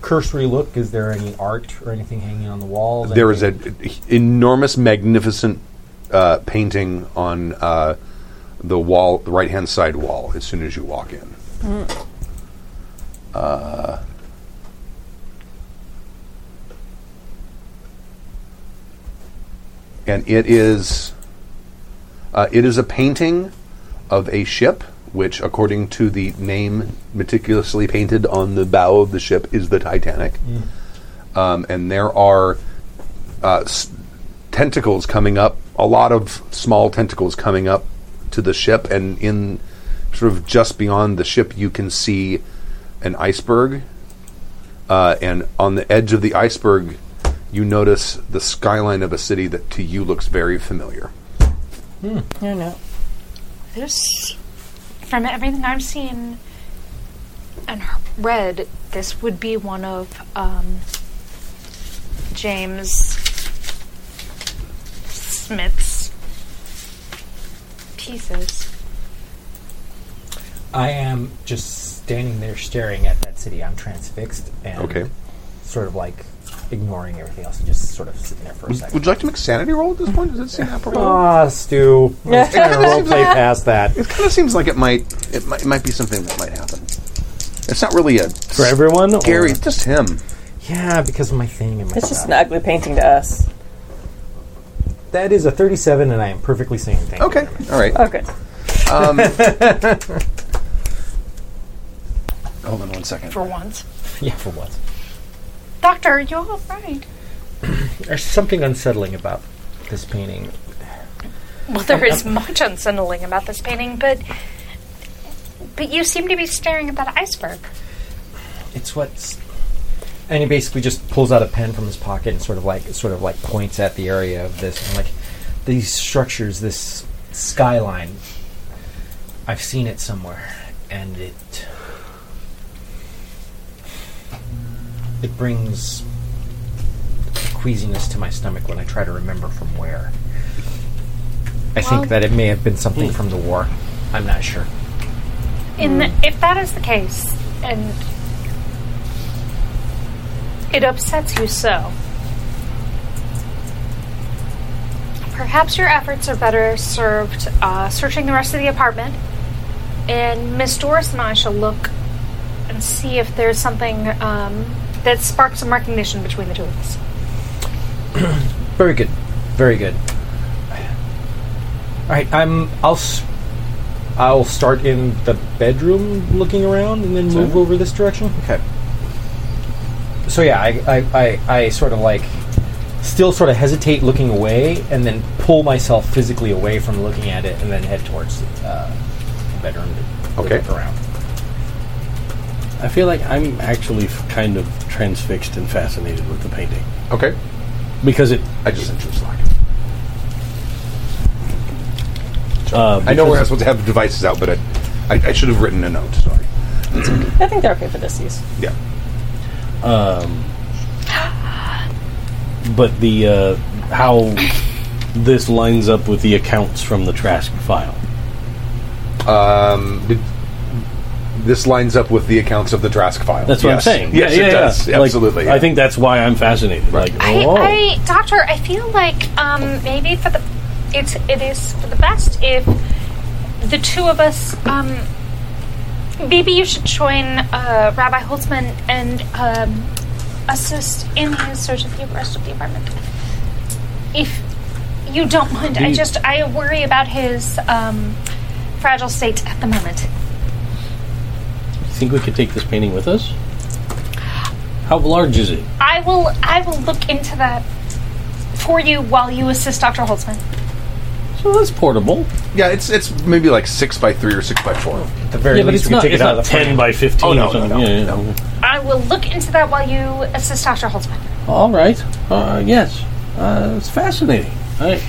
E: cursory look. Is there any art or anything hanging on the walls?
B: There is
E: Anything-
B: an enormous, magnificent uh, painting on uh, the wall, the right hand side wall. As soon as you walk in, uh, and it is uh, it is a painting of a ship, which, according to the name meticulously painted on the bow of the ship, is the Titanic. Um, and there are uh, s- tentacles coming up, a lot of small tentacles coming up to the ship, and in sort of just beyond the ship, you can see an iceberg. Uh, and on the edge of the iceberg, you notice the skyline of a city that to you looks very familiar.
C: No, no.
I: This, from everything I've seen and h- read, this would be one of um,
D: James Smith's
I: pieces.
E: I am just standing there staring at that city. I'm transfixed and
B: Okay.
E: sort of like ignoring everything else and just sort of sitting there for a second.
B: Would you like to make a sanity roll at this point? Does it seem apropos?
F: Uh,
E: Ah, Stu. I was trying to roleplay past that.
B: It kind of seems like it might, it might it might be something that might happen. It's not really a
F: For everyone? or-
B: scary, it's just him.
E: Yeah, because of my thing and my
C: It's just
E: stuff.
C: an ugly painting to us.
E: That is a 37, and I am perfectly sane. Thank you
B: Okay,
E: very
B: all right.
E: much.
C: Oh, good.
B: Um, Hold on one second.
D: for once.
E: Yeah, for once.
I: Doctor, are you all right?
E: There's something unsettling about this painting.
I: Well, there is much unsettling about this painting, but but you seem to be staring at that iceberg.
E: It's what's. And he basically just pulls out a pen from his pocket and sort of like sort of like points at the area of this and like these structures, this skyline. I've seen it somewhere, and it it brings a queasiness to my stomach when I try to remember from where. I think that it may have been something from the war. I'm not sure.
I: In the, if that is the case, and it upsets you so, perhaps your efforts are better served uh, searching the rest of the apartment. And Miss Doris and I shall look and see if there's something um, that sparks some recognition between the two of us.
E: Very good. Very good. All right, I'm. I'll. S- I'll start in the bedroom, looking around, and then move over this direction. Okay. So yeah, I, I, I, I sort of like, still sort of hesitate, looking away, and then pull myself physically away from looking at it, and then head towards uh, the bedroom. To
B: Okay.
E: Look around.
F: I feel like I'm actually f- kind of transfixed and fascinated with the painting
B: Okay.
F: because it.
B: I just sent you a slack.
F: Uh,
B: I know we're not supposed to have devices out, but I, I, I should have written a note. Sorry.
C: I think they're okay for this use.
B: Yeah.
F: but the uh, how this lines up with the accounts from the Trask file.
B: Um, did, this lines up with the accounts of the Trask file.
F: That's what
B: Yes.
F: I'm saying.
B: Yes,
F: yeah, yeah,
B: it does.
F: yeah. Like,
B: Absolutely. yeah.
F: I think that's why I'm fascinated.
B: Right.
F: Like,
I: I,
F: oh,
I: I, doctor, I feel like um, maybe for the it's it is for the best if the two of us. Um, maybe you should join uh, Rabbi Holtzman and um, assist in his search of the rest of the apartment. If you don't mind, I
F: you-
I: just I worry about his um, fragile state at the moment.
F: think we could take this painting with us? How large is it?
I: I will I will look into that for you while you assist Doctor Holtzman.
F: So that's portable.
B: Yeah, it's it's maybe like six by three or six by four.
E: At the very
F: yeah, but
E: least,
F: it's
E: we
F: not.
E: can take
F: It's
E: it out
F: not
E: of the frame.
F: ten by fifteen.
B: Oh, no,
F: or something.
B: no, no,
F: yeah, yeah,
B: no.
F: yeah.
I: I will look into that while you assist Dr. Holtzman.
F: All right. Uh, yes. Uh, it's fascinating. I,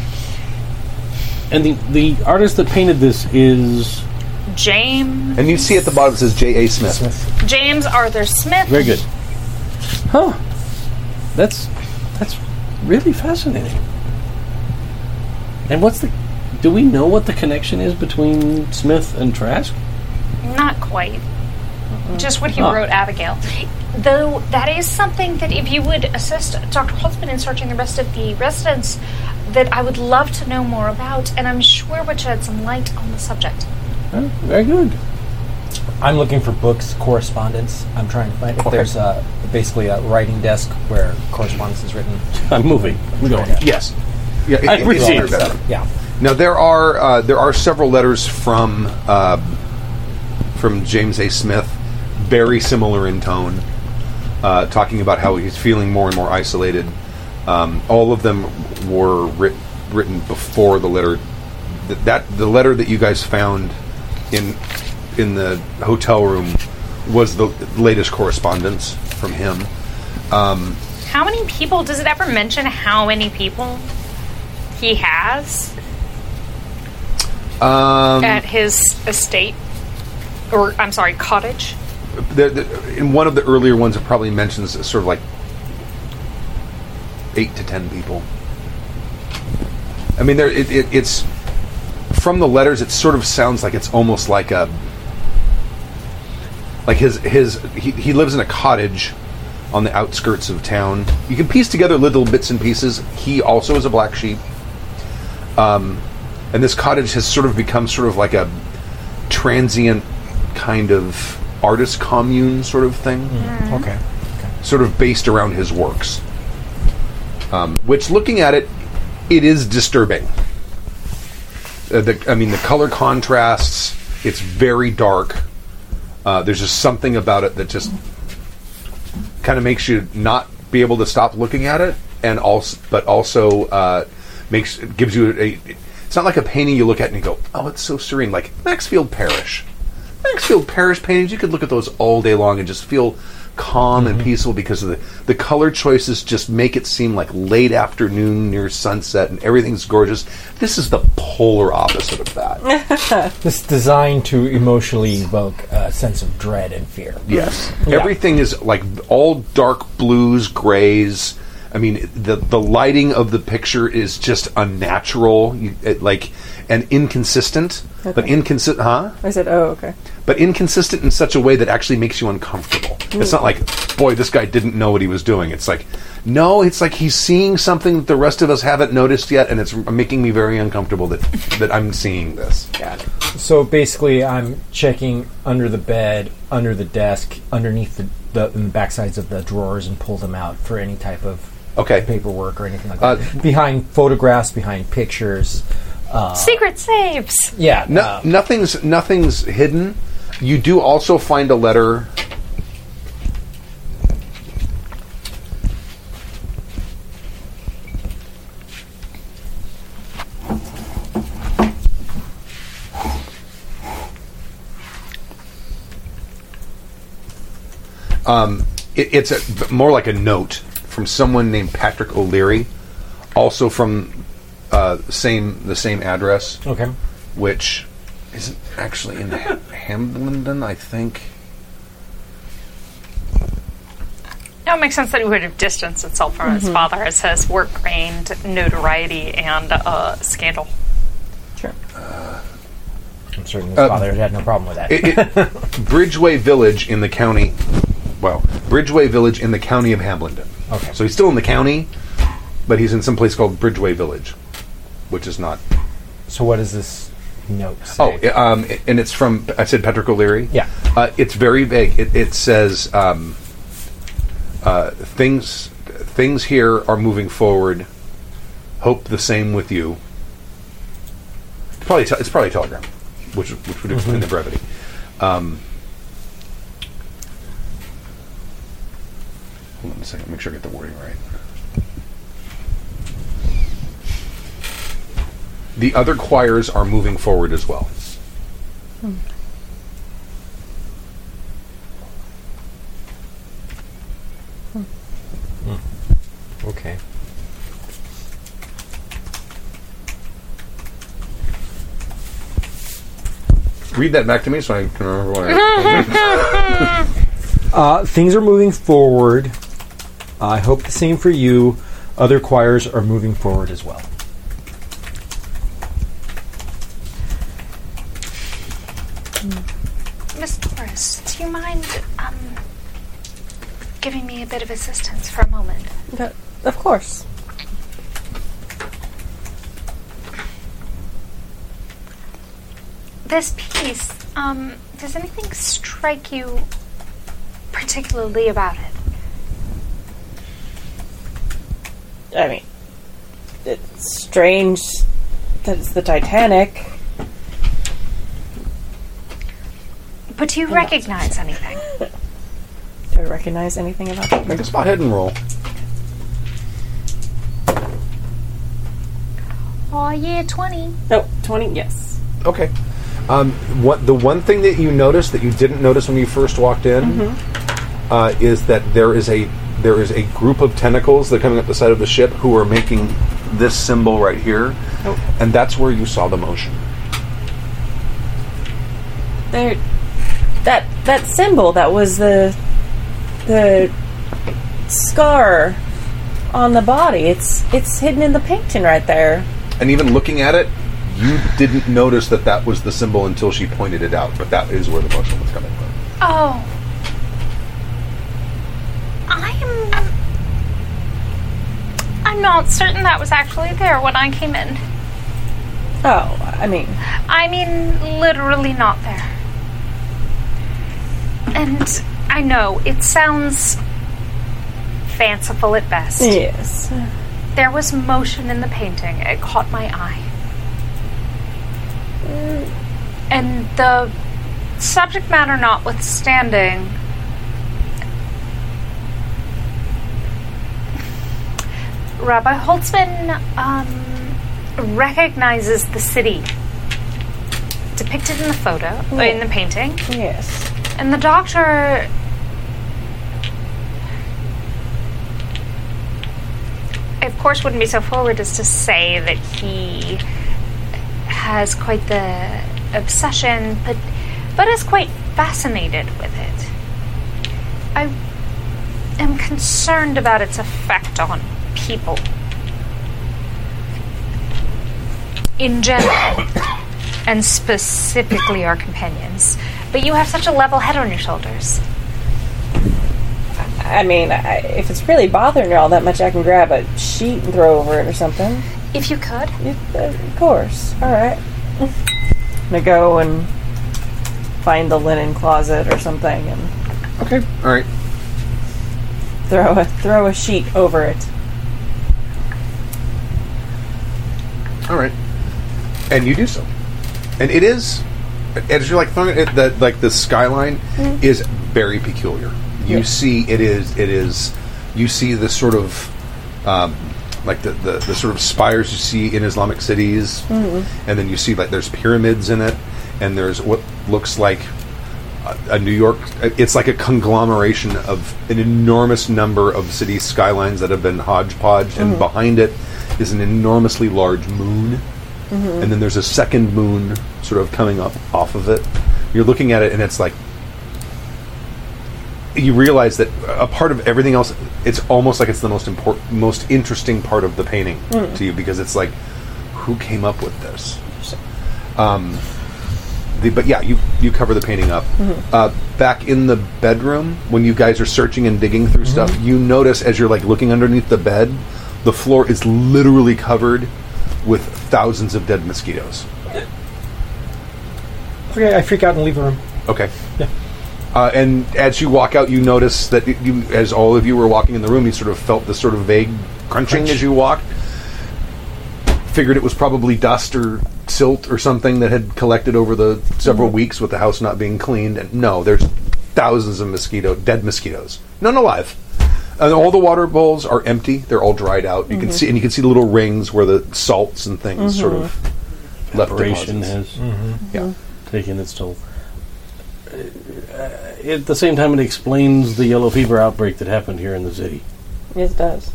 F: and the, the artist that painted this is
I: James
B: And you see at the bottom it says J. A. Smith.
I: James Arthur Smith.
F: very good. Huh. That's that's really fascinating. And what's the do we know what the connection is between Smith and Trask?
I: Not quite. Just what he
F: Ah.
I: wrote Abigail. Though that is something that if you would assist Dr. Holtzman in searching the rest of the residents, that I would love to know more about, and I'm sure would shed some light on the subject.
F: Huh? Very good.
E: I'm looking for books, correspondence. I'm trying to find if there's uh basically a writing desk where correspondence is written.
F: I'm moving. We're going.
B: Yes. Yeah, it-
F: I
B: it- it's
F: appreciate
B: better.
E: Yeah.
B: Now there are uh, there are several letters from uh, from James A. Smith, very similar in tone, uh, talking about how he's feeling more and more isolated. Um, all of them were writ- written before the letter th- that the letter that you guys found in in the hotel room was the latest correspondence from him.
I: How many people does it ever mention how many people he has
B: Um,
I: at his estate? Or I'm sorry, cottage?
B: there, there, in one of the earlier ones, it probably mentions sort of like eight to ten people. I mean, there it, it, it's from the letters. It sort of sounds like it's almost like a like his his he, he lives in a cottage on the outskirts of town. You can piece together little bits and pieces. He also is a black sheep. Um, and this cottage has sort of become sort of like a transient kind of artist commune sort of thing
O: Okay.
B: sort of based around his works. Um, which, looking at it, it is disturbing. Uh, the, I mean, the color contrasts. It's very dark. Uh, there's just something about it that just kind of makes you not be able to stop looking at it, and also, but also uh, makes gives you a. It's not like a painting you look at and you go, "Oh, it's so serene." Like Maxfield Parrish, Maxfield Parrish paintings. You could look at those all day long and just feel calm and peaceful because of the the color choices. Just make it seem like late afternoon near sunset, and everything's gorgeous. This is the polar opposite of that.
L: This designed to emotionally evoke a sense of dread and fear.
B: Yes, everything is like all dark blues, grays. I mean, the the lighting of the picture is just unnatural, you, it, like and inconsistent. But inconsistent, huh?
C: I said, oh, okay.
B: But inconsistent in such a way that actually makes you uncomfortable. It's not like, boy, this guy didn't know what he was doing. It's like, no, it's like he's seeing something that the rest of us haven't noticed yet, and it's making me very uncomfortable that that I'm seeing this.
L: So basically, I'm checking under the bed, under the desk, underneath the, the, in the backsides of the drawers, and pull them out for any type of
B: Okay.
L: paperwork or anything like
B: Uh,
L: that. Behind photographs, behind pictures. uh,
I: Secret saves.
L: Yeah.
B: No,
L: uh,
E: Um,
B: nothing's nothing's hidden. You do also find a letter. Um, it, it's a, more like a note from someone named Patrick O'Leary, also from uh, same the same address
L: okay.
B: which isn't actually in Ham- Hamblenden, I think.
D: Now it makes sense that he would have distanced himself from his father as his work gained notoriety and uh, scandal.
L: I'm certain his father had no problem with that.
B: Uh, It, it, Bridgeway Village in the county. Well, Bridgeway Village in the county of Hamblenden.
L: Okay.
B: So he's still in the county, but he's in some place called Bridgeway Village, which is not.
L: so what does this note
B: Oh,
L: say?
B: i- um, i- and it's from I said Patrick O'Leary.
L: Yeah.
B: Uh, it's very vague. It, it says um, uh, things things here are moving forward. Hope the same with you. It's probably te- it's probably a telegram, which which would explain the brevity. Um, hold on a second. Make sure I get the wording right. The other choirs are moving forward as well.
L: Okay.
B: Read that back to me so I can remember what I.
L: Uh, things are moving forward. I hope the same for you. Other choirs are moving forward as well.
I: Miss Torres, do you mind um, giving me a bit of assistance for a moment?
C: But, of course.
I: This piece, um, does anything strike you particularly about it?
C: I mean, it's strange that it's the Titanic.
I: But do you recognize anything?
C: Do I recognize anything about it?
B: Make a spot head and roll.
I: Oh, yeah, 20.
C: No, 20, yes.
B: Okay. Um, what the one thing that you noticed that you didn't notice when you first walked in uh, is that there is a there is a group of tentacles that are coming up the side of the ship who are making this symbol right here, and that's where you saw the motion.
C: There, that that symbol that was the the scar on the body. It's it's hidden in the painting right there.
B: And even looking at it, you didn't notice that that was the symbol until she pointed it out. But that is where the motion was coming from.
I: Oh. I'm.
D: I'm not certain that was actually there when I came in.
C: Oh, I mean,
I: I mean, literally not there. And I know, it sounds fanciful at best.
C: yes.
I: There was motion in the painting. It caught my eye. And the subject matter notwithstanding,
D: Rabbi Holtzman um, recognizes the city depicted in the photo, in the painting,
C: Yes.
D: and the doctor. Of course, wouldn't be so forward as to say that he has quite the obsession, but but is quite fascinated with it. I am concerned about its effect on people in general, and specifically our companions. But you have such a level head on your shoulders.
C: I mean, I, if it's really bothering y'all that much, I can grab a sheet and throw over it or something.
D: If you could,
C: Yeah, of course. All right. I'm gonna go and find the linen closet or something and
B: Okay. All right.
C: throw a throw a sheet over it.
B: All right. And you do so. And it is as you're like throwing it it- the like the skyline is very peculiar. You see it is it is you see the sort of um, like the, the, the sort of spires you see in Islamic cities and then you see like there's pyramids in it and there's what looks like a, a New York it's like a conglomeration of an enormous number of city skylines that have been hodgepodge and behind it is an enormously large moon and then there's a second moon sort of coming up off of it. You're looking at it, and it's like you realize that a part of everything else. It's almost like it's the most important, most interesting part of the painting to you because it's like, who came up with this? Um, the, but yeah, you you cover the painting up. Uh, back in the bedroom, when you guys are searching and digging through stuff, you notice as you're like looking underneath the bed, the floor is literally covered with thousands of dead mosquitoes.
E: Okay, I freak out and leave the room.
B: Okay. Uh, and as you walk out, you notice that y- you, as all of you were walking in the room, you sort of felt this sort of vague crunching as you walked. Figured it was probably dust or silt or something that had collected over the several weeks with the house not being cleaned. And no, there's thousands of mosquito, dead mosquitoes, none alive. And all the water bowls are empty; they're all dried out. You can see, and you can see the little rings where the salts and things sort of left
F: Operation
B: deposits.
F: has Mm-hmm.
B: Yeah.
F: taken its toll. Uh, at the same time, it explains the yellow fever outbreak that happened here in the city.
C: Yes, it does.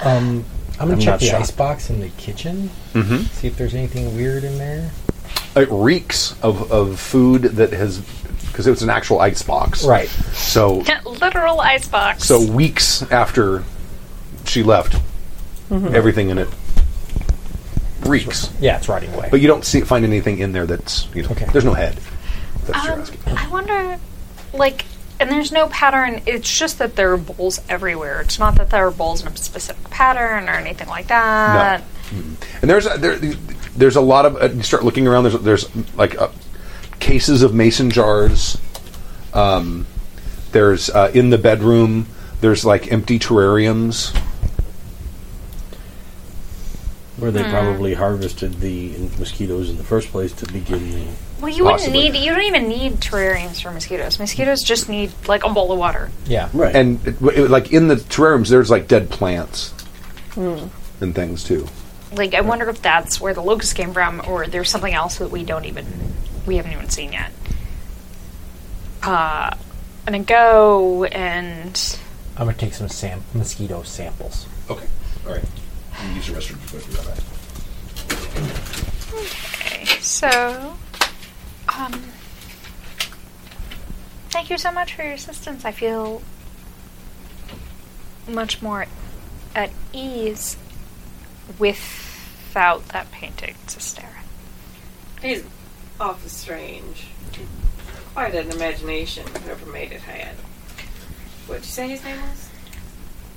E: Um, I'm gonna
F: I'm
E: check
F: not
E: the
F: shocked.
E: icebox in the kitchen.
B: Mhm.
E: See if there's anything weird in there.
B: it reeks of, of food that has because it was an actual ice box
E: Right.
B: so
D: literal icebox.
B: so weeks after she left
E: Mm-hmm.
B: everything in it reeks
E: Yeah, it's rotting away.
B: but you don't see find anything in there that's you know
E: Okay.
B: there's no head that's what you're
D: um,
B: asking
D: I wonder, like, and there's no pattern. It's just that there are bowls everywhere. It's not that there are bowls in a specific pattern or anything like that.
B: and there's a, there, there's a lot of uh, you start looking around there's there's like uh, cases of mason jars um, there's uh, in the bedroom there's like empty terrariums
F: Where they probably harvested the in- mosquitoes in the first place to begin the.
D: Well,
B: Possibly.
D: you wouldn't need. You don't even need terrariums for mosquitoes. Mosquitoes just need like a bowl of water.
E: yeah.
F: Right. And
B: and it, it- like in the terrariums, there's like dead plants and things too.
D: Like, I wonder if that's where the locust came from, or there's something else that we don't even we haven't even seen yet. Uh, I'm gonna go and
E: I'm gonna take some sam- mosquito samples.
B: Okay, all right. You use the restroom before you
D: So, um, thank you so much for your assistance. I feel much more at ease without that painting to stare at.
P: He's awful strange. Quite an imagination, whoever made it had. What'd you say his name was?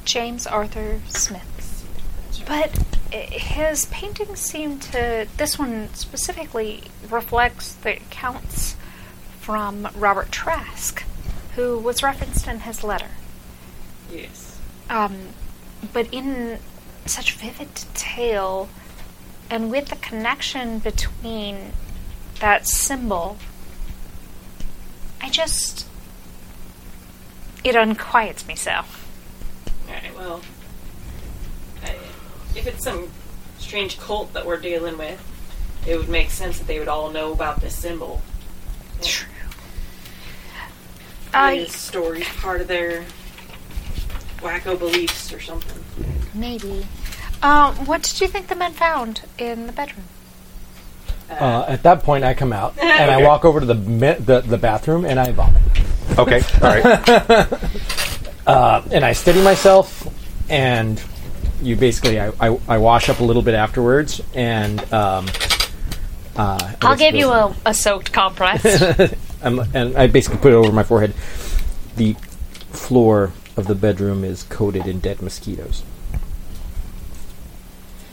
D: James Arthur Smith. But i- his paintings seem to, this one specifically, reflects the accounts from Robert Trask, who was referenced in his letter.
P: Yes.
D: um, but in such vivid detail and with the connection between that symbol i just it unquiets me so
P: Alright, well,
G: if it's some strange cult that we're dealing with, it would make sense that they would all know about this symbol. True.
D: I
G: stories part of their wacko beliefs or something.
D: maybe. Um, what did you think the men found in the bedroom?
E: Uh, at that point, I come out and I walk over to the, me- the the bathroom and I vomit.
B: Okay. All right.
E: and I steady myself, and you basically I, I, I wash up a little bit afterwards, and um, uh,
D: I'll give you a, a soaked compress.
E: I'm, Um, and I basically put it over my forehead. The floor of the bedroom is coated in dead mosquitoes.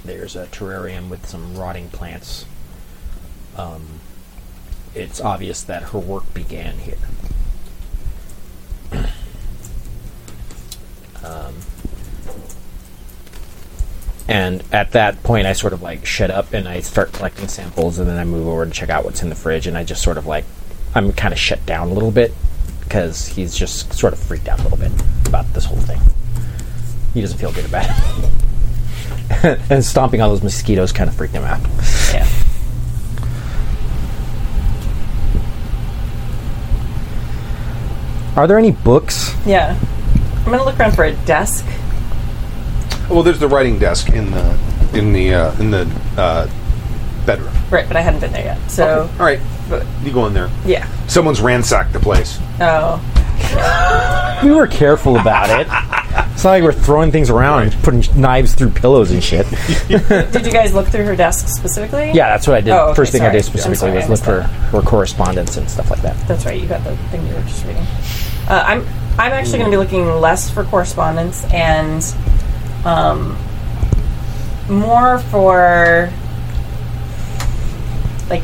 E: There's a terrarium with some rotting plants. Um, it's obvious that her work began here. And at that point, I sort of like shut up and I start collecting samples, and then I move over to check out what's in the fridge. And I just sort of like, I'm kind of shut down a little bit because he's just sort of freaked out a little bit about this whole thing. He doesn't feel good about it. and stomping all those mosquitoes kind of freaked him out.
G: Yeah.
E: Are there any books?
G: Yeah. I'm gonna look around for a desk.
B: well, there's the writing desk in the in the uh, in the uh, bedroom.
G: Right, but I hadn't been there yet. So
B: All right. uh,
G: But-
B: You go in there.
G: yeah.
B: Someone's ransacked the place.
G: Oh.
E: We were careful about it. It's not like we're throwing things around and putting knives through pillows and shit.
G: Did you guys look through her desk specifically?
E: Yeah, that's what I did.
G: Oh, okay,
E: First thing I
G: sorry.
E: did
G: I'm
E: specifically
G: sorry, I
E: was look for, for correspondence and stuff like that.
G: That's right. You got the thing you were just reading. Uh, I'm I'm actually going to be looking less for correspondence and um, more for like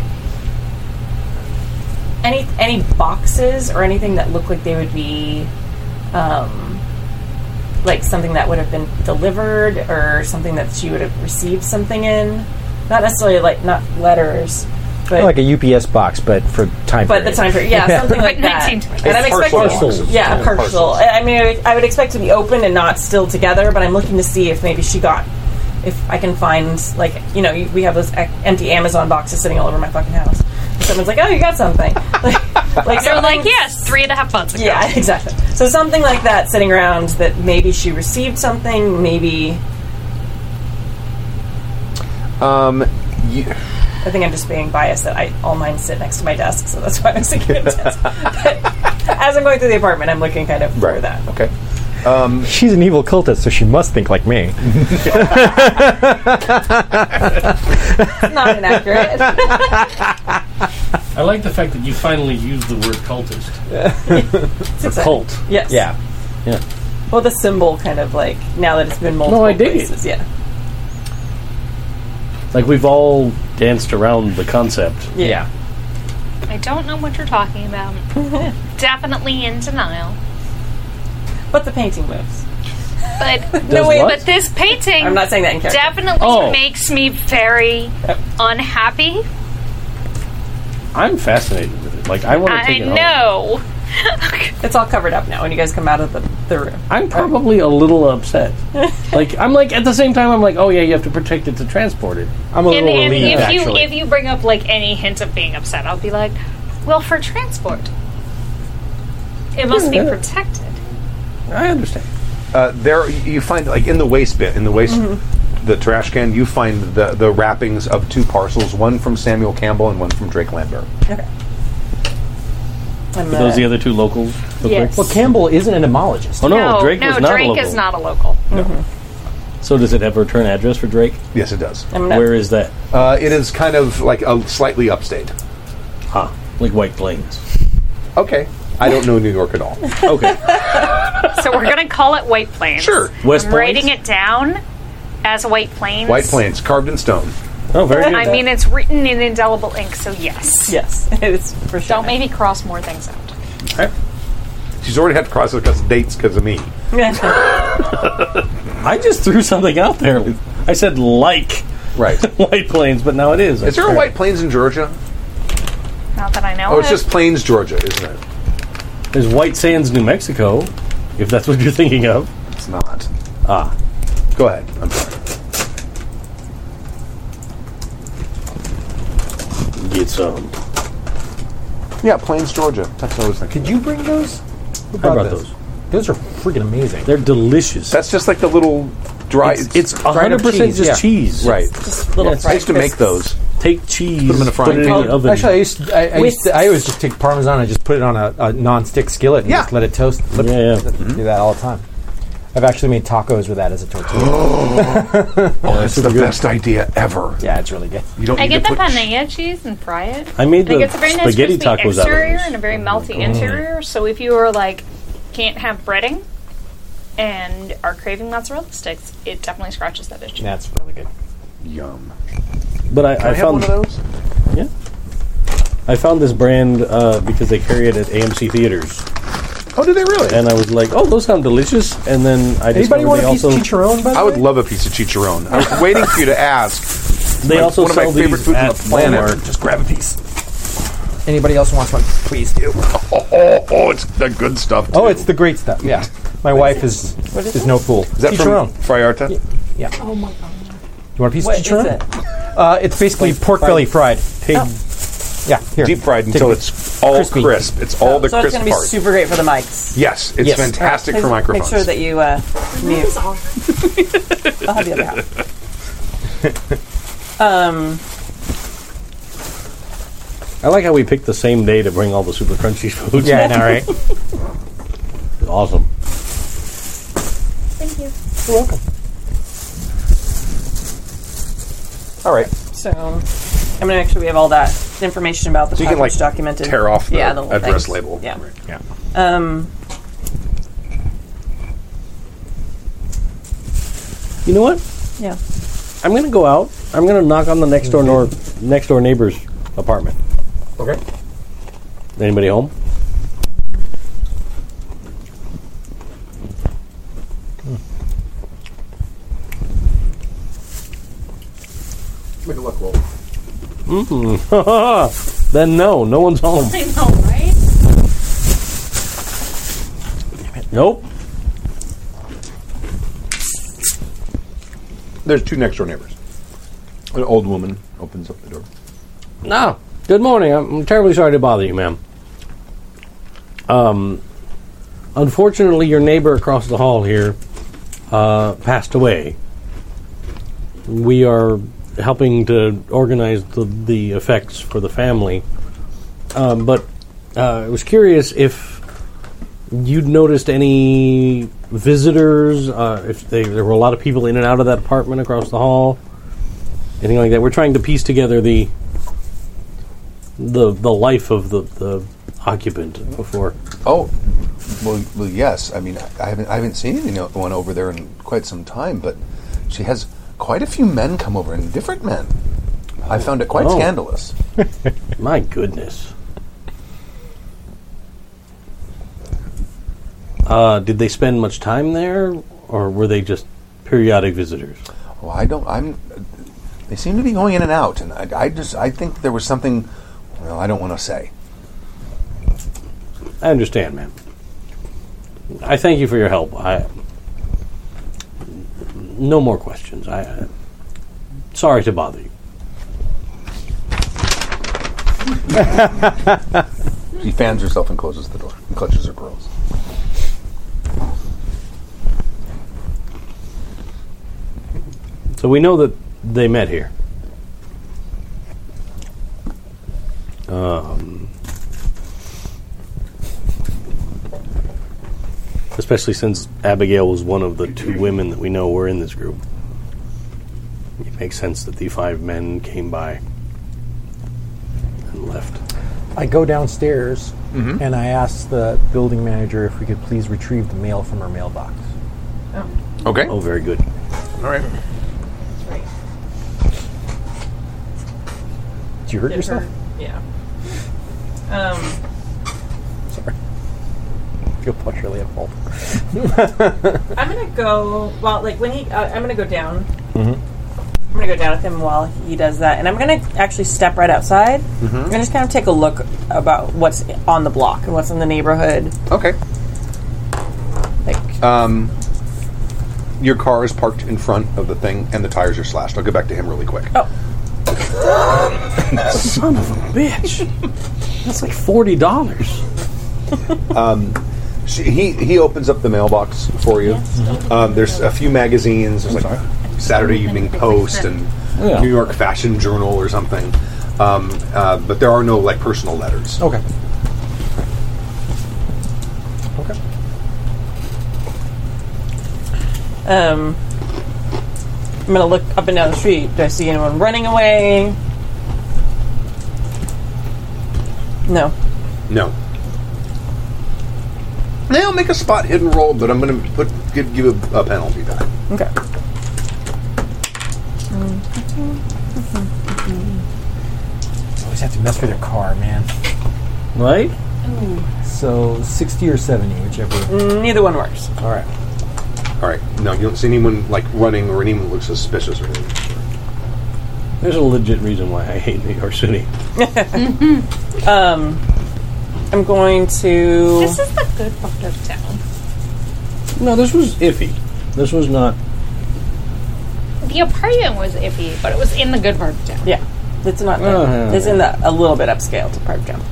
G: any any boxes or anything that look like they would be um, like something that would have been delivered or something that she would have received something in. Not necessarily like not letters, but
E: Like a UPS box, but for time.
G: but the time period, yeah, something like
D: But
G: that.
D: 19
G: and I'm expecting,
B: Parcels.
G: yeah,
B: Yeah,
G: a parcel.
B: parcels.
G: I I mean, I would- I would expect to be open and not still together, but I'm looking to see if maybe she got, if I can find, like, you know, you- we have those ec- empty Amazon boxes sitting all over my fucking house. And someone's like, "Oh, you got something?" like, like
D: They're like,
G: something-
D: yes, three and a half months ago.
G: yeah, exactly. So something like that sitting around that maybe she received something, maybe
B: Um, you,
G: I think I'm just being biased that I all mine sit next to my desk, so that's why I'm thinking of desk. But as I'm going through the apartment, I'm looking kind of for that.
B: Okay.
F: Um,
E: She's an evil cultist, so she must think like me.
G: Not inaccurate.
F: I like the fact that you finally used the word cultist.
G: It's exciting.
F: Cult.
G: Yes.
E: Yeah.
G: Well, the symbol kind of like now that it's been multiple
F: No, I dig it.
G: places. Yeah.
F: Like we've all danced around the concept.
G: Yeah.
D: I don't know what you're talking about. Definitely in denial.
G: But the painting moves.
D: But
F: Does
G: wait,
F: what?
D: but this painting
G: I'm not saying that in character.
D: definitely
F: Oh.
D: makes me very unhappy.
F: I'm fascinated with it. Like I want to
D: I
F: take it home.
D: know.
G: It's all covered up now when you guys come out of the, the room.
F: I'm probably a little upset. like I'm like at the same time I'm like, oh yeah, you have to protect it to transport it.
E: I'm a
D: And,
E: little
D: and
E: relieved,
D: if you
E: actually.
D: if you bring up like any hint of being upset, I'll be like, well, for transport, it must be
F: Yeah.
D: protected.
F: I understand.
B: Uh, there, you find like in the waste bin, in the waste, the trash can. You find the the wrappings of two parcels, one from Samuel Campbell and one from Drake Lambert.
G: I'm,
F: Are
G: uh,
F: those the other two locals? Look
D: Yes.
F: like?
E: well, Campbell isn't an entomologist.
F: Oh no, Drake was not
D: Drake
F: a local.
D: is not a local.
F: So does it have a return address for Drake?
B: Yes, it does.
G: I'm not-
F: Where is that?
B: Uh, it is kind of like a slightly upstate.
F: Huh. Ah, Like White Plains.
B: Okay, I don't know New York at all.
F: Okay.
D: So we're gonna call it White Plains.
B: Sure.
F: West
D: I'm
F: Plains?
D: writing it down as White Plains.
B: White Plains, carved in stone.
F: Oh, very good.
D: I mean, it's written in indelible ink, so yes.
G: Yes, it's for sure.
D: Don't maybe cross more things out.
B: She's already had to cross it because dates because of me.
F: I just threw something out there. I said like
B: Right.
F: White Plains, but now it is.
B: Is there a White Plains in Georgia?
D: Not that I know.
B: Oh, it's
D: of.
B: just Plains, Georgia, isn't it?
F: There's White Sands, New Mexico, if that's what you're thinking of.
B: It's not. Ah, go ahead. I'm sorry.
F: get some.
A: Yeah, Plains, Georgia. That's what I was thinking.
E: Did you bring those? Who
F: I brought
E: those?
F: those.
E: Those are freaking amazing.
F: They're delicious.
A: That's just like the little dry.
F: it's it's
E: dried up
F: 100%
E: cheese,
F: just
E: yeah.
F: cheese.
A: right.
F: Little
A: I used to make those.
F: take cheese,
A: them in a frying
F: put it in
A: pan.
F: the oven.
E: Actually, I used to, I, I, used to, I always just take parmesan and just put it on a, a non-stick skillet and
A: Yeah.
E: just let it toast. Let-
F: Yeah, yeah.
E: Do that all the time. I've actually made tacos with that as a tortilla.
A: Oh, that's the best idea ever.
E: yeah, it's really good.
A: You don't need
I: I get
A: to
I: the
A: put
I: panella cheese and fry it.
F: I made
I: Like
F: the
I: it's a very nice
F: spaghetti
I: crispy
F: tacos out
I: exterior
F: of
I: and a
F: those.
I: very
D: Oh,
I: melty interior. So if you are like can't have breading and are craving mozzarella sticks, it definitely scratches that itch.
E: That's really good.
A: Yum.
F: But I, I,
A: I have
F: found
A: one of those.
F: I found this brand uh, because they carry it at AMC theaters,
A: Oh, do they really?
F: and I was like, "Oh, those sound delicious." And then I
E: Anybody
F: discovered
E: want
F: they
E: a piece
F: also
E: of chicharron? By the
A: I would
E: way?
A: love a piece of chicharron. I was waiting for you to ask.
F: they
A: Like,
F: also
A: one of my
F: sell
A: favorite
F: these
A: foods on
F: at
A: the planet.
F: Walmart.
E: Just grab a piece. Anybody else wants one? Please do.
A: Oh, oh, oh, it's the good stuff.
E: Oh,
A: too.
E: it's the great stuff. Yeah, my wife is is, no fool.
A: is that
E: chicharron?
A: from Friarta?
E: yeah. Oh my god. You want a piece
G: What
E: of
G: is
E: chicharron?
G: it?
E: Uh, it's basically pork belly fried. Pig. Yeah, here.
A: Deep fried
E: Take
A: until
E: a-
A: it's all
E: Crispy.
A: crisp. It's all the
G: So it's
A: crisp
G: going to be
A: part.
G: super great for the mics.
A: yes, it's
E: Yes.
A: fantastic
G: Please
A: for microphones.
G: Make sure that you uh, mute. I'll have the other half. Um,
F: I like how we picked the same day to bring all the super crunchy foods.
E: Yeah, I know, right?
F: awesome.
A: All right,
G: so I mean, actually, we have all that information about the
A: So you
G: package
A: can, like,
G: documented.
A: tear off the,
G: yeah, the little
A: address
G: things.
A: label.
G: Yeah.
E: yeah.
G: Um,
F: You know what?
G: yeah.
F: I'm gonna go out. I'm gonna knock on the next door nor- next door neighbor's apartment.
E: Okay.
F: Anybody home?
Q: Make a luck roll.
F: Mm-hmm. then no, no one's home.
I: I know, right?
F: Nope.
A: there's two next door neighbors. An old woman opens up the door.
F: No. Good morning. I'm I'm terribly sorry to bother you, ma'am. Um, unfortunately, your neighbor across the hall here uh, passed away. We are helping to organize the, the effects for the family. Um, but uh, I was curious if you'd noticed any visitors, uh, if they, there were a lot of people in and out of that apartment across the hall, anything like that. We're trying to piece together the the the life of the, the occupant before.
A: Oh, well, well, yes. I mean, I haven't I haven't seen anyone over there in quite some time, but she has quite a few men come over, and different men. I found it quite
F: Oh.
A: scandalous.
F: My goodness. Uh, did they spend much time there, or were they just periodic visitors?
A: Well, I don't. I'm. They seem to be going in and out, and I, I just I think there was something. Well, I don't want to say.
F: I understand, ma'am. I thank you for your help. I no more questions. I uh, sorry to bother you.
A: She fans herself and closes the door and clutches her pearls.
F: So we know that they met here. Um, especially since Abigail was one of the two women that we know were in this group. It makes sense that the five men came by and left.
E: I go downstairs and I ask the building manager if we could please retrieve the mail from her mailbox.
A: Okay.
F: Oh, very good.
A: All right.
E: Did you hurt yourself?
G: Yeah. Um,
E: Sorry. Feel partially at fault.
G: I'm gonna go. Well, like when he, uh, I'm gonna go down.
A: Mm-hmm.
G: I'm gonna go down with him while he does that, and I'm gonna actually step right outside
A: Mm-hmm.
G: and just kind of take a look about what's on the block and what's in the neighborhood.
A: Okay.
G: Like,
A: Um, your car is parked in front of the thing, and the tires are slashed. I'll get back to him really quick.
G: oh,
F: Son of a bitch. That's like forty dollars.
B: She, he he opens up the mailbox for you. Um, there's a few magazines. There's like Saturday Evening Post and
F: Yeah.
B: New York Fashion Journal or something. Um, uh, but there are no like personal letters.
E: Okay. Okay.
C: Um, I'm gonna look up and down the street. Do I see anyone running away? No.
B: No. Now make a spot hidden roll, but I'm going to put give you a, a penalty to that.
C: Okay.
E: Always have to mess with your car, man.
F: Right?
E: So sixty or seventy, whichever.
C: Neither one works.
E: All right.
B: All right. No, you don't see anyone like running or anyone that looks suspicious or anything.
F: There's a legit reason why I hate New York City.
C: I'm going to.
I: This is the good part of town.
F: No, this was iffy. This was not
I: The apartment was iffy, but it was in the good part of town.
C: Yeah, it's not.
F: Oh, yeah,
C: it's in the a little bit upscale to Park Jump.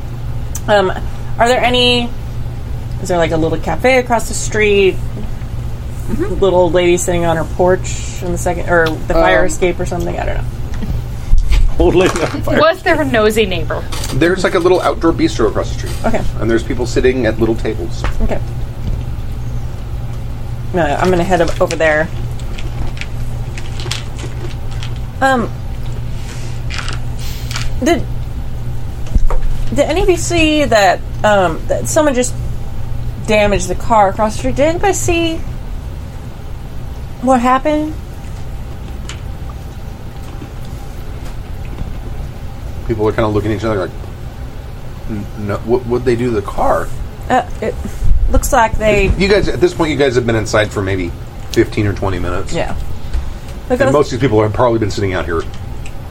C: Um, are there any? Is there like a little cafe across the street? Little old lady sitting on her porch in the second, or the
F: Um,
C: fire escape or something. I don't know.
F: old lady on fire.
I: Was there a nosy neighbor?
B: There's like a little outdoor bistro across the street,
C: Okay,
B: and there's people sitting at little tables.
C: okay. No, I'm gonna head up over there. Um, did did anybody see that um that someone just damaged the car across the street? Did anybody see what happened?
B: People are kind of looking at each other like, "N- "No, what would they do to the car?"
C: Uh, it looks like they
B: You guys, at this point, you guys have been inside for maybe fifteen or twenty minutes.
C: yeah. Look,
B: and most of these people have probably been sitting out here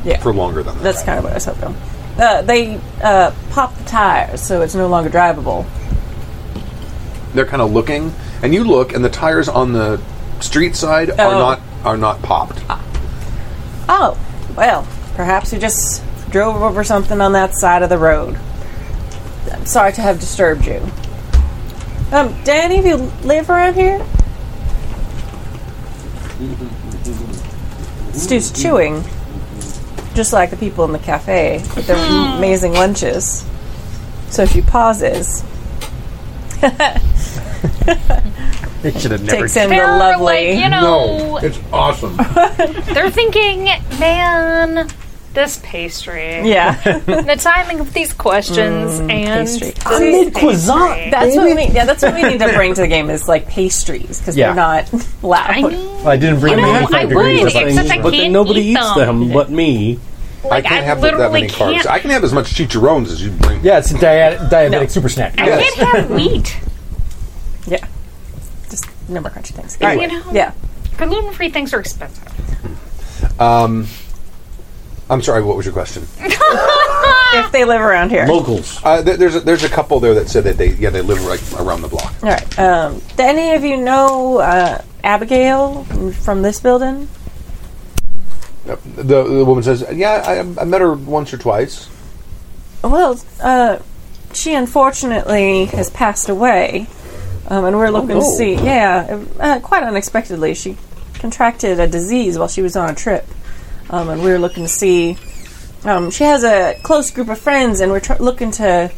C: yeah.
B: for longer than that.
C: That's kind of what I was hoping. Uh, they uh, popped the tires, so it's no longer drivable.
B: They're kind of looking, and you look, and the tires on the street side are
C: Oh.
B: not are not popped.
C: Oh, well, perhaps we just drove over something on that side of the road. I'm sorry to have disturbed you. Um, Danny, do you live around here? Stu's chewing, just like the people in the cafe with their amazing lunches. So she pauses,
E: It should have never.
C: takes in the
I: They're
C: lovely.
I: like, you
H: No,
I: know,
H: it's awesome.
I: they're thinking, man, this pastry,
C: yeah,
I: the timing of these questions, and
C: pastry.
I: this
C: I made
I: pastry.
C: that's what we yeah, that's what we need to bring to the game is like pastries because
E: Yeah.
C: they're not loud.
I: I mean,
E: I didn't bring
I: You
E: them
I: know,
E: in
I: I
E: five
I: would,
E: degrees.
I: except
E: That's
I: I
E: fine.
F: but then
I: can't
F: nobody
I: eat
F: eats
I: them.
F: them but me.
I: like,
B: I can't have that
I: literally
B: many carbs.
I: can't-
B: I can have as much chicharrones as you bring.
E: Yeah, it's a dia- diabetic super snack.
I: I
B: Yes.
I: can't have wheat.
C: Yeah. Just number crunchy things.
I: You
B: Anyway,
I: know,
C: Yeah.
I: gluten free things are expensive.
B: I'm sorry. What was your question?
C: If they live around here. All
F: Locals.
B: Uh, there, there's a, there's a couple there that said that they yeah they live right around the block.
C: right. Um, do any of you know uh, Abigail from this building?
B: The, the woman says, "Yeah, I, I met her once or twice."
C: Well, uh, she unfortunately has passed away, um, and we're looking to
F: no.
C: see. Yeah, uh, quite unexpectedly, she contracted a disease while she was on a trip, um, and we were looking to see. Um, she has a close group of friends, and we're tr- looking to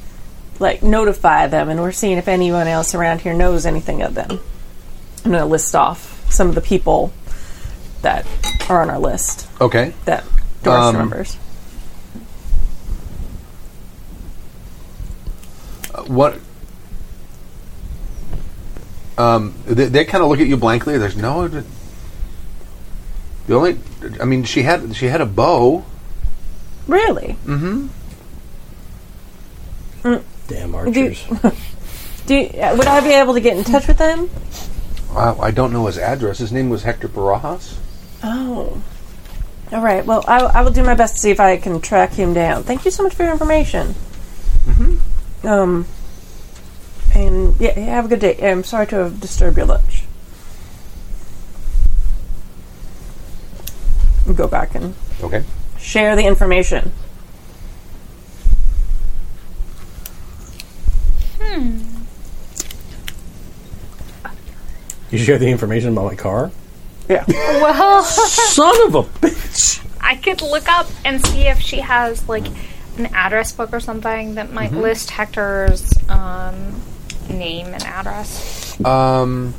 C: like notify them, and we're seeing if anyone else around here knows anything of them. I'm going to list off some of the people that are on our list
B: Okay.
C: that Doris
B: Um,
C: remembers.
B: Uh, what? Um, they, they kind of look at you blankly. There's no. The only, I mean, she had she had a bow.
C: Really?
F: Damn
C: Do
F: archers.
C: Do you, uh, would I be able to get in touch with them?
B: Wow, I don't know his address. His name was Hector Barajas.
C: Oh. All right. Well, I, I will do my best to see if I can track him down. Thank you so much for your information. Mm-hmm. Um. And yeah, yeah, have a good day. I'm sorry to have disturbed your lunch. Go back and
B: Okay.
C: share the information.
F: You share the information about my car?
B: Yeah.
F: Son of a bitch!
D: I could look up and see if she has like an address book or something that might
B: Mm-hmm.
D: list Hector's um, name and address.
B: Um,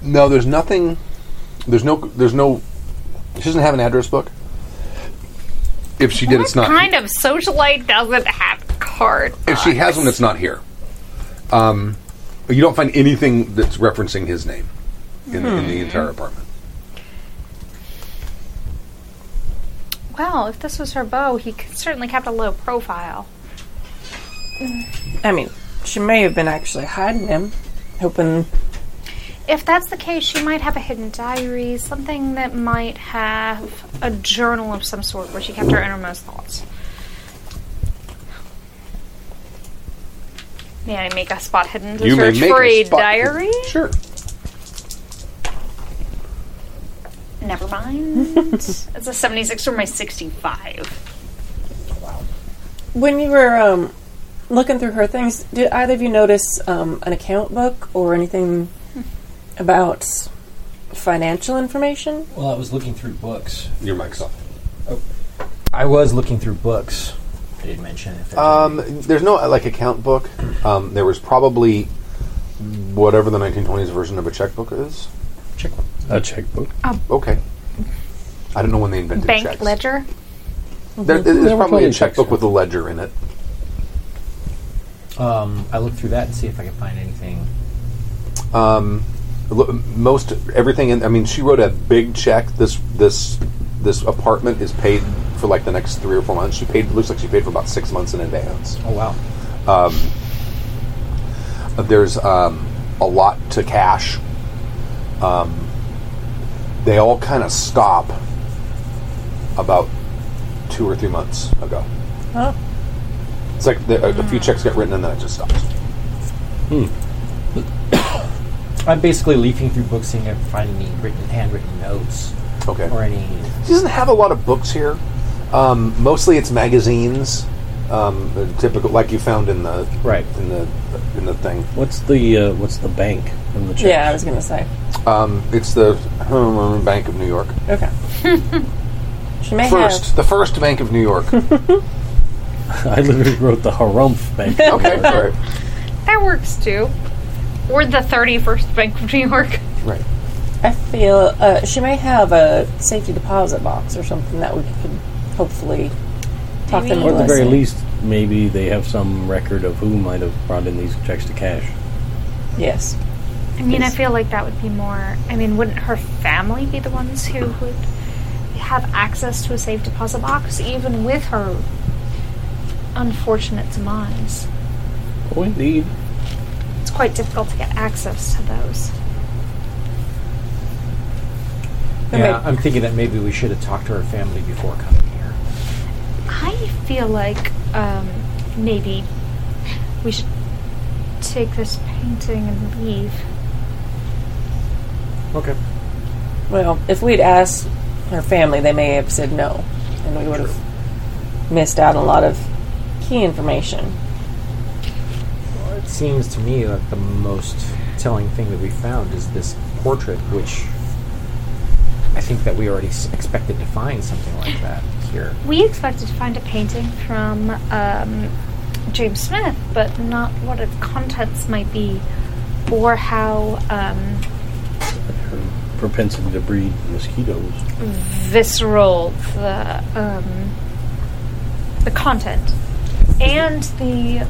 B: no, there's nothing. There's no. There's no. She doesn't have an address book. If she did, it's not.
D: Kind of socialite doesn't have a card.
B: If she has one, it's not here. Um, you don't find anything that's referencing his name in, in the entire apartment.
D: Well, if this was her beau, he c- certainly kept a low profile.
C: I mean, she may have been actually hiding him, hoping.
D: If that's the case, she might have a hidden diary, something that might have a journal of some sort where she kept her innermost thoughts. May I make a spot hidden to
B: You may
D: search
B: make
D: for
B: a
D: a
B: spot-
D: diary?
B: Sure.
D: Never mind. it's a 76 or my 65.
C: When you were um, looking through her things, did either of you notice um, an account book or anything about financial information?
E: Well, I was looking through books.
B: Your mic's off.
E: I was looking through books. I didn't mention it.
B: Um, there's no uh, like account book. Um, there was probably whatever the 1920s version of a checkbook is.
F: A checkbook.
B: Okay. I don't know when they invented
D: Bank
B: checks.
D: ledger?
B: There, there's
F: There were
B: probably
F: plenty
B: a
F: of checks,
B: checkbook
F: yeah.
B: with a ledger in it.
E: um, I looked through that and see if I could find anything.
B: Um, lo- most everything. In, I mean, she wrote a big check. This this this apartment is paid for like the next three or four months. She paid. Looks like she paid for about six months in advance.
E: Oh wow!
B: Uh, There's um, a lot to cash. Um, they all kind of stop about two or three months ago.
C: Huh?
B: It's like the, a, a few checks get written and then it just stops.
E: I'm basically leafing through books, seeing if I find any written, handwritten notes
B: Okay.
E: or any.
B: She doesn't have a lot of books here. Um, mostly, it's magazines, um, the typical like you found in the
E: Right.
B: in the in the thing.
F: What's the uh, what's the bank in the check?
C: Yeah, I was going to say.
B: Um, it's the um, Bank of New York.
C: Okay. she may
B: First,
C: have.
B: the first Bank of New York.
F: I literally wrote the harumph bank.
B: okay, all right,
D: That works too. Or the 31st Bank of New York.
B: right.
C: I feel uh, she may have a safety deposit box or something that we could hopefully talk them
F: Or at
C: into
F: the very
C: us.
F: least, maybe they have some record of who might have brought in these checks to cash.
C: Yes.
D: I mean, I feel like that would be more. I mean, wouldn't her family be the ones who would have access to a safe deposit box, even with her unfortunate demise?
F: Oh, indeed.
D: It's quite difficult to get access to those.
E: Yeah, I'm thinking that maybe we should have talked to her family before coming here.
D: I feel like um, maybe we should take this painting and leave.
E: Okay.
C: Well, if we'd asked her family, they may have said no, and we would have missed out on a lot of key information.
E: It seems to me that the most telling thing that we found is this portrait, which I think that we already s- expected to find something like that here.
D: We expected to find a painting from um, James Smith, but not what its contents might be, or how um,
F: Propensity to breed mosquitoes.
D: visceral the um, the content and the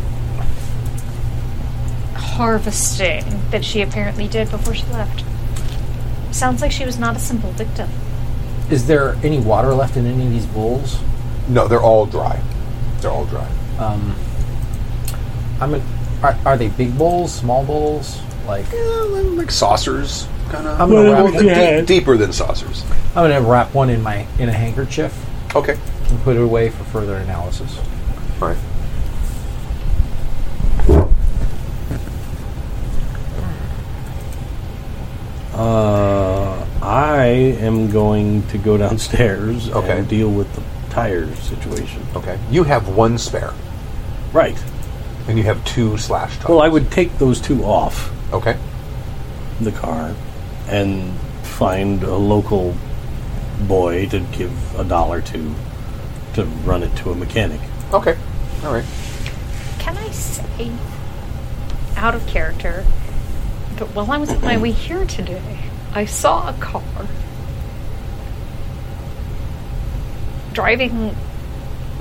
D: harvesting that she apparently did before she left. Sounds like she was not a simple victim.
E: Is there any water left in any of these bowls?
B: No, they're all dry. They're all dry.
E: Um, I'm. A, are, are they big bowls, small bowls? Like
B: Like saucers, kind of.
E: I'm gonna wrap.
B: deeper than saucers.
E: I'm gonna wrap one in my in a handkerchief
B: Okay,
E: and put it away for further analysis.
B: all right.
F: Uh, I am going to go downstairs
B: Okay.
F: and deal with the tire situation.
B: Okay, you have one spare.
F: Right.
B: And you have two slash targets.
F: Well, I would take those two off
B: Okay.
F: the car and find a local boy to give a dollar to to run it to a mechanic.
B: Okay. All right.
D: Can I say, out of character, that while I was on my way here today, I saw a car driving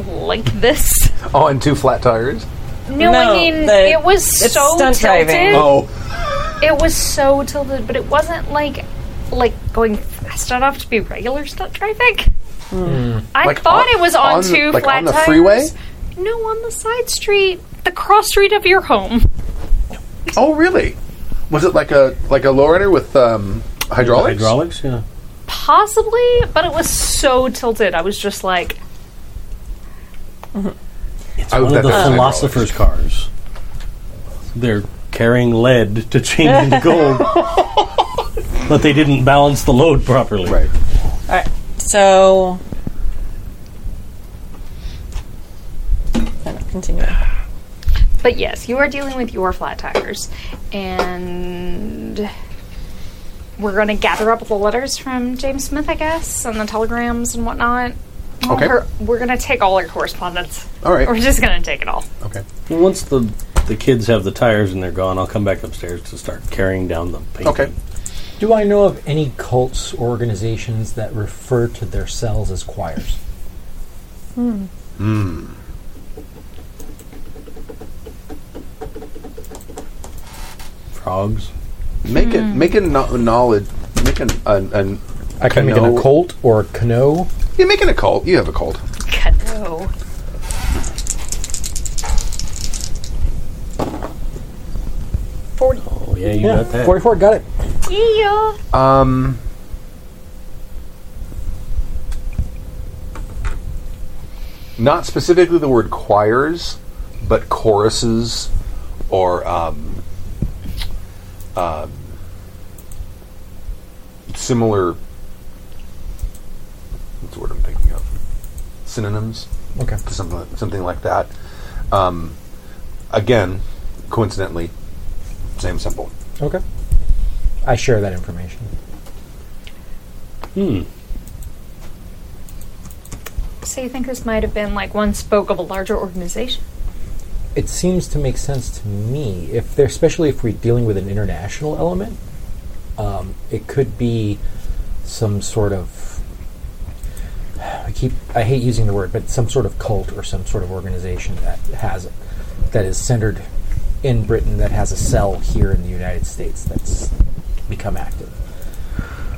D: like this.
B: Oh, and two flat tires.
D: No, I
G: No,
D: mean
G: the-
D: it was
G: it's
D: so
G: stunt
D: tilted.
G: driving.
B: Oh.
D: It was so tilted, but it wasn't like like going fast enough to be regular stunt driving. I
B: Hmm. Like
D: thought
B: on-
D: it was on,
B: on the-
D: two
B: like
D: flat
B: on the
D: tires.
B: freeway?
D: No, on the side street, the cross street of your home.
B: Oh, really? Was it like a like a lowrider with um, hydraulics?
F: Hydraulics, yeah.
D: Possibly, but it was so tilted. I was just like,
F: It's
B: I would
F: one
B: bet
F: of the
B: they're
F: philosopher's cars. They're carrying lead to change into gold, but they didn't balance the load properly.
B: Right.
G: So. I don't- Continue.
D: but yes, you are dealing with your flat tires, and we're going to gather up the letters from James Smith, I guess, and the telegrams and whatnot.
B: Okay.
D: We're, we're going to take all our correspondence.
B: All right.
D: We're just going to take it all.
B: Okay.
F: Once the the kids have the tires and they're gone, I'll come back upstairs to start carrying down the painting.
B: Okay.
E: Do I know of any cults or organizations that refer to their cells as choirs?
F: Frogs.
B: Make it make it no- knowledge. Make an, an, an
E: I can make an
B: Cano-
E: occult or cano.
B: You're making a cult. You have a cult.
D: God, no.
F: Oh yeah, you got that.
E: 44, got it.
D: Yeah.
B: Um. Not specifically the word choirs, but choruses or um, um, similar. What's the word I'm thinking of? Synonyms
E: Okay.
B: something something like that. Um, again, coincidentally, same symbol.
E: Okay. I share that information.
F: Hmm.
D: So you think this might have been like one spoke of a larger organization?
E: It seems to make sense to me, if there, especially if we're dealing with an international element. Um, it could be some sort of. I keep. I hate using the word, but some sort of cult or some sort of organization that has that is centered in Britain that has a cell here in the United States that's become active.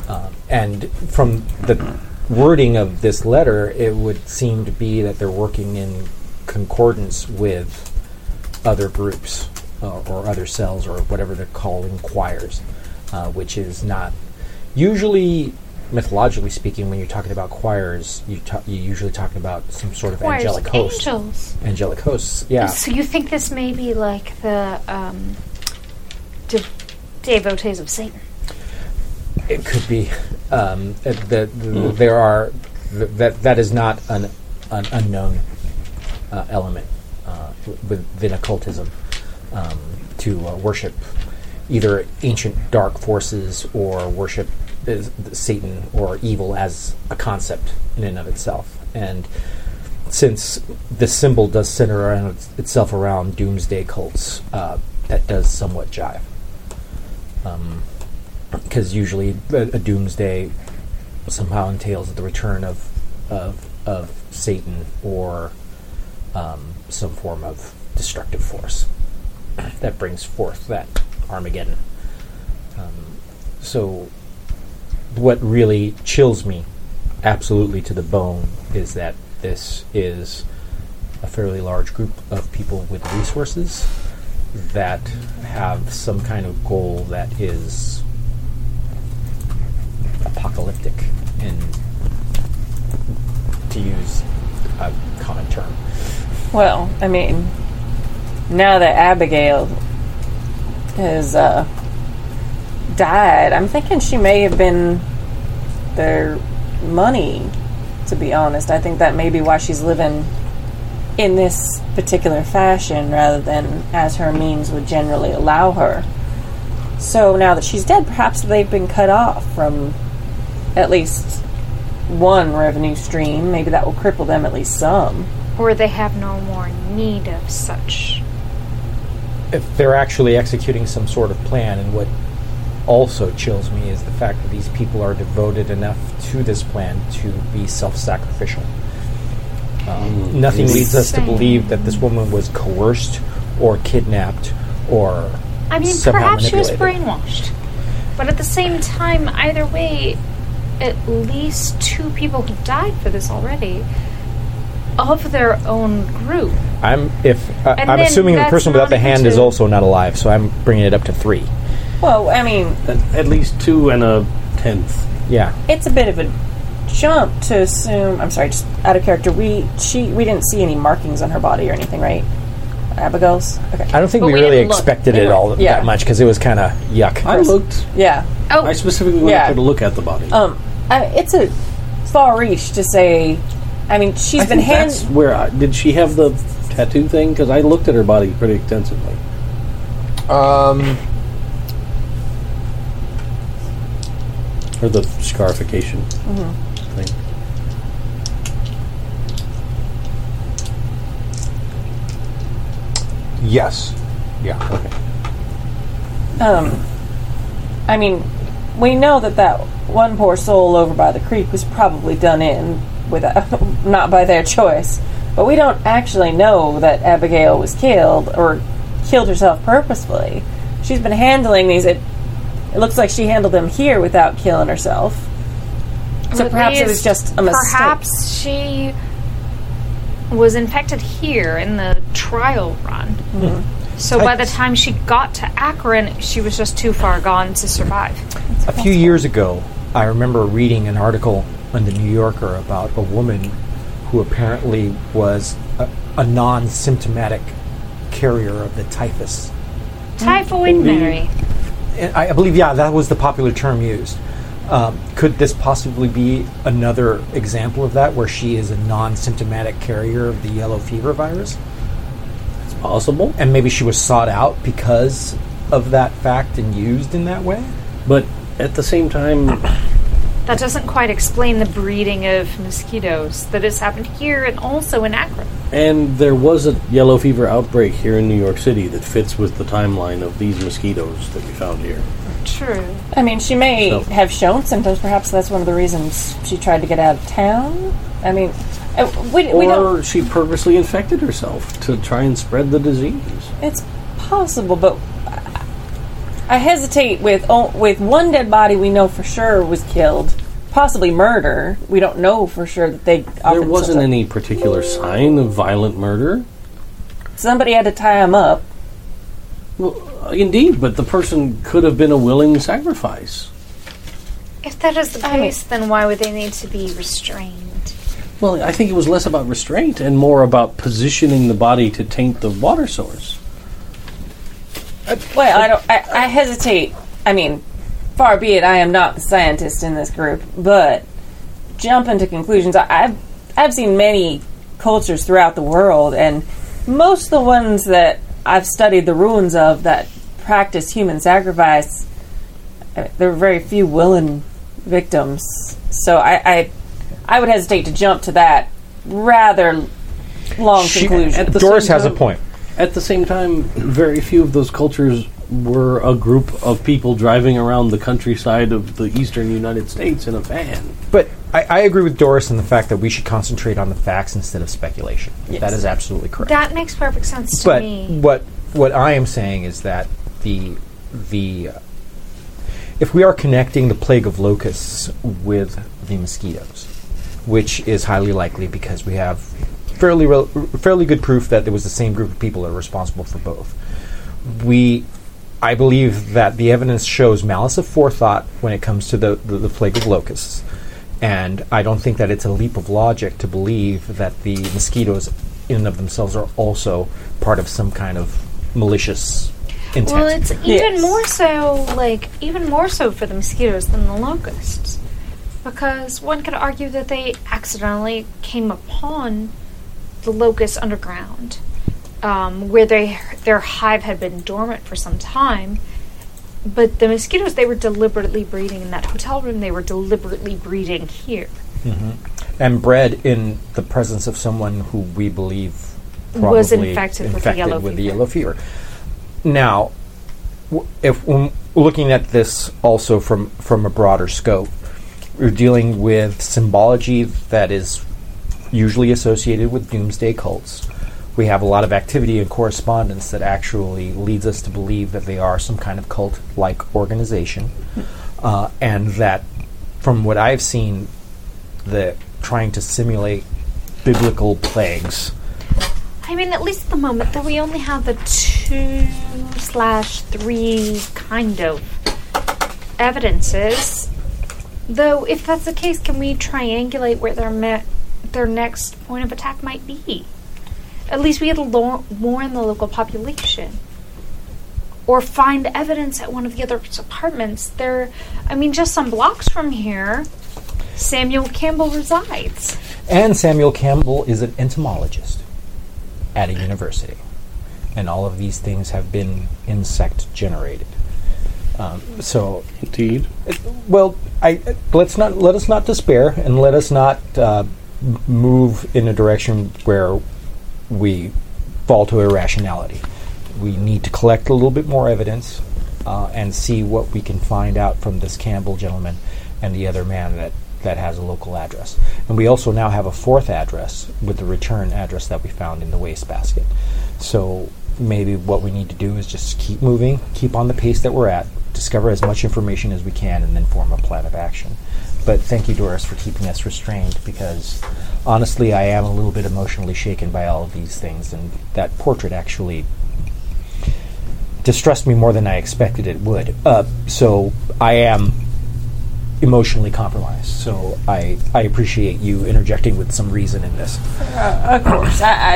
E: Um, and from the wording of this letter, it would seem to be that they're working in concordance with other groups uh, or other cells or whatever they're calling choirs, uh, which is not usually. Mythologically speaking, when you're talking about choirs, you ta- you're usually talking about some sort of angelic host.
D: Angels.
E: Angelic hosts, yeah.
D: So you think this may be like the um, de- devotees of Satan?
E: It could be um, uh, that th- there are th- that that is not an an unknown uh, element uh, w- within occultism um, to uh, worship either ancient dark forces or worship is- Satan or evil as a concept in and of itself. And since this symbol does center around itself around doomsday cults, uh, that does somewhat jive because usually a, a doomsday somehow entails the return of of, of Satan or um, some form of destructive force that brings forth that Armageddon. Um, so, what really chills me absolutely to the bone is that this is a fairly large group of people with resources that have some kind of goal that is apocalyptic in to use a common term.
G: Well, I mean, now that Abigail has uh, died, I'm thinking she may have been their money, to be honest. I think that may be why she's living in this particular fashion rather than as her means would generally allow her. So now that she's dead, perhaps they've been cut off from at least one revenue stream. Maybe that will cripple them at least some.
D: Or they have no more need of such.
E: if they're actually executing some sort of plan. And what also chills me is the fact that these people are devoted enough to this plan to be self-sacrificial. Um, nothing leads us to
D: Same.
E: believe that this woman was coerced or kidnapped or
D: I mean,
E: somehow
D: perhaps she was
E: manipulated.
D: brainwashed. But at the same time, either way, at least two people have died for this already of their own group.
E: I'm if uh,
D: And
E: I'm
D: then
E: assuming the
D: that's
E: person without
D: not
E: the hand is
D: into-
E: also not alive, so I'm bringing it up to three.
G: Well, I mean,
F: At, at least two and a tenth.
E: Yeah,
G: it's a bit of a jump to assume. I'm sorry, just out of character. We she we didn't see any markings on her body or anything, right? Abigail's. Okay.
E: I don't think
D: But
E: we,
D: we
E: really
D: didn't look.
E: expected it all
G: Yeah.
E: that much because it was kind of yuck.
F: I looked.
G: Yeah.
D: Oh,
F: I specifically went
G: Yeah.
F: up there to look at the body.
G: Um, I, it's a far reach to say. I mean, she's
F: I
G: been
F: think
G: hand.
F: that's where I, did she have the tattoo thing? Because I looked at her body pretty extensively.
B: Um,
F: Or the scarification
G: Mm-hmm.
F: thing.
B: yes. Yeah.
G: Um, I mean, we know that that one poor soul over by the creek was probably done in with not by their choice, but we don't actually know that Abigail was killed or killed herself purposefully. She's been handling these. It, it looks like she handled them here without killing herself. So
D: At
G: perhaps it was
D: least
G: just a mistake.
D: Perhaps she was infected here in the trial run.
G: Mm-hmm.
D: So by the time she got to Akron, she was just too far gone to survive.
E: A few years ago, I remember reading an article in the New Yorker about a woman who apparently was a, a non symptomatic carrier of the typhus.
D: Typhoid Mary.
E: And I, I believe, yeah, that was the popular term used. Um, could this possibly be another example of that where she is a non symptomatic carrier of the yellow fever virus?
F: It's possible.
E: And maybe she was sought out because of that fact and used in that way?
F: But at the same time,
D: That doesn't quite explain the breeding of mosquitoes that has happened here and also in Akron.
F: And there was a yellow fever outbreak here in New York City that fits with the timeline of these mosquitoes that we found here.
D: True.
G: I mean, she may
F: So-
G: have shown symptoms. Perhaps that's one of the reasons she tried to get out of town. I mean, uh, we, we don't.
F: Or she purposely infected herself to try and spread the disease.
G: It's possible, but I hesitate with oh, with one dead body we know for sure was killed, possibly murder. We don't know for sure that they.
F: There wasn't any particular sign of violent murder.
G: Somebody had to tie him up.
F: Well, indeed, but the person could have been a willing sacrifice.
D: If that is the case, then why would they need to be restrained?
F: Well, I think it was less about restraint and more about positioning the body to taint the water source.
G: Well, I don't. I, I hesitate. I mean, far be it. I am not the scientist in this group, but jumping to conclusions. I, I've I've seen many cultures throughout the world, and most of the ones that I've studied the ruins of that practice human sacrifice, uh, there were very few willing victims. So I I, I would hesitate to jump to that rather long conclusion.
F: at the
E: Doris
F: same
E: has a
F: time-
E: point.
F: At the same time, very few of those cultures were a group of people driving around the countryside of the eastern United States in a van.
E: But I, I agree with Doris in the fact that we should concentrate on the facts instead of speculation. That is absolutely correct.
D: That makes perfect sense to
E: but
D: me.
E: what what I am saying is that the the uh, if we are connecting the plague of locusts with the mosquitoes, which is highly likely because we have fairly rel- fairly good proof that it was the same group of people that are responsible for both. We, I believe that the evidence shows malice of forethought when it comes to the, the, the plague of locusts, and I don't think that it's a leap of logic to believe that the mosquitoes, in and of themselves, are also part of some kind of malicious intent.
D: Well, it's even
G: Yes.
D: more so, like, even more so for the mosquitoes than the locusts. Because one could argue that they accidentally came upon the locust underground, um, where they their hive had been dormant for some time. But the mosquitoes they were deliberately breeding in that hotel room. They were deliberately breeding here.
E: Mm-hmm. and bred in the presence of someone who we believe probably
D: Was infected with the yellow
E: with the
D: fever.
E: yellow fever. Now, w- if we're looking at this also from from a broader scope, we're dealing with symbology that is usually associated with doomsday cults. We have a lot of activity and correspondence that actually leads us to believe that they are some kind of cult like organization. Uh, and that, from what I've seen, the trying to simulate biblical plagues.
D: I mean, at least at the moment that we only have the two slash three kind of evidences. Though, if that's the case, can we triangulate where their me- their next point of attack might be? At least we had to lo- warn the local population, or find evidence at one of the other apartments. There, I mean, just some blocks from here, Samuel Campbell resides.
E: And Samuel Campbell is an entomologist at a university. And all of these things have been insect generated. Um, so
F: Indeed.
E: Well, I let's not let us not despair, and let us not uh, m- move in a direction where we fall to irrationality. We need to collect a little bit more evidence uh, and see what we can find out from this Campbell gentleman and the other man that that has a local address. And we also now have a fourth address with the return address that we found in the wastebasket. So maybe what we need to do is just keep moving, keep on the pace that we're at, discover as much information as we can, and then form a plan of action. But thank you, Doris, for keeping us restrained because honestly, I am a little bit emotionally shaken by all of these things, and that portrait actually distressed me more than I expected it would. Uh, so I am emotionally compromised. So I, I appreciate you interjecting with some reason in this.
G: Of course, I, I,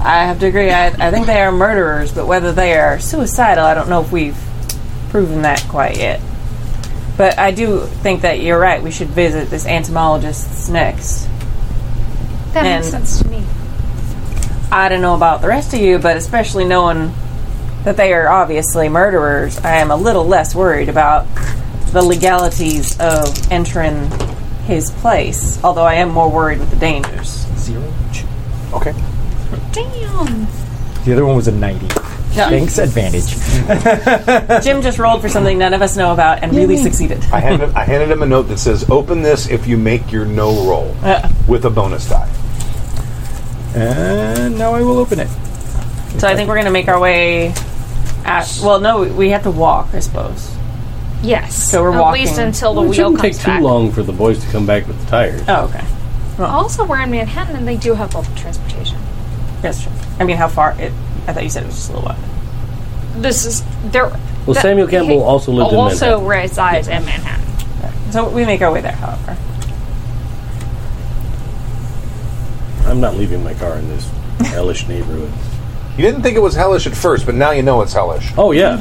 G: I have to agree. I, I think they are murderers, but whether they are suicidal, I don't know if we've proven that quite yet. But I do think that you're right. We should visit this entomologist's next.
D: That makes
G: And-
D: sense to me.
G: I don't know about the rest of you, but especially knowing that they are obviously murderers, I am a little less worried about the legalities of entering his place. Although I am more worried with the dangers.
E: Zero? Okay.
D: Damn.
E: The other one was a 90. Thanks, advantage.
G: Jim just rolled for something none of us know about and really succeeded.
B: I handed, I handed him a note that says, "Open this if you make your no roll with a bonus die."
E: And now I will open it.
G: So I think we're gonna make our way. At, well, no, we have to walk, I suppose.
D: Yes.
G: So we're
D: at
G: walking.
D: least until the
F: It
D: wheel
F: shouldn't
D: comes
F: take too
D: back.
F: long for the boys to come back with the tires.
G: Oh, okay.
D: Also, we're in Manhattan, and they do have public transportation.
G: That's true. I mean, how far? It, I thought you said it was just a little while.
D: This is there.
F: Well, Samuel Campbell also lived in
D: also
F: Manhattan.
D: resides in Manhattan.
G: So we make our way there, however.
F: I'm not leaving my car in this hellish neighborhood.
B: You didn't think it was hellish at first, but now you know it's hellish.
F: Oh yeah,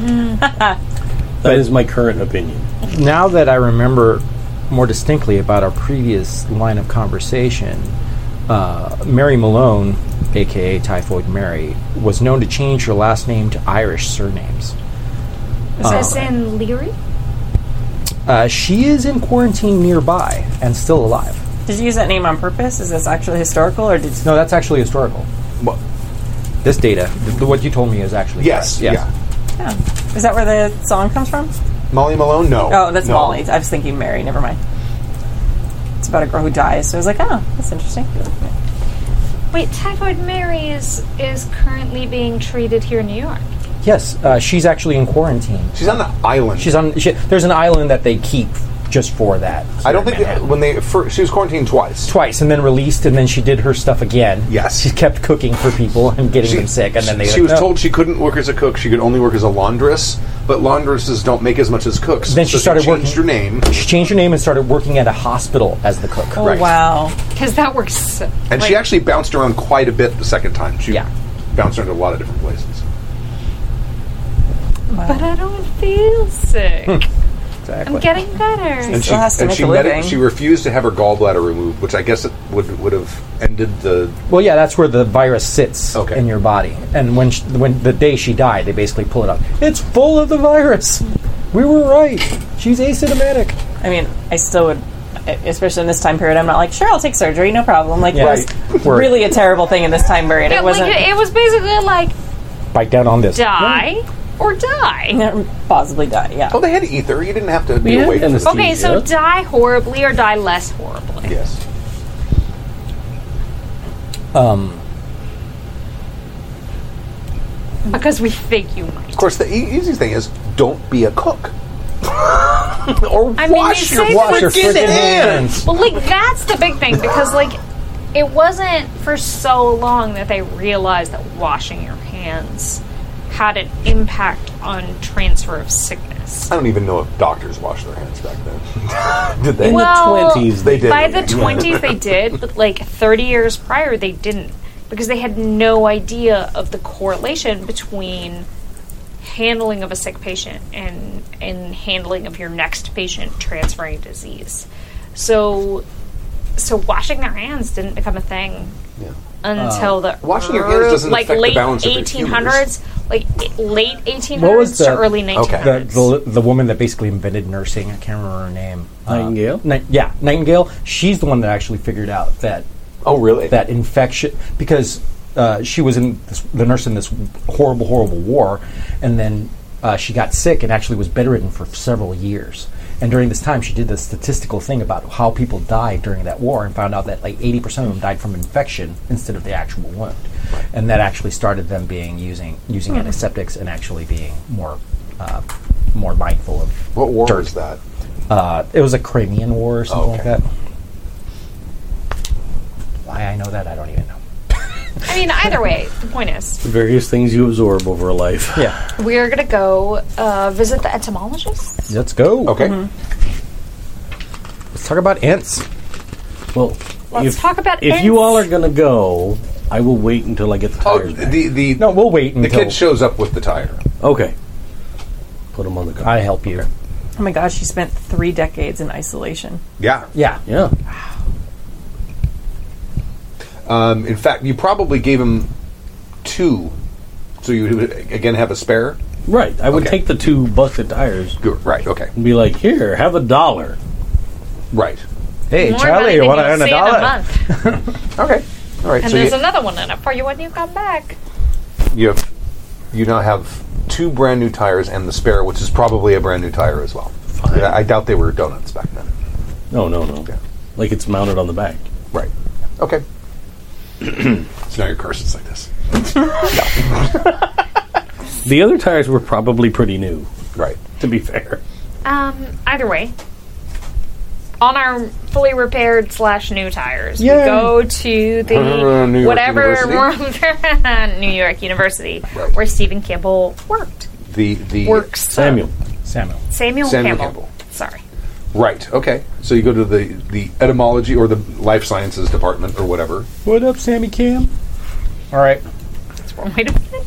F: that is my current opinion.
E: Now that I remember more distinctly about our previous line of conversation, uh, Mary Malone, aka Typhoid Mary, was known to change her last name to Irish surnames.
D: Is
F: Ah.
D: this in Leary?
E: Uh, she is in quarantine nearby and still alive.
G: Did you use that name on purpose? Is this actually historical, or did
E: No, that's actually historical.
B: Well,
E: This data, th- what you told me, is actually
B: yes,
E: correct.
B: yeah.
G: is that where the song comes from?
B: Molly Malone, no.
G: Oh, that's
B: No.
G: Molly. I was thinking Mary. Never mind. It's about a girl who dies. So I was like, oh, that's interesting.
D: Wait, Typhoid Mary is is currently being treated here in New York.
E: Yes, uh, she's actually in quarantine.
B: She's on the island.
E: She's on. She, there's an island that they keep just for that.
B: I don't think
E: Manhattan.
B: that, when they first, she was quarantined twice.
E: twice and then released and then she did her stuff again.
B: Yes.
E: She kept cooking for people and getting them sick and then they "Oh."
B: she was told she couldn't work as a cook; she could only work as a laundress. But laundresses don't make as much as cooks.
E: Then she
B: so
E: started
B: changed
E: working-
B: her name,
E: she changed her name and started working at a hospital as the cook.
G: Oh
B: Right.
G: wow.
D: Because that works. so-
B: and
D: like,
B: she actually bounced around quite a bit the second time. She
E: Yeah.
B: bounced around to a lot of different places.
D: But I don't feel
F: Hmm.
D: sick. I'm
E: Exactly.
D: getting better.
B: and she,
G: still has to
B: and
G: make
B: she,
G: a
B: medi-
G: living.
B: she refused to have her gallbladder removed, which I guess it would would have ended the
E: Well, yeah, that's where the virus sits
B: Okay.
E: in your body. And when sh when the day she died, they basically pull it up. It's full of the virus. We were right. She's asymptomatic.
C: I mean, I still would, especially in this time period. I'm not like, sure, I'll take surgery, no problem. Like,
E: Yeah.
C: it was really a terrible thing in this time period.
D: Yeah,
C: it wasn't
D: like it was basically like
E: Bite down on this.
D: die or die.
C: possibly die. Yeah,
B: oh they had ether you didn't have to be
F: Yeah,
B: awake
F: and
B: for
F: it's-
B: the-
D: Okay, so
F: Yeah.
D: die horribly or die less horribly.
B: yes
D: Because we think you might.
B: of course the e- easiest thing is don't be a cook or
D: I mean,
B: wash
D: they
B: your
D: say
B: wash
D: that-
B: your
E: Friggin'
B: freaking hands
D: Well, like that's the big thing because like it wasn't for so long that they realized that washing your hands had an impact on transfer of sickness.
B: I don't even know if doctors washed their hands back then did they
D: Well,
F: 20s,
B: they did
D: By the 20s, they did, but like 30 years prior, they didn't because they had no idea of the correlation between handling of a sick patient and and handling of your next patient transferring disease. So, so washing their hands didn't become a thing
B: Yeah.
D: until the
B: Uh, washing your hands
D: ear-
B: doesn't
D: like
B: affect the
D: late
B: balance of your
D: 1800s, like i- late 1800s
E: What was
D: to
E: the-
D: early
B: Okay.
D: 1900s.
E: The, the, the woman that basically invented nursing, I can't remember her name. Uh,
F: Nightingale?
E: Ni- yeah, Nightingale. She's the one that actually figured out that
B: oh really
E: that infection because uh, she was in this, the nurse in this horrible, horrible war, and then uh, she got sick and actually was bedridden for several years. And during this time, she did the statistical thing about how people died during that war and found out that like 80% of them died from infection instead of the actual wound. And that actually started them being using using antiseptics and actually being more uh, more mindful of
B: what war
E: dirt.
B: was that
E: Uh, it was a Crimean War or something
B: Okay.
E: like that. Why I know that, I don't even know.
D: I mean, either way, the point is,
F: Various things you absorb over a life.
E: Yeah.
D: we are going to go uh, visit the entomologist.
E: Let's go.
B: okay
E: Let's talk about ants.
F: Well,
D: Let's
F: if,
D: talk about
F: if you
D: ants.
F: all are gonna go, I will wait until I get the
B: oh
F: tires. back.
B: the the
E: No, we'll wait
B: the
E: until
B: kid shows up with the tire
F: okay, put them on the car.
E: I help you.
C: Oh my gosh, she spent three decades in isolation.
B: yeah
E: Yeah.
F: yeah,
B: Um, in fact, you probably gave him two, so you would again have a spare.
F: right. I would
B: Okay.
F: take the two busted tires
B: Good. Right. Okay.
F: and be like, "Here, have a dollar."
B: Right.
E: Hey,
D: More
E: Charlie,
D: money
E: you
D: than
E: want to
D: you'll
E: earn a
D: see in
E: dollar?
D: month.
B: Okay. All right.
D: And
B: so
D: there's
B: you,
D: another one in it for you when you come back.
B: you have you now have two brand new tires and the spare, which is probably a brand new tire as well. Yeah, I doubt they were donuts back then.
F: No, no, no.
B: Yeah.
F: Like it's mounted on the back.
B: Right. Okay. so now your car sits like this.
F: The other tires were probably pretty new.
B: Right.
F: To be fair,
D: Um, either way, on our fully repaired slash new tires, we go to the
B: New York
D: whatever
B: University.
D: world- New York University
B: Right.
D: where Stephen Campbell worked.
B: The the
D: Works.
F: Samuel.
E: Samuel.
D: Samuel,
B: Samuel Campbell.
D: Campbell. Sorry.
B: Right. Okay. So you go to the the etymology or the life sciences department or whatever.
E: What up, Sammy Cam? All right.
D: That's one way to put it.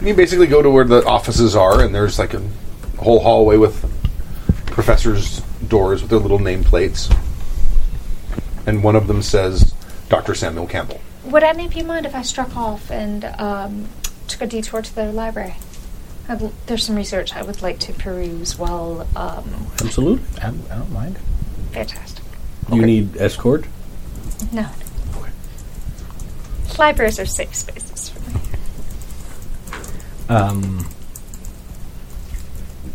B: You basically go to where the offices are, and there's like a whole hallway with professors' doors with their little nameplates. And one of them says, Dr. Samuel Campbell.
D: Would any of you mind if I struck off and um, took a detour to the library? I'd l- there's some research I would like to peruse while. Um,
F: Absolutely.
E: I don't, I don't mind.
D: fantastic.
F: You need escort.
D: No. Libraries are safe spaces for me.
E: Um,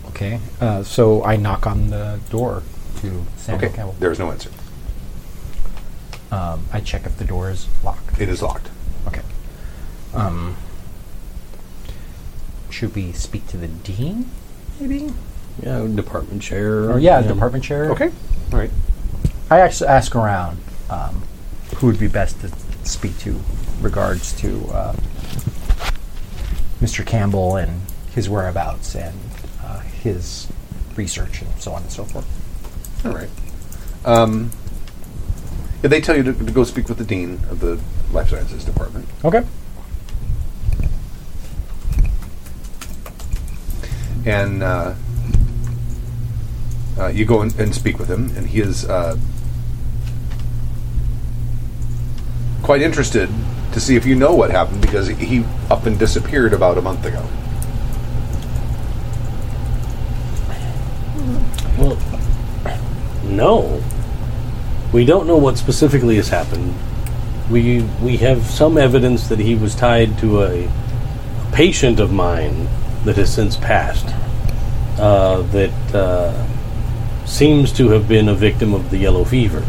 E: okay. Uh, so I knock on the door to Samuel
B: Okay,
E: Campbell.
B: there's no answer.
E: Um, I check if the door is locked.
B: It is locked.
E: Okay. Um, should we speak to the dean, maybe?
F: Yeah, department chair.
E: Or Oh, yeah, department chair.
B: Okay. All right.
E: I actually ask around um, who would be best to speak to regards to uh, Mr. Campbell and his whereabouts and uh, his research and so on and so forth.
B: All right. Um, yeah, they tell you to, to go speak with the dean of the life sciences department.
E: Okay.
B: and uh, uh, you go and, and speak with him, and he is uh, quite interested to see if you know what happened because he up and disappeared about a month ago.
F: Well, no. We don't know what specifically has happened. We we have some evidence that he was tied to a, a patient of mine that has since passed. Uh, that uh, seems to have been a victim of the yellow fever.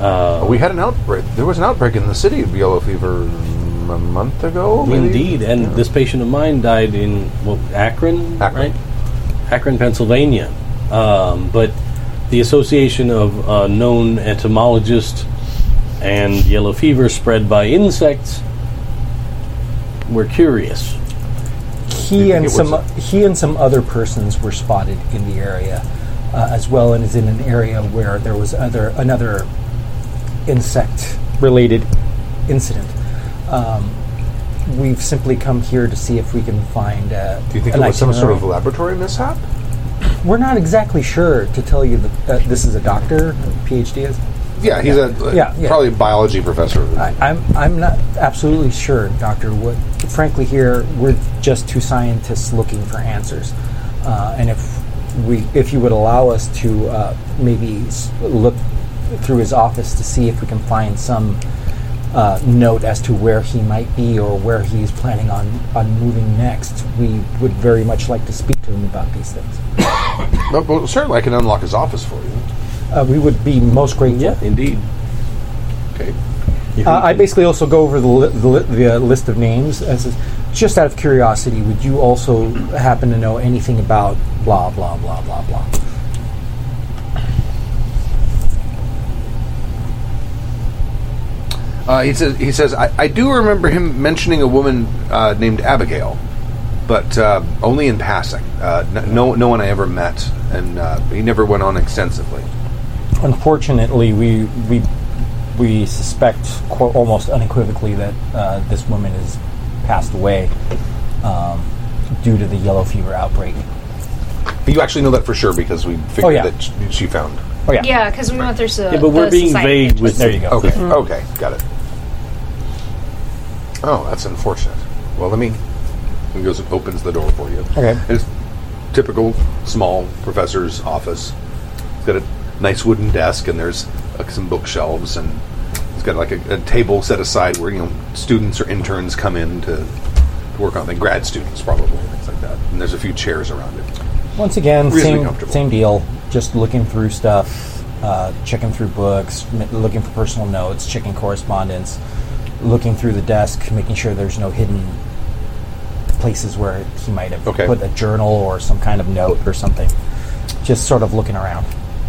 B: Uh, we had an outbreak. There was an outbreak in the city of yellow fever mm, a month ago. maybe?
F: Indeed, and this patient of mine died in well, Akron,
B: Akron.
F: right? Akron, Pennsylvania. Um, but the association of uh, known entomologist and yellow fever spread by insects, we're curious.
B: Do
E: He
B: you think
E: and
B: it
E: some
B: was
E: he and some other persons were spotted in the area, uh, as well, and is in an area where there was other another insect related incident. Um, we've simply come here to see if we can find. Uh,
B: Do you think
E: an
B: it was some sort
E: itinerary.
B: of laboratory mishap?
E: We're not exactly sure to tell you that uh, this is a doctor, PhD is.
B: Yeah, he's a uh,
E: Yeah, yeah.
B: probably a biology professor.
E: I, I'm I'm not absolutely sure, Doctor. What, frankly, here we're just two scientists looking for answers, uh, and if we if you would allow us to uh, maybe s- look through his office to see if we can find some uh, note as to where he might be or where he's planning on on moving next, we would very much like to speak to him about these things.
B: No, well, certainly I can unlock his office for you.
E: Uh, we would be most grateful.
F: indeed.
B: Okay.
E: Uh, I basically also go over the, li- the, li- the uh, list of names. As is, just out of curiosity, would you also happen to know anything about blah blah blah blah blah?
B: Uh, he says, he says I, I do remember him mentioning a woman uh, named Abigail, but uh, only in passing. Uh, n- no, no one I ever met, and uh, he never went on extensively.
E: Unfortunately, we we we suspect qu- almost unequivocally that uh, this woman has passed away um, due to the yellow fever outbreak.
B: You actually know that for sure because we figured
E: Oh, yeah.
B: that sh- she found.
E: Oh yeah,
D: Yeah, because we went through some.
F: Yeah, but we're being vague with
E: There you go.
B: Okay, okay, got it. Oh, that's unfortunate. Well, let me. He goes and opens the door for you.
E: Okay.
B: It's typical small professor's office. He's got a nice wooden desk, and there's like, some bookshelves, and he's got like a, a table set aside where you know students or interns come in to, to work on. The grad students probably things like that. And there's a few chairs around it.
E: Once again,
B: Reasonably
E: same
B: comfortable.
E: same deal. Just looking through stuff, uh, checking through books, m- looking for personal notes, checking correspondence, looking through the desk, making sure there's no hidden places where he might have
B: Okay.
E: put a journal or some kind of note or something. Just sort of looking around.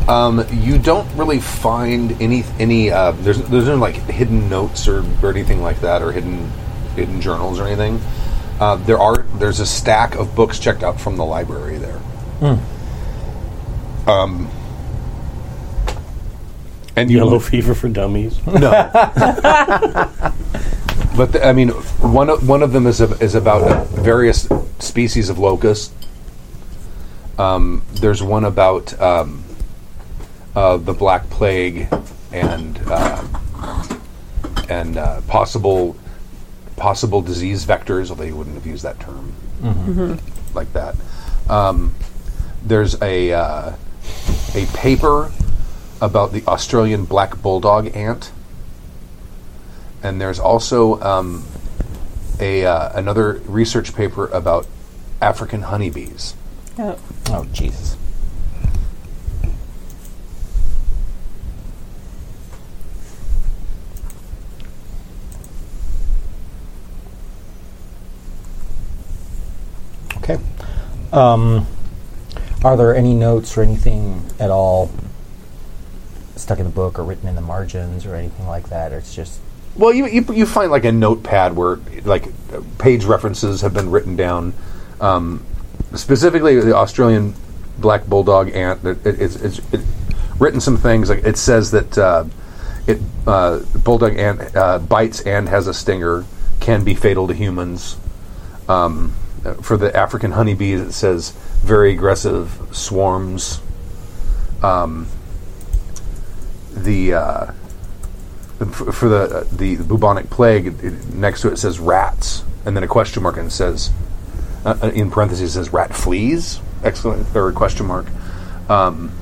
B: Um, you don't really find any any uh, there's there's no like hidden notes or, or anything like that or hidden hidden journals or anything. Uh, there are there's a stack of books checked out from the library there. Um, and you
F: Yellow fever for dummies.
B: no. but the, I mean, one of, one of them is a, is about uh, various species of locust. Um, there's one about um, uh, the black plague and uh, and uh, possible possible disease vectors. Although you wouldn't have used that term like that. Um, there's a uh, a paper about the Australian black bulldog ant, and there's also um, a uh, another research paper about African honeybees.
R: Oh.
E: Oh Jesus! Okay. Um, are there any notes or anything at all stuck in the book or written in the margins or anything like that? Or it's just
B: Well, you, you you find like a notepad where like uh, page references have been written down, um, specifically the Australian black bulldog ant. That it, it's it's it, written some things like it says that uh, it uh, bulldog ant uh, bites and has a stinger, can be fatal to humans. Um, for the African honeybees, it says very aggressive swarms. Um, the uh, for, for the, uh, the bubonic plague, it, it- next to it says rats, and then a question mark, and it says, uh, uh, in parentheses, it says rat fleas? Excellent. Or question mark. Um,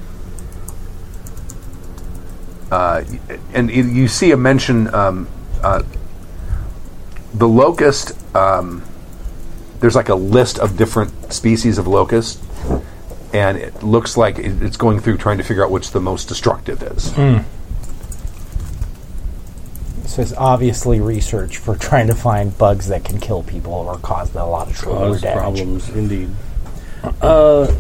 B: uh, y- and y- you see a mention um, uh, the locust. Um, there's like a list of different species of locust, and it looks like it, it's going through trying to figure out which the most destructive is.
L: So it's obviously research for trying to find bugs that can kill people or cause a lot of trouble or
F: Cause
L: damage.
F: problems, indeed. Uh,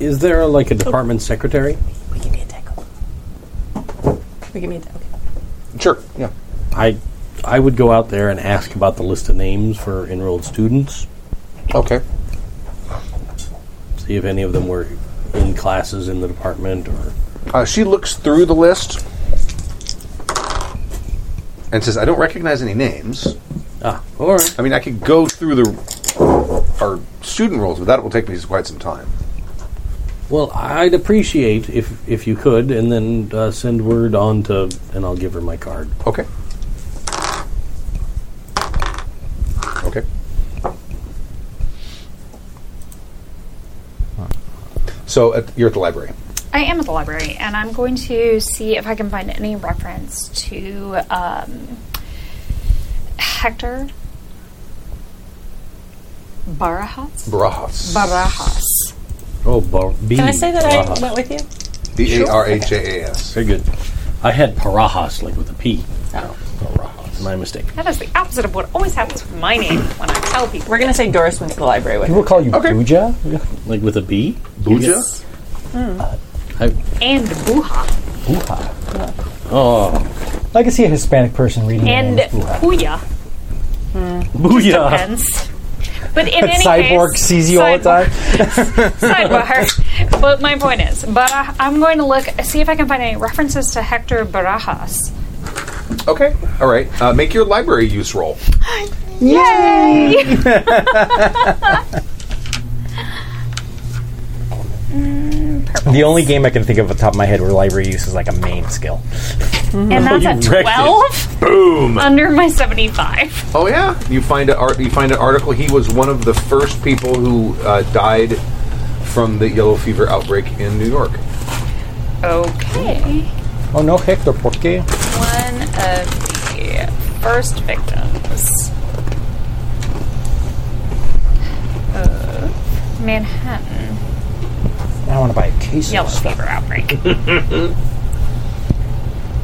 F: is there like a department secretary?
G: We can be a tackle. We can be a tackle.
B: Sure. Yeah.
F: I I would go out there and ask about the list of names for enrolled students.
B: Okay.
F: See if any of them were in classes in the department or
B: Uh, she looks through the list and says, "I don't recognize any names.
F: ah, all right.
B: I mean, I could go through the our student roles, but that will take me quite some time."
F: Well, I'd appreciate if if you could, and then uh, send word on to, and I'll give her my card.
B: Okay. Okay. So at, you're at the library.
I: I am at the library, and I'm going to see if I can find any reference to um, Hector Barajas.
B: Barajas.
I: Barajas.
F: Oh, bar- B.
G: Can I say that
F: Barajas.
G: I went with you?
B: B a r h a a s.
F: Very good. I had Parajas, like with a P. Oh, Parajas. My mistake.
D: That is the opposite of what always happens with my name when I tell people.
C: We're gonna say Doris went to the library with.
L: People call you
B: Okay.
L: Buja?
F: Like with a B?
B: Buja.
D: And Buha.
L: Buja.
F: Oh.
L: I can see a Hispanic person reading your
D: And
L: name as Buja.
D: Puya.
F: Booyah!
D: Depends. But in any
L: Cyborg
D: case,
L: sees you all the
D: sidebar-
L: time.
D: sidebar. but my point is, but I'm going to look see if I can find any references to Hector Barajas.
B: Okay. All right. Uh, make your library use roll.
L: The only game I can think of off the top of my head where library use is like a main skill.
D: And that's
F: you
D: a
F: wrecked it.
D: 12
B: Boom.
D: under my 75.
B: Oh yeah, you find a art. You find an article. He was one of the first people who uh, died from the yellow fever outbreak in New York.
D: Okay.
L: Oh no, Hector, por qué?
D: One of the first victims of Manhattan
L: I want to buy a case
D: yellow
L: of stuff.
D: fever outbreak.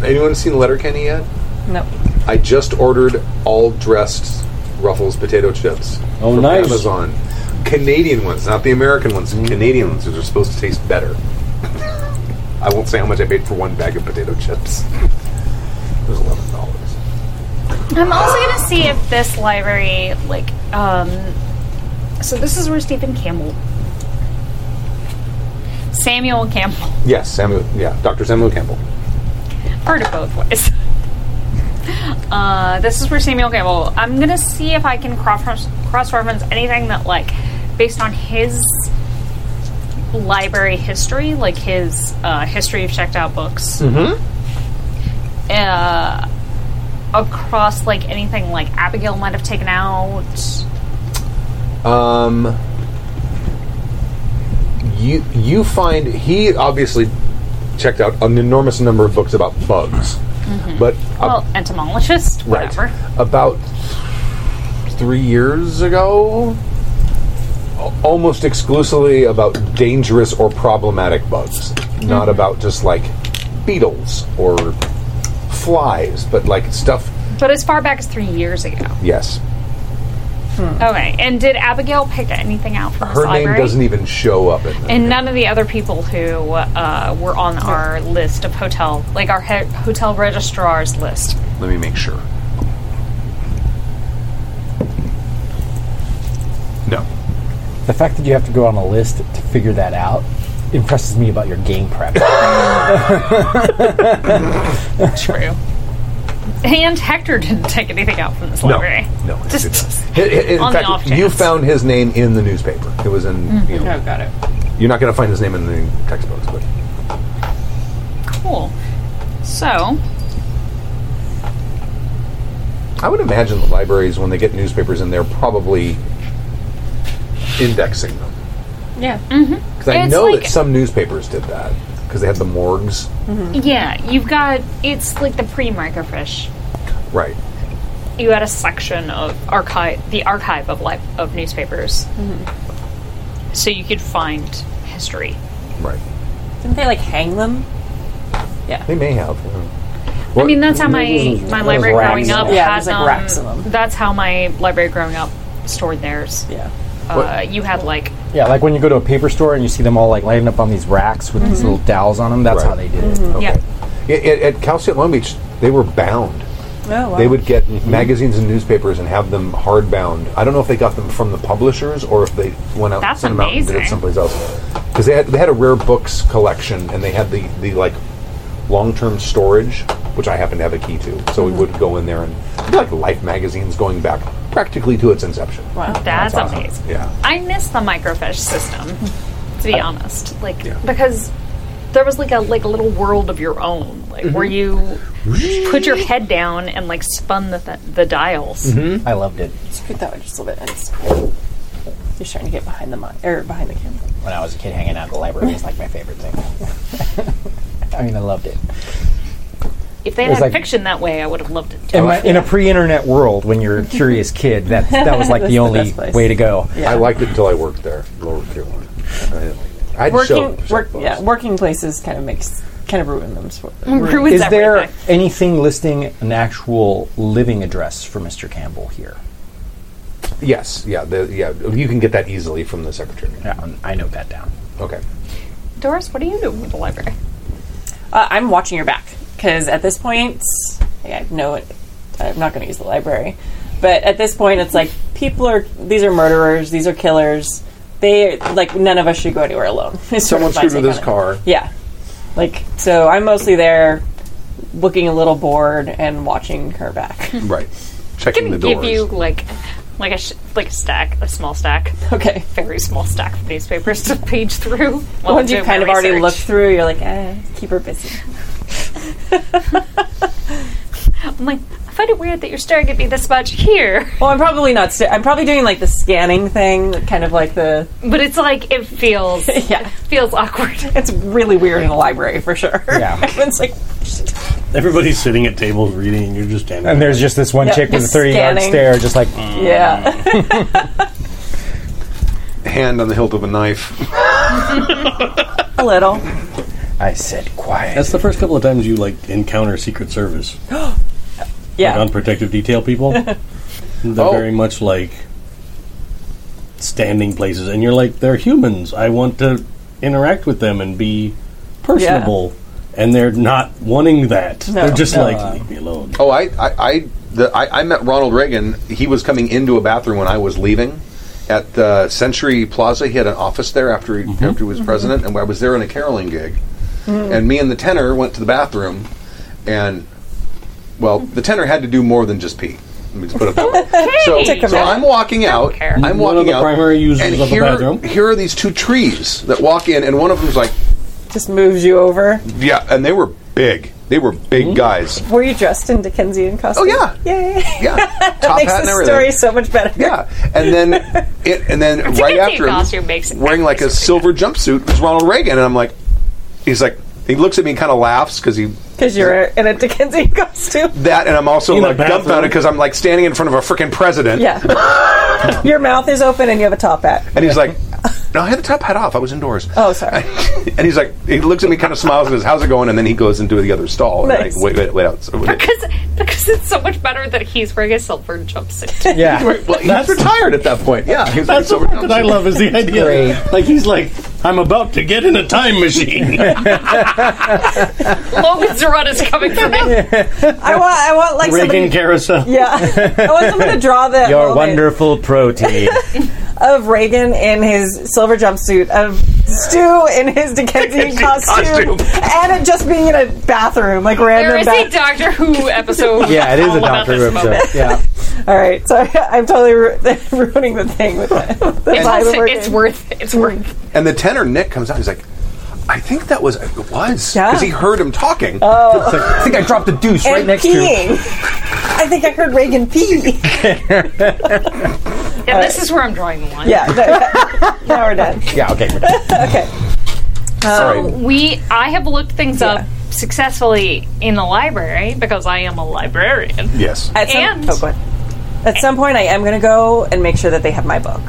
B: Anyone seen Letterkenny yet?
C: No.
B: I just ordered all dressed Ruffles potato chips.
F: Oh,
B: from
F: nice. Mm.
B: Amazon. Canadian ones, not the American ones. Canadian ones, which are supposed to taste better. I won't say how much I paid for one bag of potato chips. It was eleven dollars.
I: I'm also going to see if this library, like, um, so this is where Stephen Campbell,
D: Samuel Campbell.
B: Yes, Samuel. Yeah, Doctor Samuel Campbell.
D: heard it both ways. Uh, this is for Samuel Campbell. I'm gonna see if I can cross cross reference anything that like based on his library history, like his uh, history of checked out books. Mm-hmm. Uh, across like anything like Abigail might have taken out.
B: Um, you you find he obviously checked out an enormous number of books about bugs, but
D: Mm-hmm. Well, entomologist,
B: Right.
D: whatever.
B: About three years ago, al- almost exclusively about dangerous or problematic bugs, not
D: Mm-hmm.
B: about just like beetles or flies, but like stuff.
D: But as far back as three years ago.
B: Yes,
D: Okay. And did Abigail pick anything out from
B: Hmm. her
D: this
B: name
D: library?
B: doesn't even show up in there.
D: And none of the other people who uh, were on our list of hotel, like our he- hotel registrar's list.
B: Let me make sure. No.
L: The fact that you have to go on a list to figure that out impresses me about your game prep.
D: True. And Hector didn't take anything out from this library.
B: No, no.
D: Just-
B: Hi- hi- in
D: On the off
B: fact, you
D: chance.
B: found his name in the newspaper. It was in. You know,
C: No, got it.
B: You're not going to find his name in the textbooks, but
D: Cool. So,
B: I would imagine the libraries, when they get newspapers in, they're probably indexing them.
G: Yeah.
B: Because I
D: Mm-hmm. It's
B: know
D: like-
B: that some newspapers did that because they had the morgues.
D: Yeah, you've got it's like the pre-microfish.
B: Right.
D: You had a section of archive, the archive of li- of newspapers, so you could find history.
B: Right.
C: Didn't they like hang them?
B: They may have. I don't know.
D: I mean, that's how my my library growing up
C: Yeah,
D: had
C: there's, like,
D: um,
C: racks of them.
D: That's how my library growing up stored theirs.
C: Yeah.
D: Uh, you had like
L: Yeah, like when you go to a paper store and you see them all like lining up on these racks with
D: Mm-hmm.
L: these little dowels on them. That's
B: Right.
L: how they did it.
D: yeah.
B: Yeah, at, at Cal State Long Beach, they were bound.
C: Oh, wow.
B: They would get magazines and newspapers and have them hardbound. I don't know if they got them from the publishers or if they went out,
D: That's
B: sent them out and did it
D: amazing.
B: someplace else. Because they had, they had a rare books collection and they had the, the like long term storage, which I happen to have a key to. So we would go in there and it'd be like Life magazines going back practically to its inception.
D: That's,
B: awesome.
D: amazing.
B: Yeah.
D: I miss the microfish system, to be honest. Like because there was like a like a little world of your own, like where you put your head down and like spun the th- the dials.
L: I loved it
C: Scoot that way just a little bit. And just, just trying to get behind the mic or behind the camera.
L: when I was a kid. Hanging out at the library was like my favorite thing. I mean, I loved it.
D: If they
L: was
D: had
L: like-
D: fiction that way, I would have loved it. Too.
L: In, my, in a pre-internet world, when you're a curious kid, that that was like the only
C: best place.
L: way to go.
B: I liked it until I worked there, Lower Tier 1. I didn't like it. I had
C: Working,
B: shows,
C: work,
B: books.
C: yeah, working places kind of makes kind of ruin them. sort of.
D: Ruins
L: Is there
D: everything.
L: anything listing an actual living address for Mr. Campbell here?
B: Yes, yeah, the, yeah. You can get that easily from the secretary.
L: Yeah, I note that down.
B: Okay.
D: Doris? What are you doing with the library?
C: Uh, I'm watching your back because at this point, like, I know it. I'm not going to use the library, but at this point, it's like people are. These are murderers. These are killers. They like none of us should go anywhere alone. It's sort
H: Someone
C: of my
H: screwed with
C: take
H: his
C: on it.
H: car.
C: Yeah, like so. I'm mostly there, looking a little bored and watching her back.
B: Right. Checking
D: Can
B: the doors.
D: give you like like a sh- like a stack, a small stack,
C: okay,
D: very small stack of newspapers to page through.
C: the
D: while I'm
C: ones you
D: doing
C: kind of
D: my
C: already
D: research.
C: looked through, you're like, eh, keep her busy.
D: I'm like, I find it weird that you're staring at me this much here.
C: Well, I'm probably not. St- I'm probably doing like the scanning thing, kind of like the
D: But it's like it feels
C: yeah.
D: feels awkward.
C: It's really weird in a library for sure. Yeah, it's like
F: Everybody's sitting at tables reading, and you're just standing.
L: And there's just this one
C: Yep,
L: chick with a
C: just
L: 30 yard
C: scanning.
L: stare, just like, "Mm,
C: yeah.
B: Hand on the hilt of a knife.
C: A little.
L: I said quiet.
F: That's the first couple of times you like encounter Secret Service,
C: Yeah.
F: like unprotective detail people. They're very much like standing places, and you're like, they're humans. I want to interact with them and be personable, and they're not wanting that. they're just like, leave me alone.
B: Oh, I, I, I, the, I, I met Ronald Reagan. He was coming into a bathroom when I was leaving at the Century Plaza. He had an office there after he,
F: Mm-hmm.
B: after he was president, and I was there in a caroling gig. And me and the tenor went to the bathroom, and well, the tenor had to do more than just pee. Let me just put it that way. So,
D: Take a
B: so
D: minute.
B: I'm walking out.
D: care.
B: I'm
F: One of
B: walking
F: the
B: out.
F: primary users
B: and
F: of the
B: here,
F: bathroom.
B: Here are these two trees that walk in, and one of them's like,
C: Just moves you over.
B: yeah, and they were big. They were big
F: Mm-hmm.
B: guys.
C: Were you dressed in Dickensian
B: Oh,
C: costume?
B: yeah.
C: Yay.
B: Yeah, top
C: Makes
B: hat and
C: the
B: everything.
C: story so much better.
B: Yeah, and then it, and then right
D: Dickensian
B: after
D: costume
B: him,
D: makes it
B: wearing like a
D: extra
B: silver jumpsuit was Ronald Reagan, and I'm like, he's like, he looks at me and kind of laughs because he
C: Because you're in a Dickensian costume.
B: that, and I'm also
F: In a
B: like
F: bathroom.
B: dumbfounded because I'm like standing in front of a freaking president,
C: Yeah. Your mouth is open and you have a top hat.
B: and he's like, no, I had the top hat off, I was indoors.
C: Oh, sorry.
B: and he's like, he looks at me, kind of smiles, and says, "How's it going?" And then he goes into the other stall. And
C: Nice.
B: I, wait, wait, wait, out. So- wait.
D: Because because it's so much better that he's wearing a silver jumpsuit.
L: yeah.
B: Well, he's retired at that point. Yeah, he's like,
F: That's the
B: "So we're
F: part that
B: done."
F: I love is the idea. Like he's like, I'm about to get in a time machine.
D: Logan's run is coming for me.
C: I want. I want like somebody.
F: Reagan carousel.
C: yeah. I want someone to draw the
L: Your
C: moment
L: wonderful protein.
C: of Reagan in his silver jumpsuit of. Stu in his Dickensian costume, and it just being in a bathroom, like
D: There
C: random.
D: is
C: bathroom.
D: a Doctor Who episode.
L: yeah, it is
D: all
L: a
D: about
L: Doctor Who
D: this moment.
L: episode. Yeah.
C: All right, so I'm totally ru- ruining the thing with the, with the vibe of
D: It's, it's
C: working.
D: worth it. It's worth it.
B: And the tenor Nick comes out. He's like, "I think that was it was
C: Yeah. Oh.
B: because he heard him talking."
L: I think I dropped a deuce right
C: And
L: next to you.
C: peeing. I think I heard Reagan pee.
D: Yeah, this is where I'm drawing the line.
C: yeah. that- now we're done.
L: Yeah, okay.
C: Okay.
D: So we, I have looked things up successfully in the library because I am a librarian.
B: Yes.
C: At some,
D: And-
C: oh, go ahead. At some point, I am going to go and make sure that they have my book.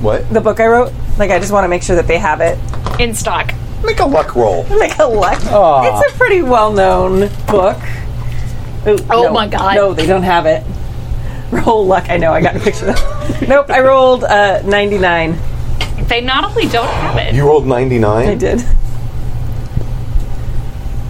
B: What?
C: The book I wrote. Like, I just want to make sure that they have it.
D: In stock.
B: Make a luck roll.
C: Like a luck. It's a pretty well-known book. Ooh,
D: Oh
C: no.
D: my God.
C: No, they don't have it. Roll luck. I know. I got a picture. of that. nope. I rolled uh, 99.
D: They not only don't have it,
B: You rolled
C: I
B: 99.
C: did.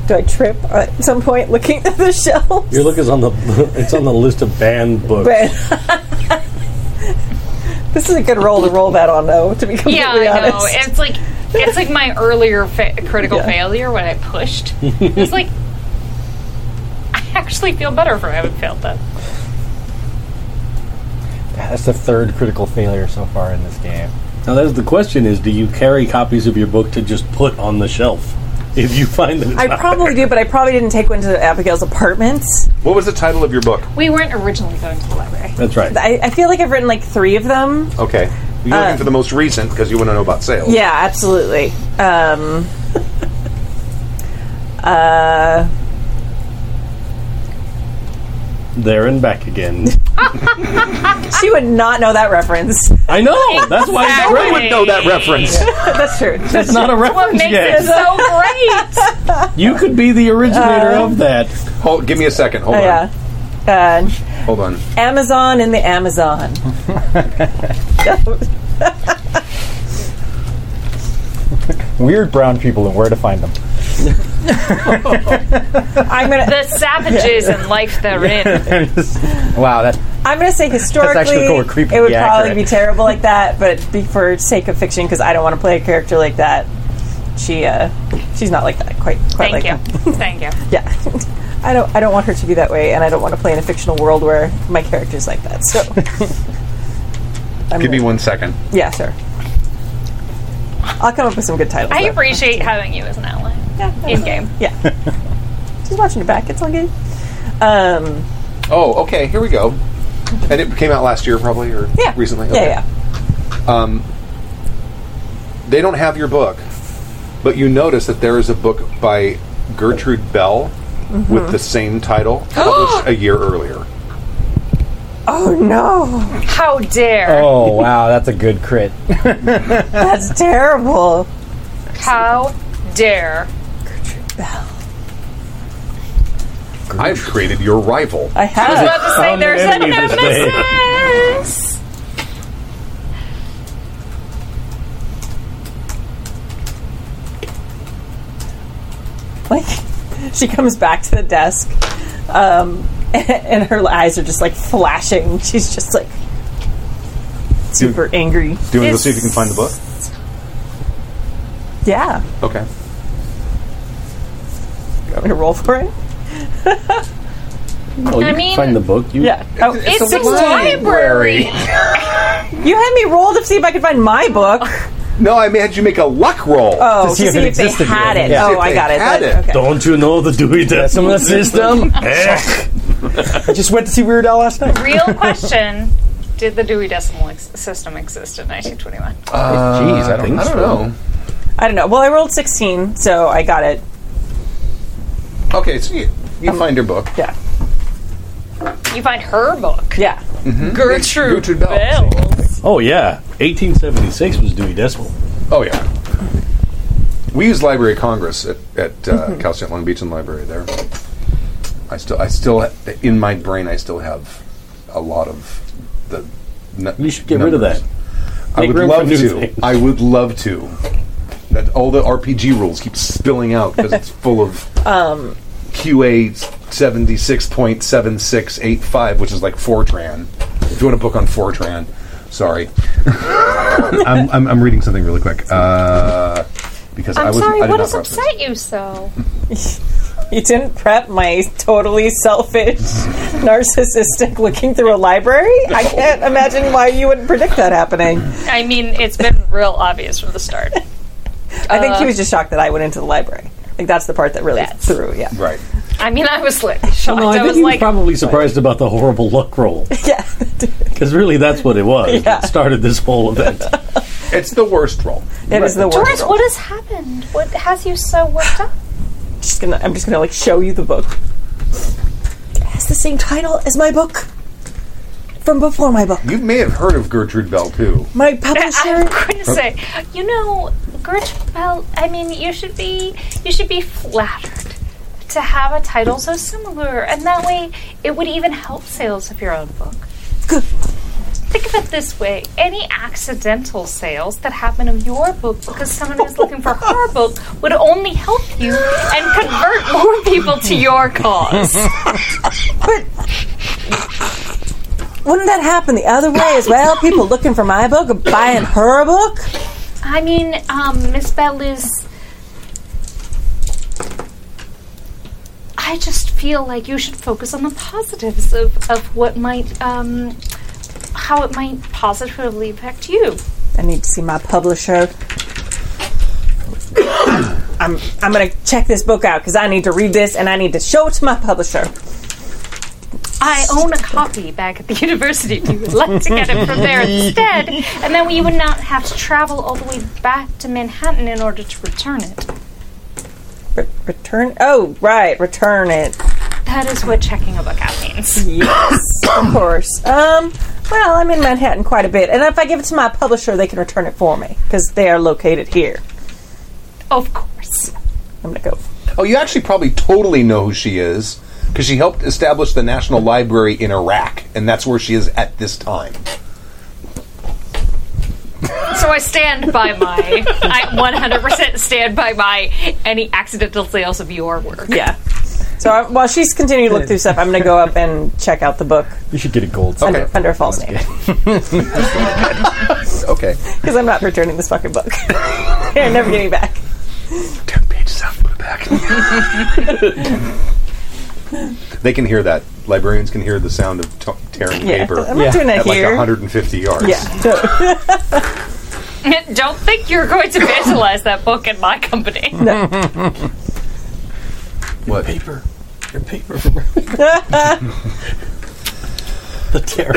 C: Do I trip at some point looking at the shelves?
F: Your look is on the it's on the list of banned books.
C: But this is a good roll to roll that on, though. To be completely
D: Yeah, I know.
C: honest,
D: It's like it's like my earlier fa- critical
C: Yeah.
D: failure when I pushed. it's like I actually feel better for having failed that.
L: That's the third critical failure so far in this game.
F: Now that's the question is do you carry copies of your book to just put on the shelf if you find them?
C: I probably do, but I probably didn't take one to Abigail's apartment.
B: What was the title of your book?
D: We weren't originally going to the library.
F: That's right.
C: I, I feel like I've written like three of them.
B: Okay. You're looking for the most recent because you want to know about sales.
C: Uh, Yeah, absolutely. Um,
F: There and back again.
C: she would not know that reference.
F: I know. That's why it's
B: I
F: great.
B: would know that reference.
C: That's true.
F: That's not a reference
D: Makes
F: yet.
D: it so great.
F: You could be the originator
C: Uh,
F: of that.
B: Hold, give me a second.
D: Oh,
B: Hold
C: yeah. Uh,
B: on. Hold on.
C: Amazon in the Amazon.
L: Weird brown people and where to find them.
C: I'm gonna.
D: the savages and life therein.
L: wow, that
C: I'm gonna say historically,
L: actually cool, creepy,
C: it would
L: yeah,
C: probably
L: accurate.
C: be terrible like that. But be for sake of fiction, because I don't want to play a character like that. She, uh, she's not like that. Quite, quite
D: Thank
C: like
D: you.
C: that.
D: Thank you.
C: Yeah. I don't I don't want her to be that way and I don't want to play in a fictional world where my character's like that. So I'm
B: Give me
C: gonna-
B: one second.
C: Yeah, sure. I'll come up with some good titles.
D: I
C: though.
D: appreciate having you as an ally in game.
C: She's watching it back. It's all good. Um,
B: Oh, okay. Here we go. And it came out last year, probably, or
C: yeah.
B: recently.
C: Yeah,
B: Okay.
C: yeah.
B: They don't have your book, but you notice that there is a book by Gertrude Bell
C: Mm-hmm.
B: with the same title published a year earlier.
C: Oh no.
D: How dare?
L: Oh wow, that's a good crit.
C: That's terrible.
D: How dare?
B: I've created your rival.
C: I have
D: About to say there's a
F: enemy this day.
D: nemesis.
C: like she comes back to the desk. Um and her eyes are just like flashing. She's just like super
B: Do
C: angry.
B: you want to go see if you can find the book?
C: Yeah.
B: Okay.
C: I'm gonna roll for it.
F: Oh, you
D: I
F: can
D: mean-
F: find the book. You,
C: Yeah. Oh,
D: It's a library.
C: You had me roll to see if I could find my book.
B: No, I had you make a luck roll.
C: Oh, to
L: see
C: see
L: if it
C: if they
L: existed
C: had
L: yet.
C: it.
B: Yeah. See
C: Oh,
B: if
C: I
B: they
C: got it.
B: had
C: That-
B: it.
C: Okay.
F: Don't you know the Dewey Decimal System? Heck.
L: I just went to see Weird Al last night.
D: Real question: Did the Dewey Decimal ex- System exist in 1921?
L: Jeez, I don't
B: Uh, I don't know.
C: I don't know. Well, I rolled 16, so I got it.
B: Okay, so you, you find your book.
C: Oh. Yeah.
D: You find her book,
C: Yeah.
D: Gertrude,
B: Gertrude Bell.
F: Oh yeah, 1876 was Dewey Decimal.
B: Oh yeah. We use Library of Congress at, at uh,
C: Mm-hmm.
B: Cal State Long Beach and Library there. I still, I still, in my brain, I still have a lot of the. nu-
F: You should get rid of
B: numbers.
F: that.
B: I
F: Make
B: would
F: room for
B: love
F: new
B: to.
F: things.
B: I would love to. That all the RPG rules keep spilling out because it's full of
I: Um,
B: QA seventy six point seven six eight five, which is like Fortran. If you want a book on Fortran, sorry. I'm, I'm, I'm reading something really quick uh, because I
I: I'm
B: was
I: sorry,
B: I did
I: what
B: not
I: has
B: prep this.
I: upset you so?
C: You didn't prep my totally selfish, narcissistic looking through a library? I can't imagine why you wouldn't predict that happening.
D: I mean, it's been real obvious from the start.
C: Uh. I think he was just shocked that I went into the library. Like, that's the part that really threw, yeah.
B: Right.
D: I mean, I was like shocked.
F: Well, no, I
D: I,
F: think
D: was
F: he was
D: like,
F: probably surprised about the horrible luck roll
C: Yeah.
F: because really that's what it was. It started this whole event.
B: It's the worst roll.
C: It is the worst.
D: Doris, what has happened? What has you so worked up?
C: Just gonna, I'm just gonna like show you the book. It has the same title as my book from before my book.
B: You may have heard of Gertrude Bell too.
C: My publisher.
D: I'm going to say, you know, Gert, well, I mean, you should be, you should be flattered to have a title so similar, and that way it would even help sales of your own book. Think of it this way: any accidental sales that happen of your book because someone was looking for her book would only help you and convert more people to your cause.
C: Wouldn't that happen the other way as well? People looking for my book, and buying her book.
D: I mean, um, Miss Bell is. I just feel like you should focus on the positives of, of what might, um, how it might positively affect you.
C: I need to see my publisher. I'm I'm gonna check this book out because I need to read this and I need to show it to my publisher.
D: I own a copy back at the university. If you would like to get it from there instead, and then we would not have to travel all the way back to Manhattan in order to return it.
C: Re- return. Oh, right, return it.
D: That is what checking a book out means.
C: Yes, of course. Um, well, I'm in Manhattan quite a bit, and if I give it to my publisher, they can return it for me because they are located here.
D: Of course.
C: I'm gonna go.
B: Oh, you actually probably totally know who she is because she helped establish the National Library in Iraq, and that's where she is at this time.
D: So I stand by my, I 100% stand by my any accidental sales of your work.
C: Yeah. So I, while she's continuing to look through stuff, I'm gonna go up and check out the book
L: You should get a gold.
C: under, under a false name
B: Okay.
C: because I'm not returning this fucking book. They're never getting it back.
B: Ten pages out, put it back. they can hear that. Librarians can hear the sound of t- tearing
C: Yeah,
B: paper
C: I'm not doing that
B: at like
C: here.
B: 150 yards.
C: yeah. So-
D: Don't think you're going to vandalize that book in my company.
B: What?
F: Paper, your paper. the terror.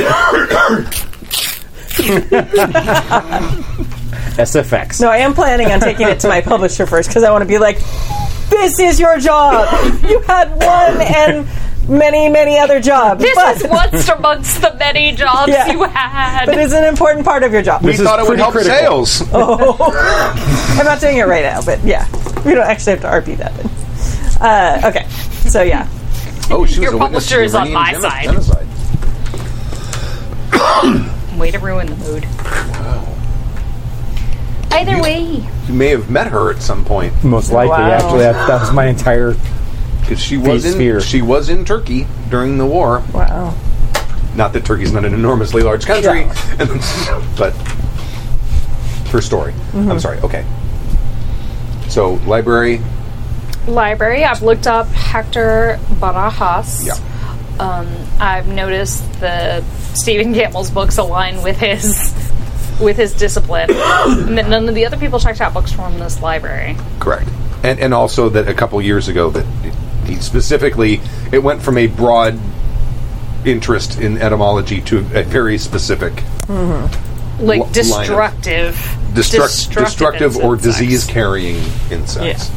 L: SFX.
C: No, I am planning on taking it to my publisher first because I want to be like, this is your job. You had one and many, many other jobs. but,
D: This is once amongst the many jobs
C: Yeah.
D: you had.
C: but it's an important part of your job.
B: We thought it would help sales.
D: Oh,
C: I'm not doing it right now, but yeah. We don't actually have to RP that. But, uh, okay. So, yeah.
B: Oh, she was
D: Your
B: a witness to
D: publisher
B: the
D: is on
B: Iranian
D: my
B: geno-
D: side.
B: genocide.
D: Way to ruin the mood. Either way,
B: You may have met her at some point
L: Most likely, actually, that, that was my entire.
B: because she was in
L: sphere.
B: she was in Turkey during the war.
C: Wow.
B: Not that Turkey's not an enormously large country, and- but her story. I'm sorry. Okay. So library.
D: library, I've looked up Hector Barajas.
B: Yeah.
D: Um, I've noticed the Stephen Gamble's books align with his with his discipline, and that none of the other people checked out books from this library.
B: Correct. And and also that a couple years ago that he specifically it went from a broad interest in etymology to a very specific
D: like
B: L- line of-
D: destructive,
B: destruct, destructive, or
D: insects.
B: disease carrying insects.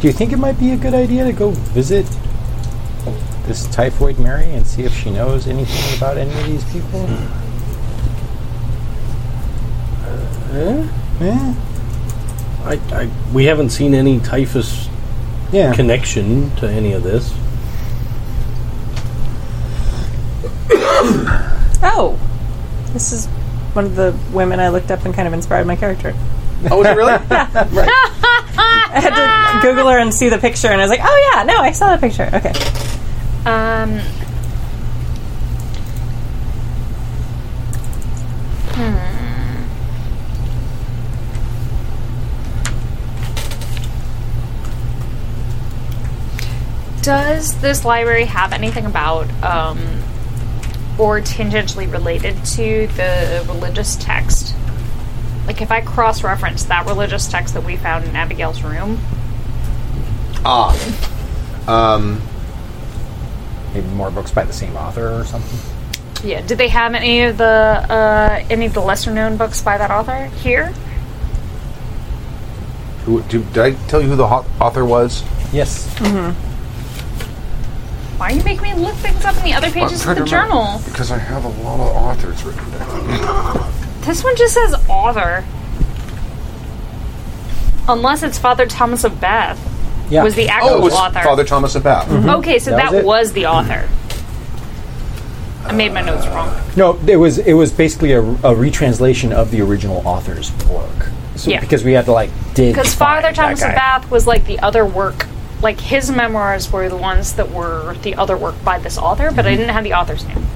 L: Do you think it might be a good idea to go visit this typhoid Mary and see if she knows anything about any of these people? Yeah.
F: I, I, we haven't seen any typhus
L: Yeah.
F: connection to any of this.
C: Oh. This is one of the women I looked up and kind of inspired my character.
B: Oh, is it really?
C: I had
D: Ah!
C: to Google her and see the picture, and I was like, oh, yeah, no, I saw the picture. Okay.
D: Um, hmm. hmm. Does this library have anything about um, or tangentially related to the religious text. Like if I cross reference that religious text that we found in Abigail's room,
E: Maybe more books by the same author or something.
D: yeah, did they have any of the uh, any of the lesser known books by that author here?
B: Who, did, did I tell you who the ho- author was?
E: Yes.
D: Mm. Why are you making me look things up in the other pages
B: I'm
D: of
B: trying
D: the
B: to remember,
D: journal?
B: Because I have a lot of authors written down.
D: This one just says author. Unless it's Father Thomas of Bath
E: Yeah.
D: was the actual
B: Oh, it was
D: author. Mm-hmm.
B: Father Thomas of Bath.
D: Okay, so
E: That
D: that,
E: was
D: was,
E: it.
D: the author. I made my notes wrong.
E: No, it was it was basically a, a retranslation of the original author's work. So
D: Yeah.
E: because we had to like dig
D: Because
E: to
D: Father
E: find that
D: Thomas of
E: guy.
D: Bath was like the other work. Like his memoirs were the ones that were the other work by this author, but I didn't have the author's name.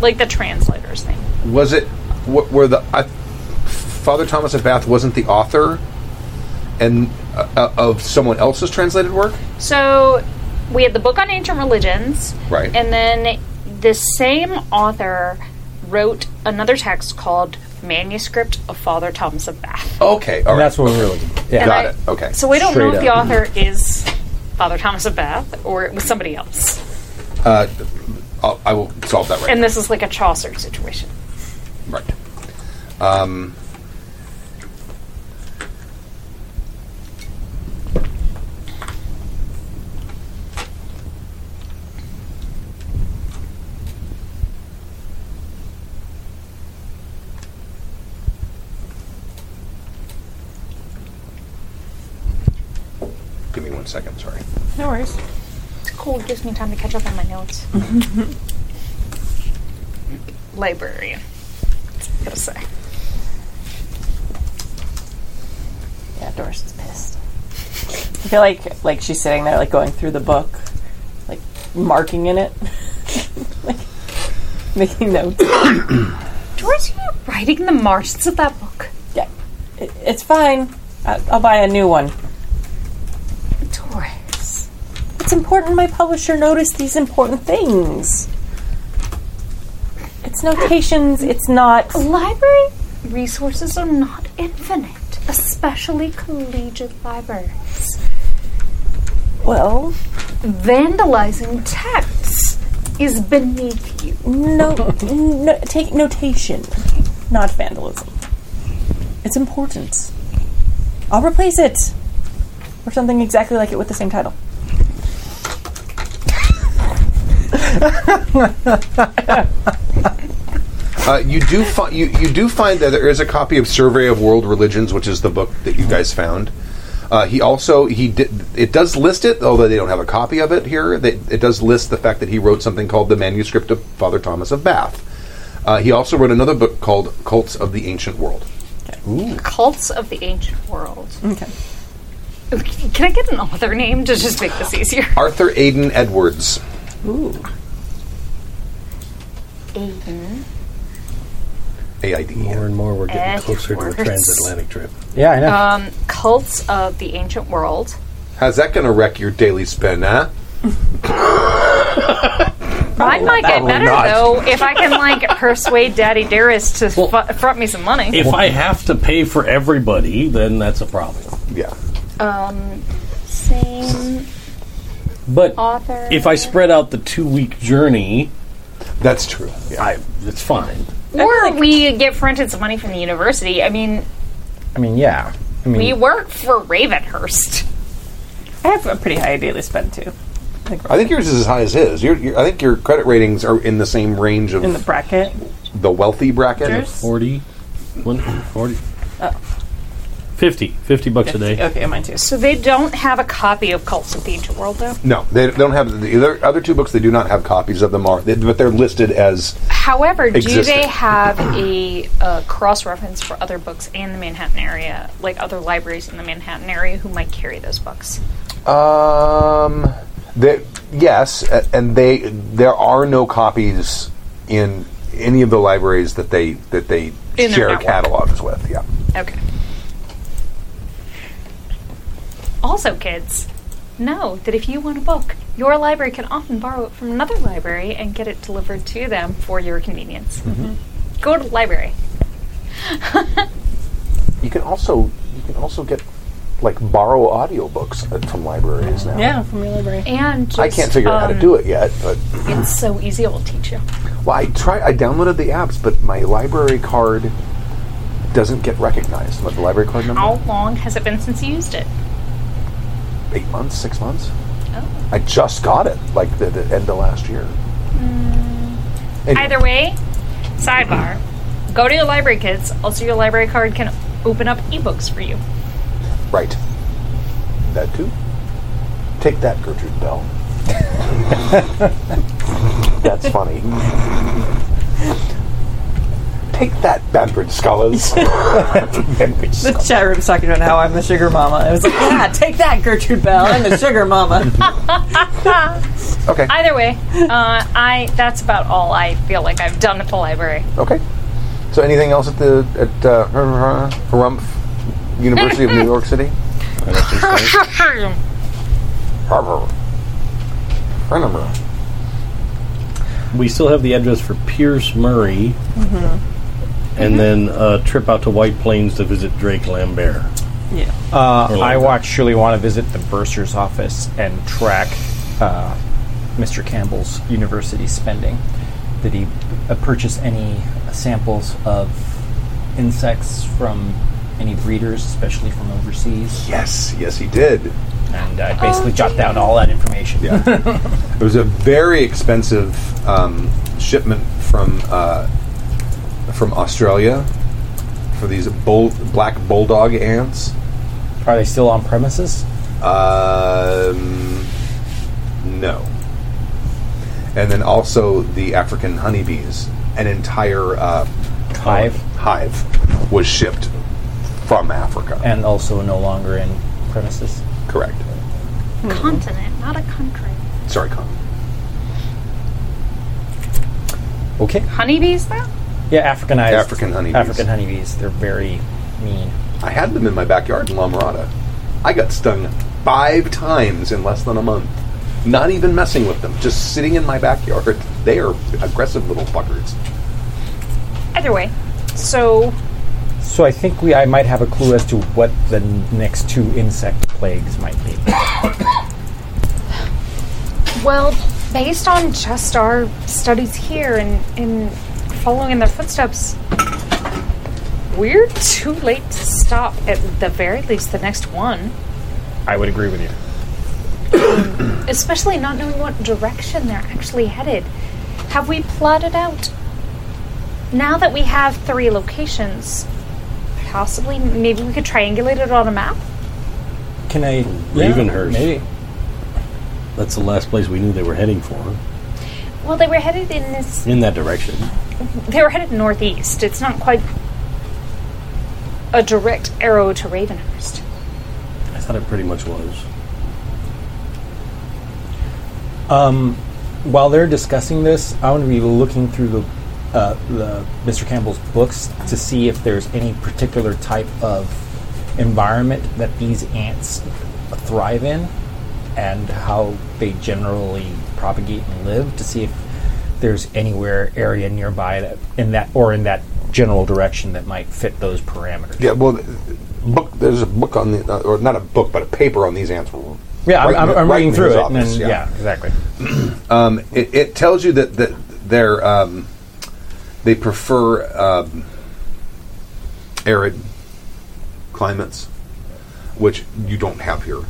D: Like the translator's name.
B: Was it? What were the? I, Father Thomas of Bath wasn't the author, and uh, uh, of someone else's translated work.
D: So we had the book on ancient religions,
B: Right.
D: And then the same author wrote another text called "Manuscript of Father Thomas of Bath."
B: Okay, all right.
E: And that's what we were looking. Yeah.
D: And
B: Oh, Got
D: I-
B: it. Okay.
D: So we don't know if
E: Straight
D: the
E: up.
D: author is Father Thomas of Bath or it was somebody else.
B: uh, I'll, I will solve that right.
D: And this is like a Chaucer situation.
B: now. right. Um, Give me one second. Sorry.
C: No worries.
D: It's cool. It gives me time to catch up on my notes. Librarian. That's what I gotta say.
G: Yeah, Doris is pissed.
C: I feel like like she's sitting there like going through the book, like marking in it, like making notes.
D: George, you were writing the margins of that book.
C: Yeah, it, it's fine. I, I'll buy a new one.
D: Doris.
C: It's important my publisher noticed these important things. It's notations. It's not.
I: Library resources are not infinite, especially collegiate libraries.
C: Well,
I: Vandalizing texts is beneath you.
C: no, no take notation, not vandalism. It's important. I'll replace it or something exactly like it with the same title.
B: Uh, you do find you, you do find that there is a copy of Survey of World Religions, which is the book that you guys found. Uh, he also he did it does list it, although they don't have a copy of it here. They, it does list the fact that he wrote something called the Manuscript of Father Thomas of Bath. Uh, he also wrote another book called Cults of the Ancient World.
D: Cults of the Ancient World. Okay. Can I get an author name to just make this easier?
B: Arthur Aden Edwards. Ooh. Aiden. AID.
F: More and more, we're getting
D: Ed
F: closer to a
D: Edwards.
F: transatlantic trip.
E: Yeah, I know.
D: Um, Cults of the Ancient World.
B: How's that going to wreck your daily spin, huh?
D: Mine might get better though if I can like persuade Daddy Darius to fu- front me some money.
F: If I have to pay for everybody, then that's a problem.
B: Yeah.
D: Um, same
F: But
D: author.
F: if I spread out the two week journey,
B: That's true. Yeah.
F: I it's fine.
D: or we get fronted some money from the university. I mean,
E: I mean, yeah. I
D: we
E: mean,
D: work for Ravenhurst.
C: I have a pretty high daily spend too.
B: I think yours is as high as his. Your, your, I think your credit ratings are in the same range of
C: In the bracket,
B: the wealthy bracket.
C: yours?
F: 40, one- 40. 50, 50 bucks a day.
C: Okay, mine too.
D: So they don't have a copy of Cults of the Ancient World though.
B: No, they don't have the other, other two books. They do not have copies of them, are they, but they're listed as
D: However, do
B: Existed.
D: they have a, uh cross reference for other books in the Manhattan area, like other libraries in the Manhattan area who might carry those books?
B: um. They, yes, a- and they there are no copies in any of the libraries that they that they
D: In their
B: share
D: network.
B: catalogs with. Yeah.
D: Okay. Also, kids, know that if you want a book, Your library can often borrow it from another library and get it delivered to them for your convenience.
B: Mm-hmm.
D: Go to the library.
B: You can also you can also get like borrow audiobooks uh, from libraries now.
G: Yeah, from your library.
D: And just,
B: I can't figure out how
D: Um,
B: to do it yet, but
D: It's so easy. I will teach you.
B: well, I try. I downloaded the apps, but my library card doesn't get recognized. What the library card number?
D: How long has it been since you used it?
B: Eight months, six months. I just got it like the, the end of last year. Anyway,
D: Either way, sidebar. Go to your library, kids. Also, your library card can open up ebooks for you.
B: right, that too. Take that, Gertrude Bell. That's funny. Take that, Bambridge scholars. Banbridge
G: The
B: scholars.
G: chat room's talking about how I'm the sugar mama. It was like, yeah, take that, Gertrude Bell. I'm the sugar mama.
B: Okay.
D: Either way, uh, I that's about all I feel like I've done at the library.
B: Okay. So, anything else at the at uh, Harumph University of New York City? Harvard. Harvard.
F: We still have the address for Pierce Murray, and then a trip out to White Plains to visit Drake Lambert.
E: Uh,
B: Oh,
F: Or
E: I
F: like
E: watch surely want to visit the bursar's office and track uh, Mr. Campbell's university spending. Did he uh, purchase any samples of insects from any breeders, especially from overseas?
B: Yes, yes, he did.
E: And
D: Oh,
E: I basically jot down all that information.
B: It was a very expensive um, shipment from uh, from Australia for these bull, black bulldog ants.
E: Are they still on premises?
B: Um, no. And then also the African honeybees. An entire uh,
E: Hive.
B: hive was shipped from Africa.
E: And also no longer in premises.
B: Correct.
I: Continent, not a country.
B: Sorry, Con.
E: Okay.
D: Honeybees, though.
E: Yeah, Africanized.
B: African honeybees.
E: African honeybees. They're very mean.
B: I had them in my backyard in La Mirada. I got stung five times in less than a month. Not even messing with them, just sitting in my backyard. They are aggressive little fuckers.
D: Either way, so
E: So I think we I might have a clue as to what the next two insect plagues might be.
D: Well, based on just our studies here and in following in their footsteps, we're too late to stop at the very least the next one.
E: I would agree with you.
D: Especially not knowing what direction they're actually headed. Have we plotted out? Now that we have three locations, possibly maybe we could triangulate it on a map?
E: Can I
F: Ravenhurst.
E: Maybe.
F: That's the last place we knew they were heading for,
D: Well, they were headed in this.
F: in that direction.
D: They were headed northeast. It's not quite a direct arrow to Ravenhurst.
F: I thought it pretty much was.
E: Um, while they're discussing this, I'm going to be looking through the, uh, the Mr. Campbell's books to see if there's any particular type of environment that these ants thrive in, and how they generally propagate and live. To see if there's anywhere area nearby that in that or in that general direction that might fit those parameters.
B: Yeah, well, th- book. There's a book on the, uh, or not a book, but a paper on these ants.
E: Yeah,
B: Right
E: I'm,
B: in
E: I'm,
B: the-
E: I'm
B: right
E: reading
B: in
E: through
B: his
E: it.
B: office,
E: and
B: yeah.
E: yeah. exactly.
B: Um, it, it tells you that that they're um, they prefer um, arid climates, which you don't have here.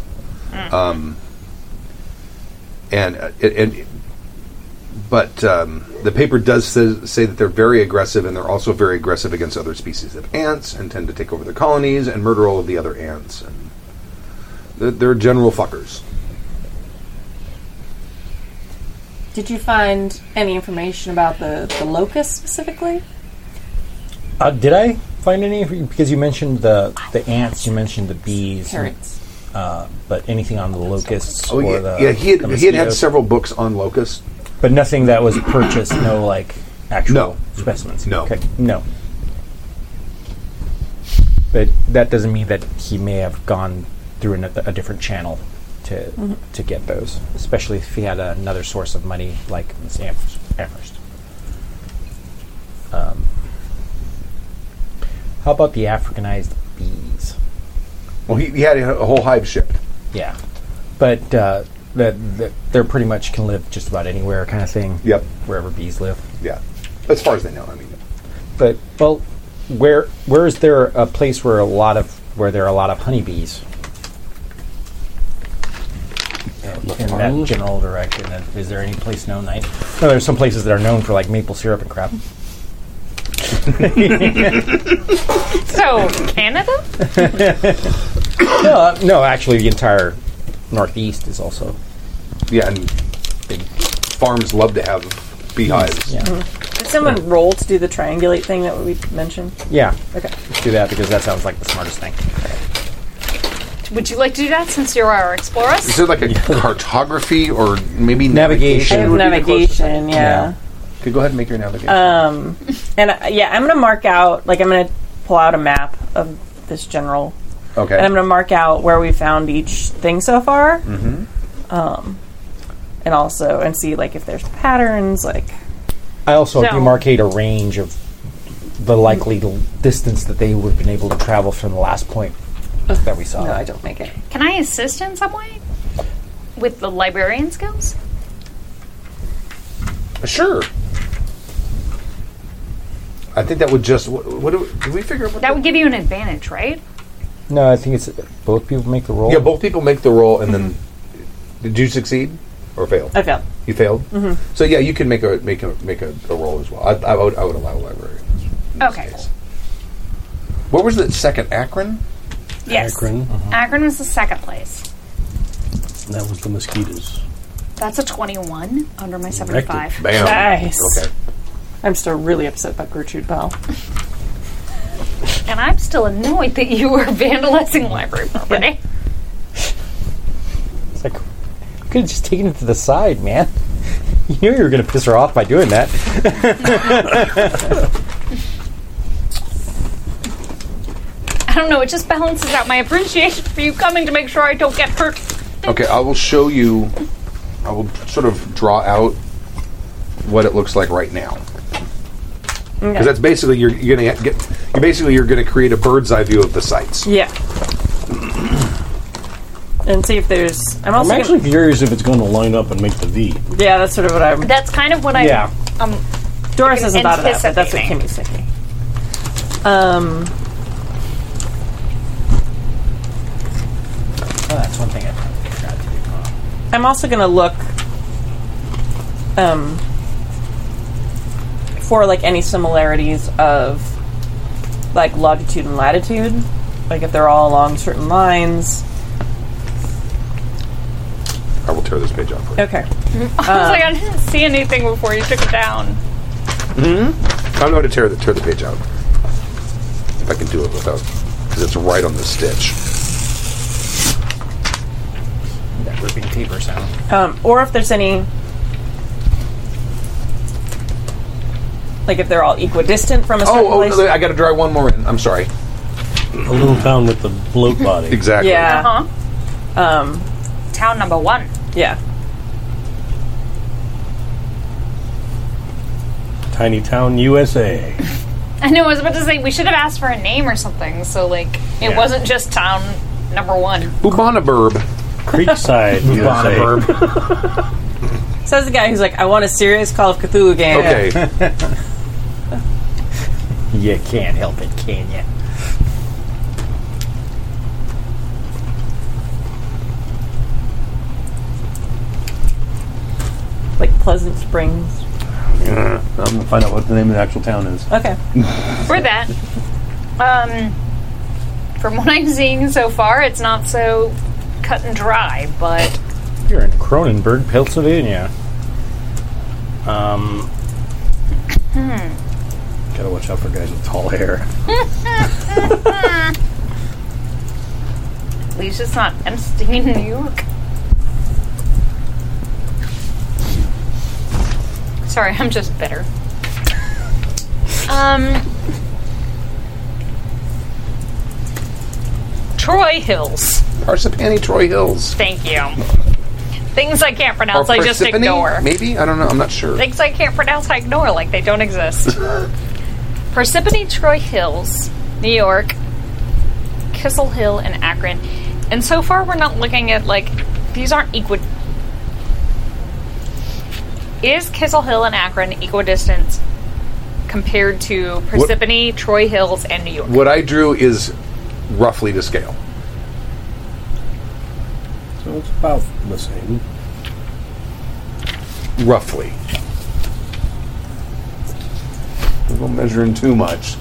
B: Um, and uh, it, and but um, the paper does say, say that they're very aggressive, and they're also very aggressive against other species of ants, and tend to take over their colonies and murder all of the other ants. And they're, they're general fuckers.
G: Did you find any information about the, the locust specifically?
E: Uh, did I find any? Because you mentioned the the ants, you mentioned the bees,
G: Parrots.
E: uh, but anything on the locusts
B: Oh
E: or
B: yeah,
E: the
B: yeah. He had
E: the
B: he had had
E: mosquitoes?
B: several books on locusts.
E: but nothing that was purchased. No, like actual
B: No.
E: specimens.
B: No.
E: okay. no. But that doesn't mean that he may have gone through an, a different channel to to get those, especially if he had another source of money like Miss Amherst. Amherst. Um, how about the Africanized bees?
B: Well, he, he had a whole hive shipped.
E: Yeah, but uh, that that they're pretty much can live just about anywhere, kind of thing.
B: Yep.
E: wherever bees live.
B: Yeah, as far as they know. I mean,
E: But well, where where is there a place where a lot of where there are a lot of honeybees? In that
F: farms?
E: general direction, uh, is there any place known? Like, no, there's some places that are known for like maple syrup and crap.
I: So, Canada?
E: no, uh, no, actually, the entire northeast is also
B: yeah, and
E: big.
B: farms love to have beehives.
E: Yeah,
G: Did someone roll to do the triangulate thing that we mentioned?
E: yeah.
G: Okay.
E: Let's do that because that sounds like the smartest thing.
I: Would you like to do that since you're our
B: Is
I: explorers?
B: there like a cartography or maybe
E: Navigation.
B: navigation?
E: I
B: would
E: have
B: be the closest?
G: Navigation, yeah.
B: Okay, go ahead and make your navigation.
G: And uh, yeah, I'm gonna mark out like I'm gonna pull out a map of this general,
B: okay.
G: and I'm gonna mark out where we found each thing so far, mm-hmm. um, and also and see like if there's patterns, like
E: I also
I: So-
E: demarcate a range of the likely l- distance that they would have been able to travel from the last point that we saw.
G: no, I don't make it.
I: Can I assist in some way? With the librarian skills?
B: Sure. I think that would just. What, what do, we- did we figure out? What
I: That would give you an advantage, right?
E: No, I think it's both people make the roll.
B: yeah, both people make the roll, and then did you succeed or fail?
G: I failed.
B: You failed. Mm-hmm. So yeah, you can make a make a make a, a roll as well. I, I would I would allow a library. in this
I: Okay,
B: case.
I: cool.
B: What was the second Akron?
I: Yes.
F: Akron.
I: Akron was the second place.
F: That was the mosquitoes.
I: That's a 21 under my 75.
B: Bam.
G: Nice.
B: Okay.
G: I'm still really upset about Gertrude Bell.
I: And I'm still annoyed that you were vandalizing library property.
E: It's like, could have just taken it to the side, man. You knew you were going to piss her off by doing that.
I: I don't know, it just balances out my appreciation for you coming to make sure I don't get hurt.
B: Okay. I will show you. I will sort of draw out what it looks like right now. Because that's basically you're, you're gonna get. You basically you're gonna create a bird's eye view of the sites.
G: Yeah. and see if there's. I'm
F: I'm
G: also.
F: actually curious if it's going to line up and make the V.
G: gonna- yeah, that's sort of what I'm.
I: That's kind of what I.
E: Yeah.
I: Um,
G: Doris hasn't thought of that, but that's what
I: anticipating.
G: Kimmy's thinking. Um.
E: oh, that's one thing I forgot to do.
G: I'm also going to look um, for like any similarities of like longitude and latitude, like if they're all along certain lines.
B: I will tear this page off. For you.
G: Okay.
I: I was like, I didn't see anything before you took it down.
B: I'm going to tear the tear the page out. If I can do it without, because it's right on the stitch.
E: That ripping paper sound.
G: Um, or if there's any like if they're all equidistant from a certain
B: Oh, oh,
G: place.
B: no, I got to draw one more in. I'm sorry.
F: A little town with the bloat body.
B: Exactly.
G: yeah.
I: Huh?
C: Uh-huh.
G: Um,
I: Uh-huh. Town number one.
G: yeah.
F: Tiny town, USA.
I: I know, I was about to say, we should have asked for a name or something, so, like, it
E: Yeah.
I: wasn't just town number one.
B: Bubanaburb.
F: Creekside, USA.
E: Bonneberg.
G: Says the guy who's like, I want a serious Call of Cthulhu game.
B: Okay.
E: you can't help it, can you?
G: Like Pleasant Springs.
F: I'm going to find out what the name of the actual town is.
G: Okay.
I: For that. Um, from what I'm seeing so far, it's not so cut and dry, but
E: You're in Cronenberg, Pennsylvania. Um,
F: Gotta watch out for guys with tall hair.
I: at least it's not Empstein, New York. Sorry, I'm just bitter. Um, Troy Hills.
B: Parsippany Troy Hills.
I: Thank you. Things I can't pronounce, I just
B: Parsippany,
I: ignore.
B: Maybe? I don't know. I'm not sure.
I: Things I can't pronounce, I ignore like they don't exist. Persephone, Troy Hills, New York, Kissel Hill, and Akron. And so far, we're not looking at like these aren't equal. Is Kissel Hill and Akron equidistant compared to Persephone, Troy Hills, and New York?
B: What I drew is roughly to scale.
F: So it's about the same.
B: Roughly. I'm not measuring too much.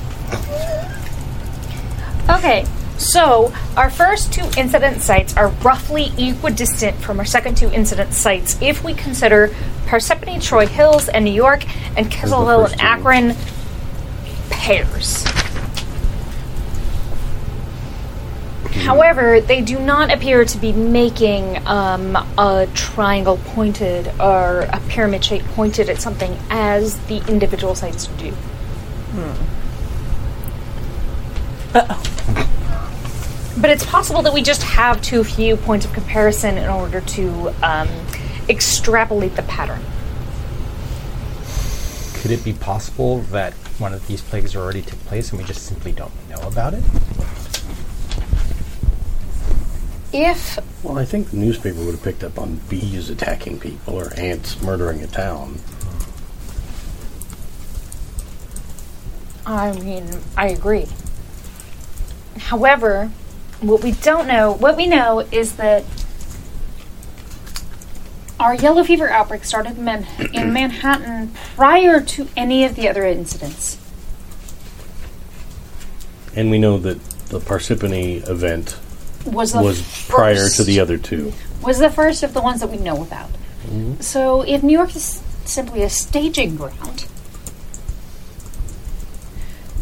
I: Okay, so our first two incident sites are roughly equidistant from our second two incident sites if we consider Persephone, Troy Hills, and New York, and Kissel Hill
B: first
I: and
B: two.
I: Akron pairs. However, they do not appear to be making um, a triangle pointed or a pyramid shape pointed at something as the individual sites do. But it's possible that we just have too few points of comparison in order to um, extrapolate the pattern.
E: Could it be possible that one of these plagues already took place and we just simply don't know about it?
I: If
F: Well, I think the newspaper would have picked up on bees attacking people or ants murdering a town.
I: I mean, I agree. However, what we don't know, what we know is that our yellow fever outbreak started in, Man- in Manhattan prior to any of the other incidents.
F: And we know that the Parsippany event
I: Was the
F: was prior to
I: first-
F: the other two.
I: was the first of the ones that we know about. So if New York is simply a staging ground,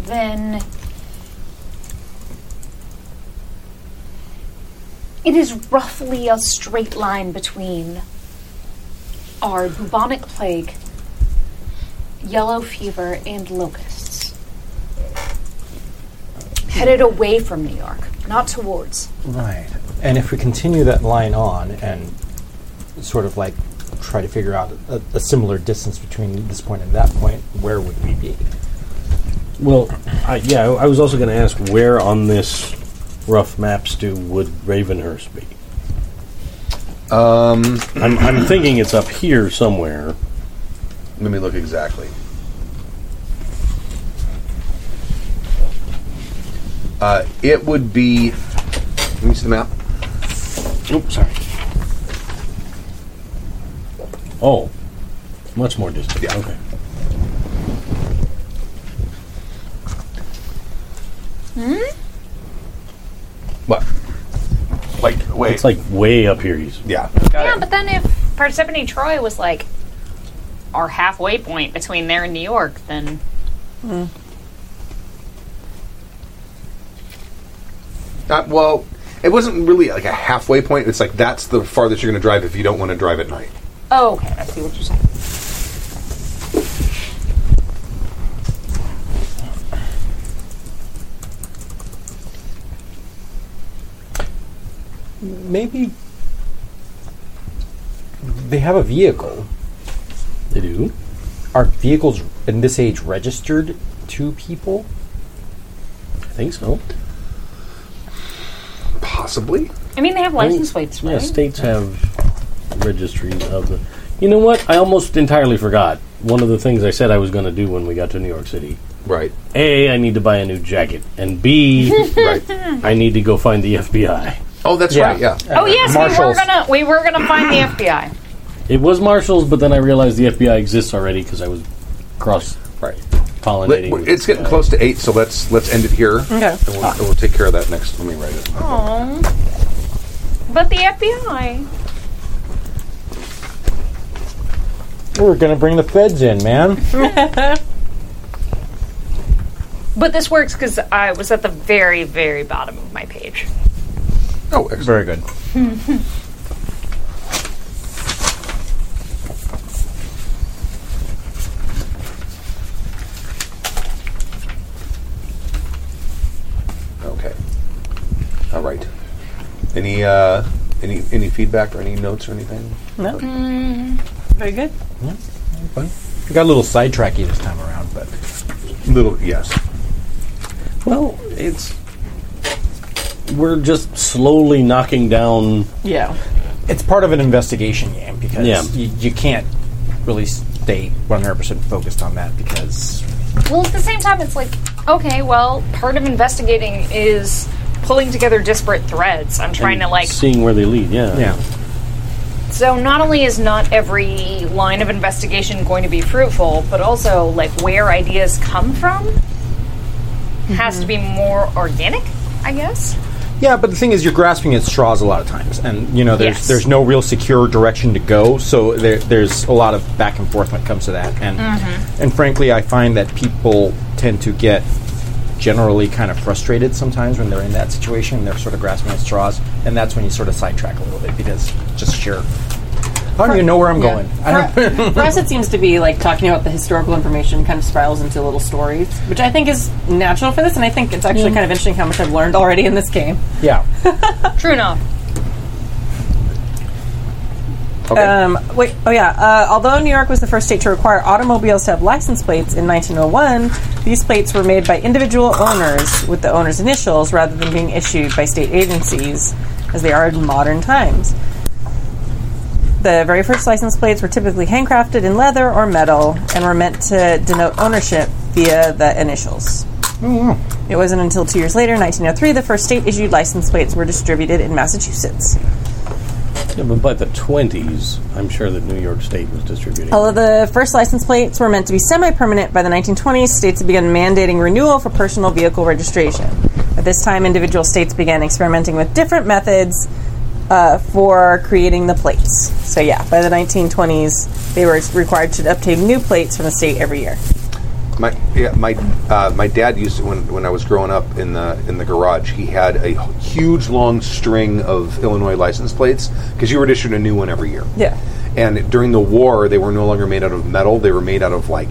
I: then it is roughly a straight line between our bubonic plague, yellow fever, and locusts. Headed away from New York, not towards.
E: Right. And if we continue that line on and sort of like try to figure out a, a similar distance between this point and that point, where would we be?
F: Well, I, yeah, I I was also going to ask where on this rough maps do would Ravenhurst be? Um, I'm, I'm thinking it's up here somewhere.
B: Let me look exactly. Uh, it would be. Let me see the map.
F: Oops, sorry. Oh, much more distant.
B: Yeah.
F: Okay.
B: What? Like, wait.
F: It's like way up here. He's
B: yeah.
I: Yeah, but then if Persephone Troy was like our halfway point between there and New York, then
B: Not, Uh, well, it wasn't really like a halfway point. It's like that's the farthest you're going to drive if you don't want to drive at night.
I: oh, okay, I see what you're saying.
E: Maybe they have a vehicle.
F: they do.
E: Are vehicles in this age registered to people?
F: I think so.
B: Possibly.
I: I mean, they have license plates,
F: Yeah,
I: right?
F: states have registries of the. You know what? I almost entirely forgot one of the things I said I was going to do when we got to New York City.
B: Right.
F: A, I need to buy a new jacket, and B,
B: Right.
F: I need to go find the FBI.
B: Oh, that's
E: Yeah.
B: right. Yeah.
E: Uh,
I: oh yes, we were
E: Marshals.
I: gonna we were gonna find the FBI.
F: It was Marshall's, but then I realized the FBI exists already because I was cross
B: Right. Let-
F: pollinating.
B: w- it's getting close to eight, so let's let's end it here.
C: Okay.
B: And we'll, and we'll take care of that next. Let me write it.
I: But the FBI.
E: We're gonna bring the feds in, man.
I: But this works because I was at the very very bottom of my page.
B: Oh, excellent.
E: Very good.
B: Okay. All right. Any uh, any any feedback or any notes or anything?
C: No. Very good.
E: Fun. We got a little sidetracky this time around, but
B: Little yes.
F: Well, it's we're just slowly knocking down.
C: Yeah.
E: it's part of an investigation game because
F: Yeah.
E: you, you can't really stay 100% focused on that because
D: Well, at the same time, it's like, okay, well, part of investigating is pulling together disparate threads. I'm trying to like.
F: seeing where they lead. Yeah.
D: So not only is not every line of investigation going to be fruitful, but also like where ideas come from has to be more organic, I guess.
E: Yeah, but the thing is, you're grasping at straws a lot of times, and you know there's
D: Yes.
E: there's no real secure direction to go. So there, there's a lot of back and forth when it comes to that, and
D: Mm-hmm.
E: and frankly, I find that people tend to get generally kind of frustrated sometimes when they're in that situation. and They're sort of grasping at straws, and that's when you sort of sidetrack a little bit because just sure. I don't even know where I'm going. I don't,
C: For us, it seems to be like talking about the historical information kind of spirals into little stories, which I think is natural for this, and I think it's actually kind of interesting how much I've learned already in this game.
E: yeah.
D: True enough.
E: Okay.
C: Um, wait, oh yeah. Uh, although New York was the first state to require automobiles to have license plates in 1901, these plates were made by individual owners with the owner's initials rather than being issued by state agencies, as they are in modern times. The very first license plates were typically handcrafted in leather or metal and were meant to denote ownership via the initials. It wasn't until two years later, 1903, the first state issued license plates were distributed in Massachusetts.
F: Yeah, but by the twenties, I'm sure that New York State was distributing.
C: Although the first license plates were meant to be semi permanent by the 1920s, states had begun mandating renewal for personal vehicle registration. At this time, individual states began experimenting with different methods uh, for creating the plates. So, yeah, by the 1920s, they were required to obtain new plates from the state every year.
B: My yeah, my uh, my dad used to, when when I was growing up in the in the garage. He had a huge long string of Illinois license plates because you were issued a new one every year.
C: Yeah.
B: And during the war, they were no longer made out of metal; they were made out of like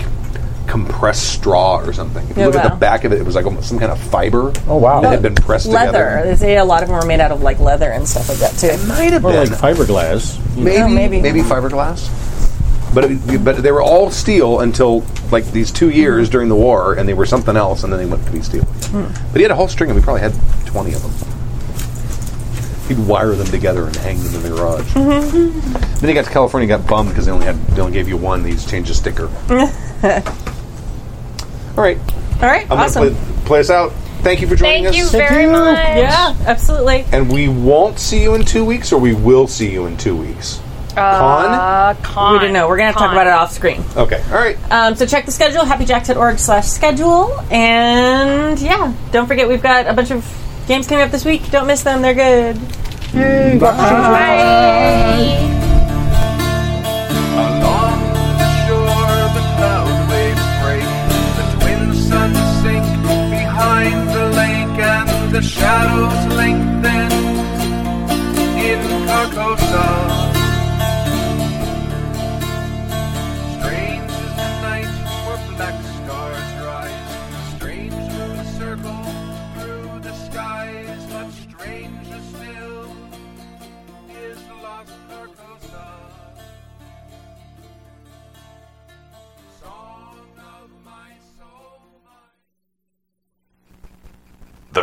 B: compressed straw or something. If you
C: Oh,
B: look at
C: wow.
B: the back of it, it was like almost some kind of fiber.
E: Oh, wow.
B: That had been pressed
C: Leather.
B: together.
C: They say a lot of them were made out of like leather and stuff like that, too.
B: Might have
F: or like
B: been
F: fiberglass.
B: maybe,
C: Oh, maybe.
B: maybe fiberglass. But it, but they were all steel until like these two years during the war, and they were something else, and then they went to be steel.
C: Hmm.
B: But he had a whole string, and we probably had twenty of them. He'd wire them together and hang them in the garage. then he got to California, got bummed because they only had they only gave you one. They just changed the sticker. all right,
C: All right,
B: I'm
C: awesome.
B: gonna play, play us out. Thank you for joining
D: Thank
B: us.
D: you very much.
C: Yeah, Ah, absolutely.
B: And we won't see you in two weeks, or we will see you in two weeks. Con?
D: Uh, con.
C: We don't know. We're going to talk
D: Con.
C: about it off screen.
B: Okay. All right.
C: Um, so check the schedule, happyjacks.org slash schedule. And yeah, don't forget we've got a bunch of games coming up this week. Don't miss them, they're good.
A: Along the shore, the cloud waves break. The twin suns sink behind the lake, and the shadows lengthen in Carcosa. Strange is the night where black stars rise. Strange moon circle through the skies, but stranger still is the lost Carcosa. Song of my soul, my
S: The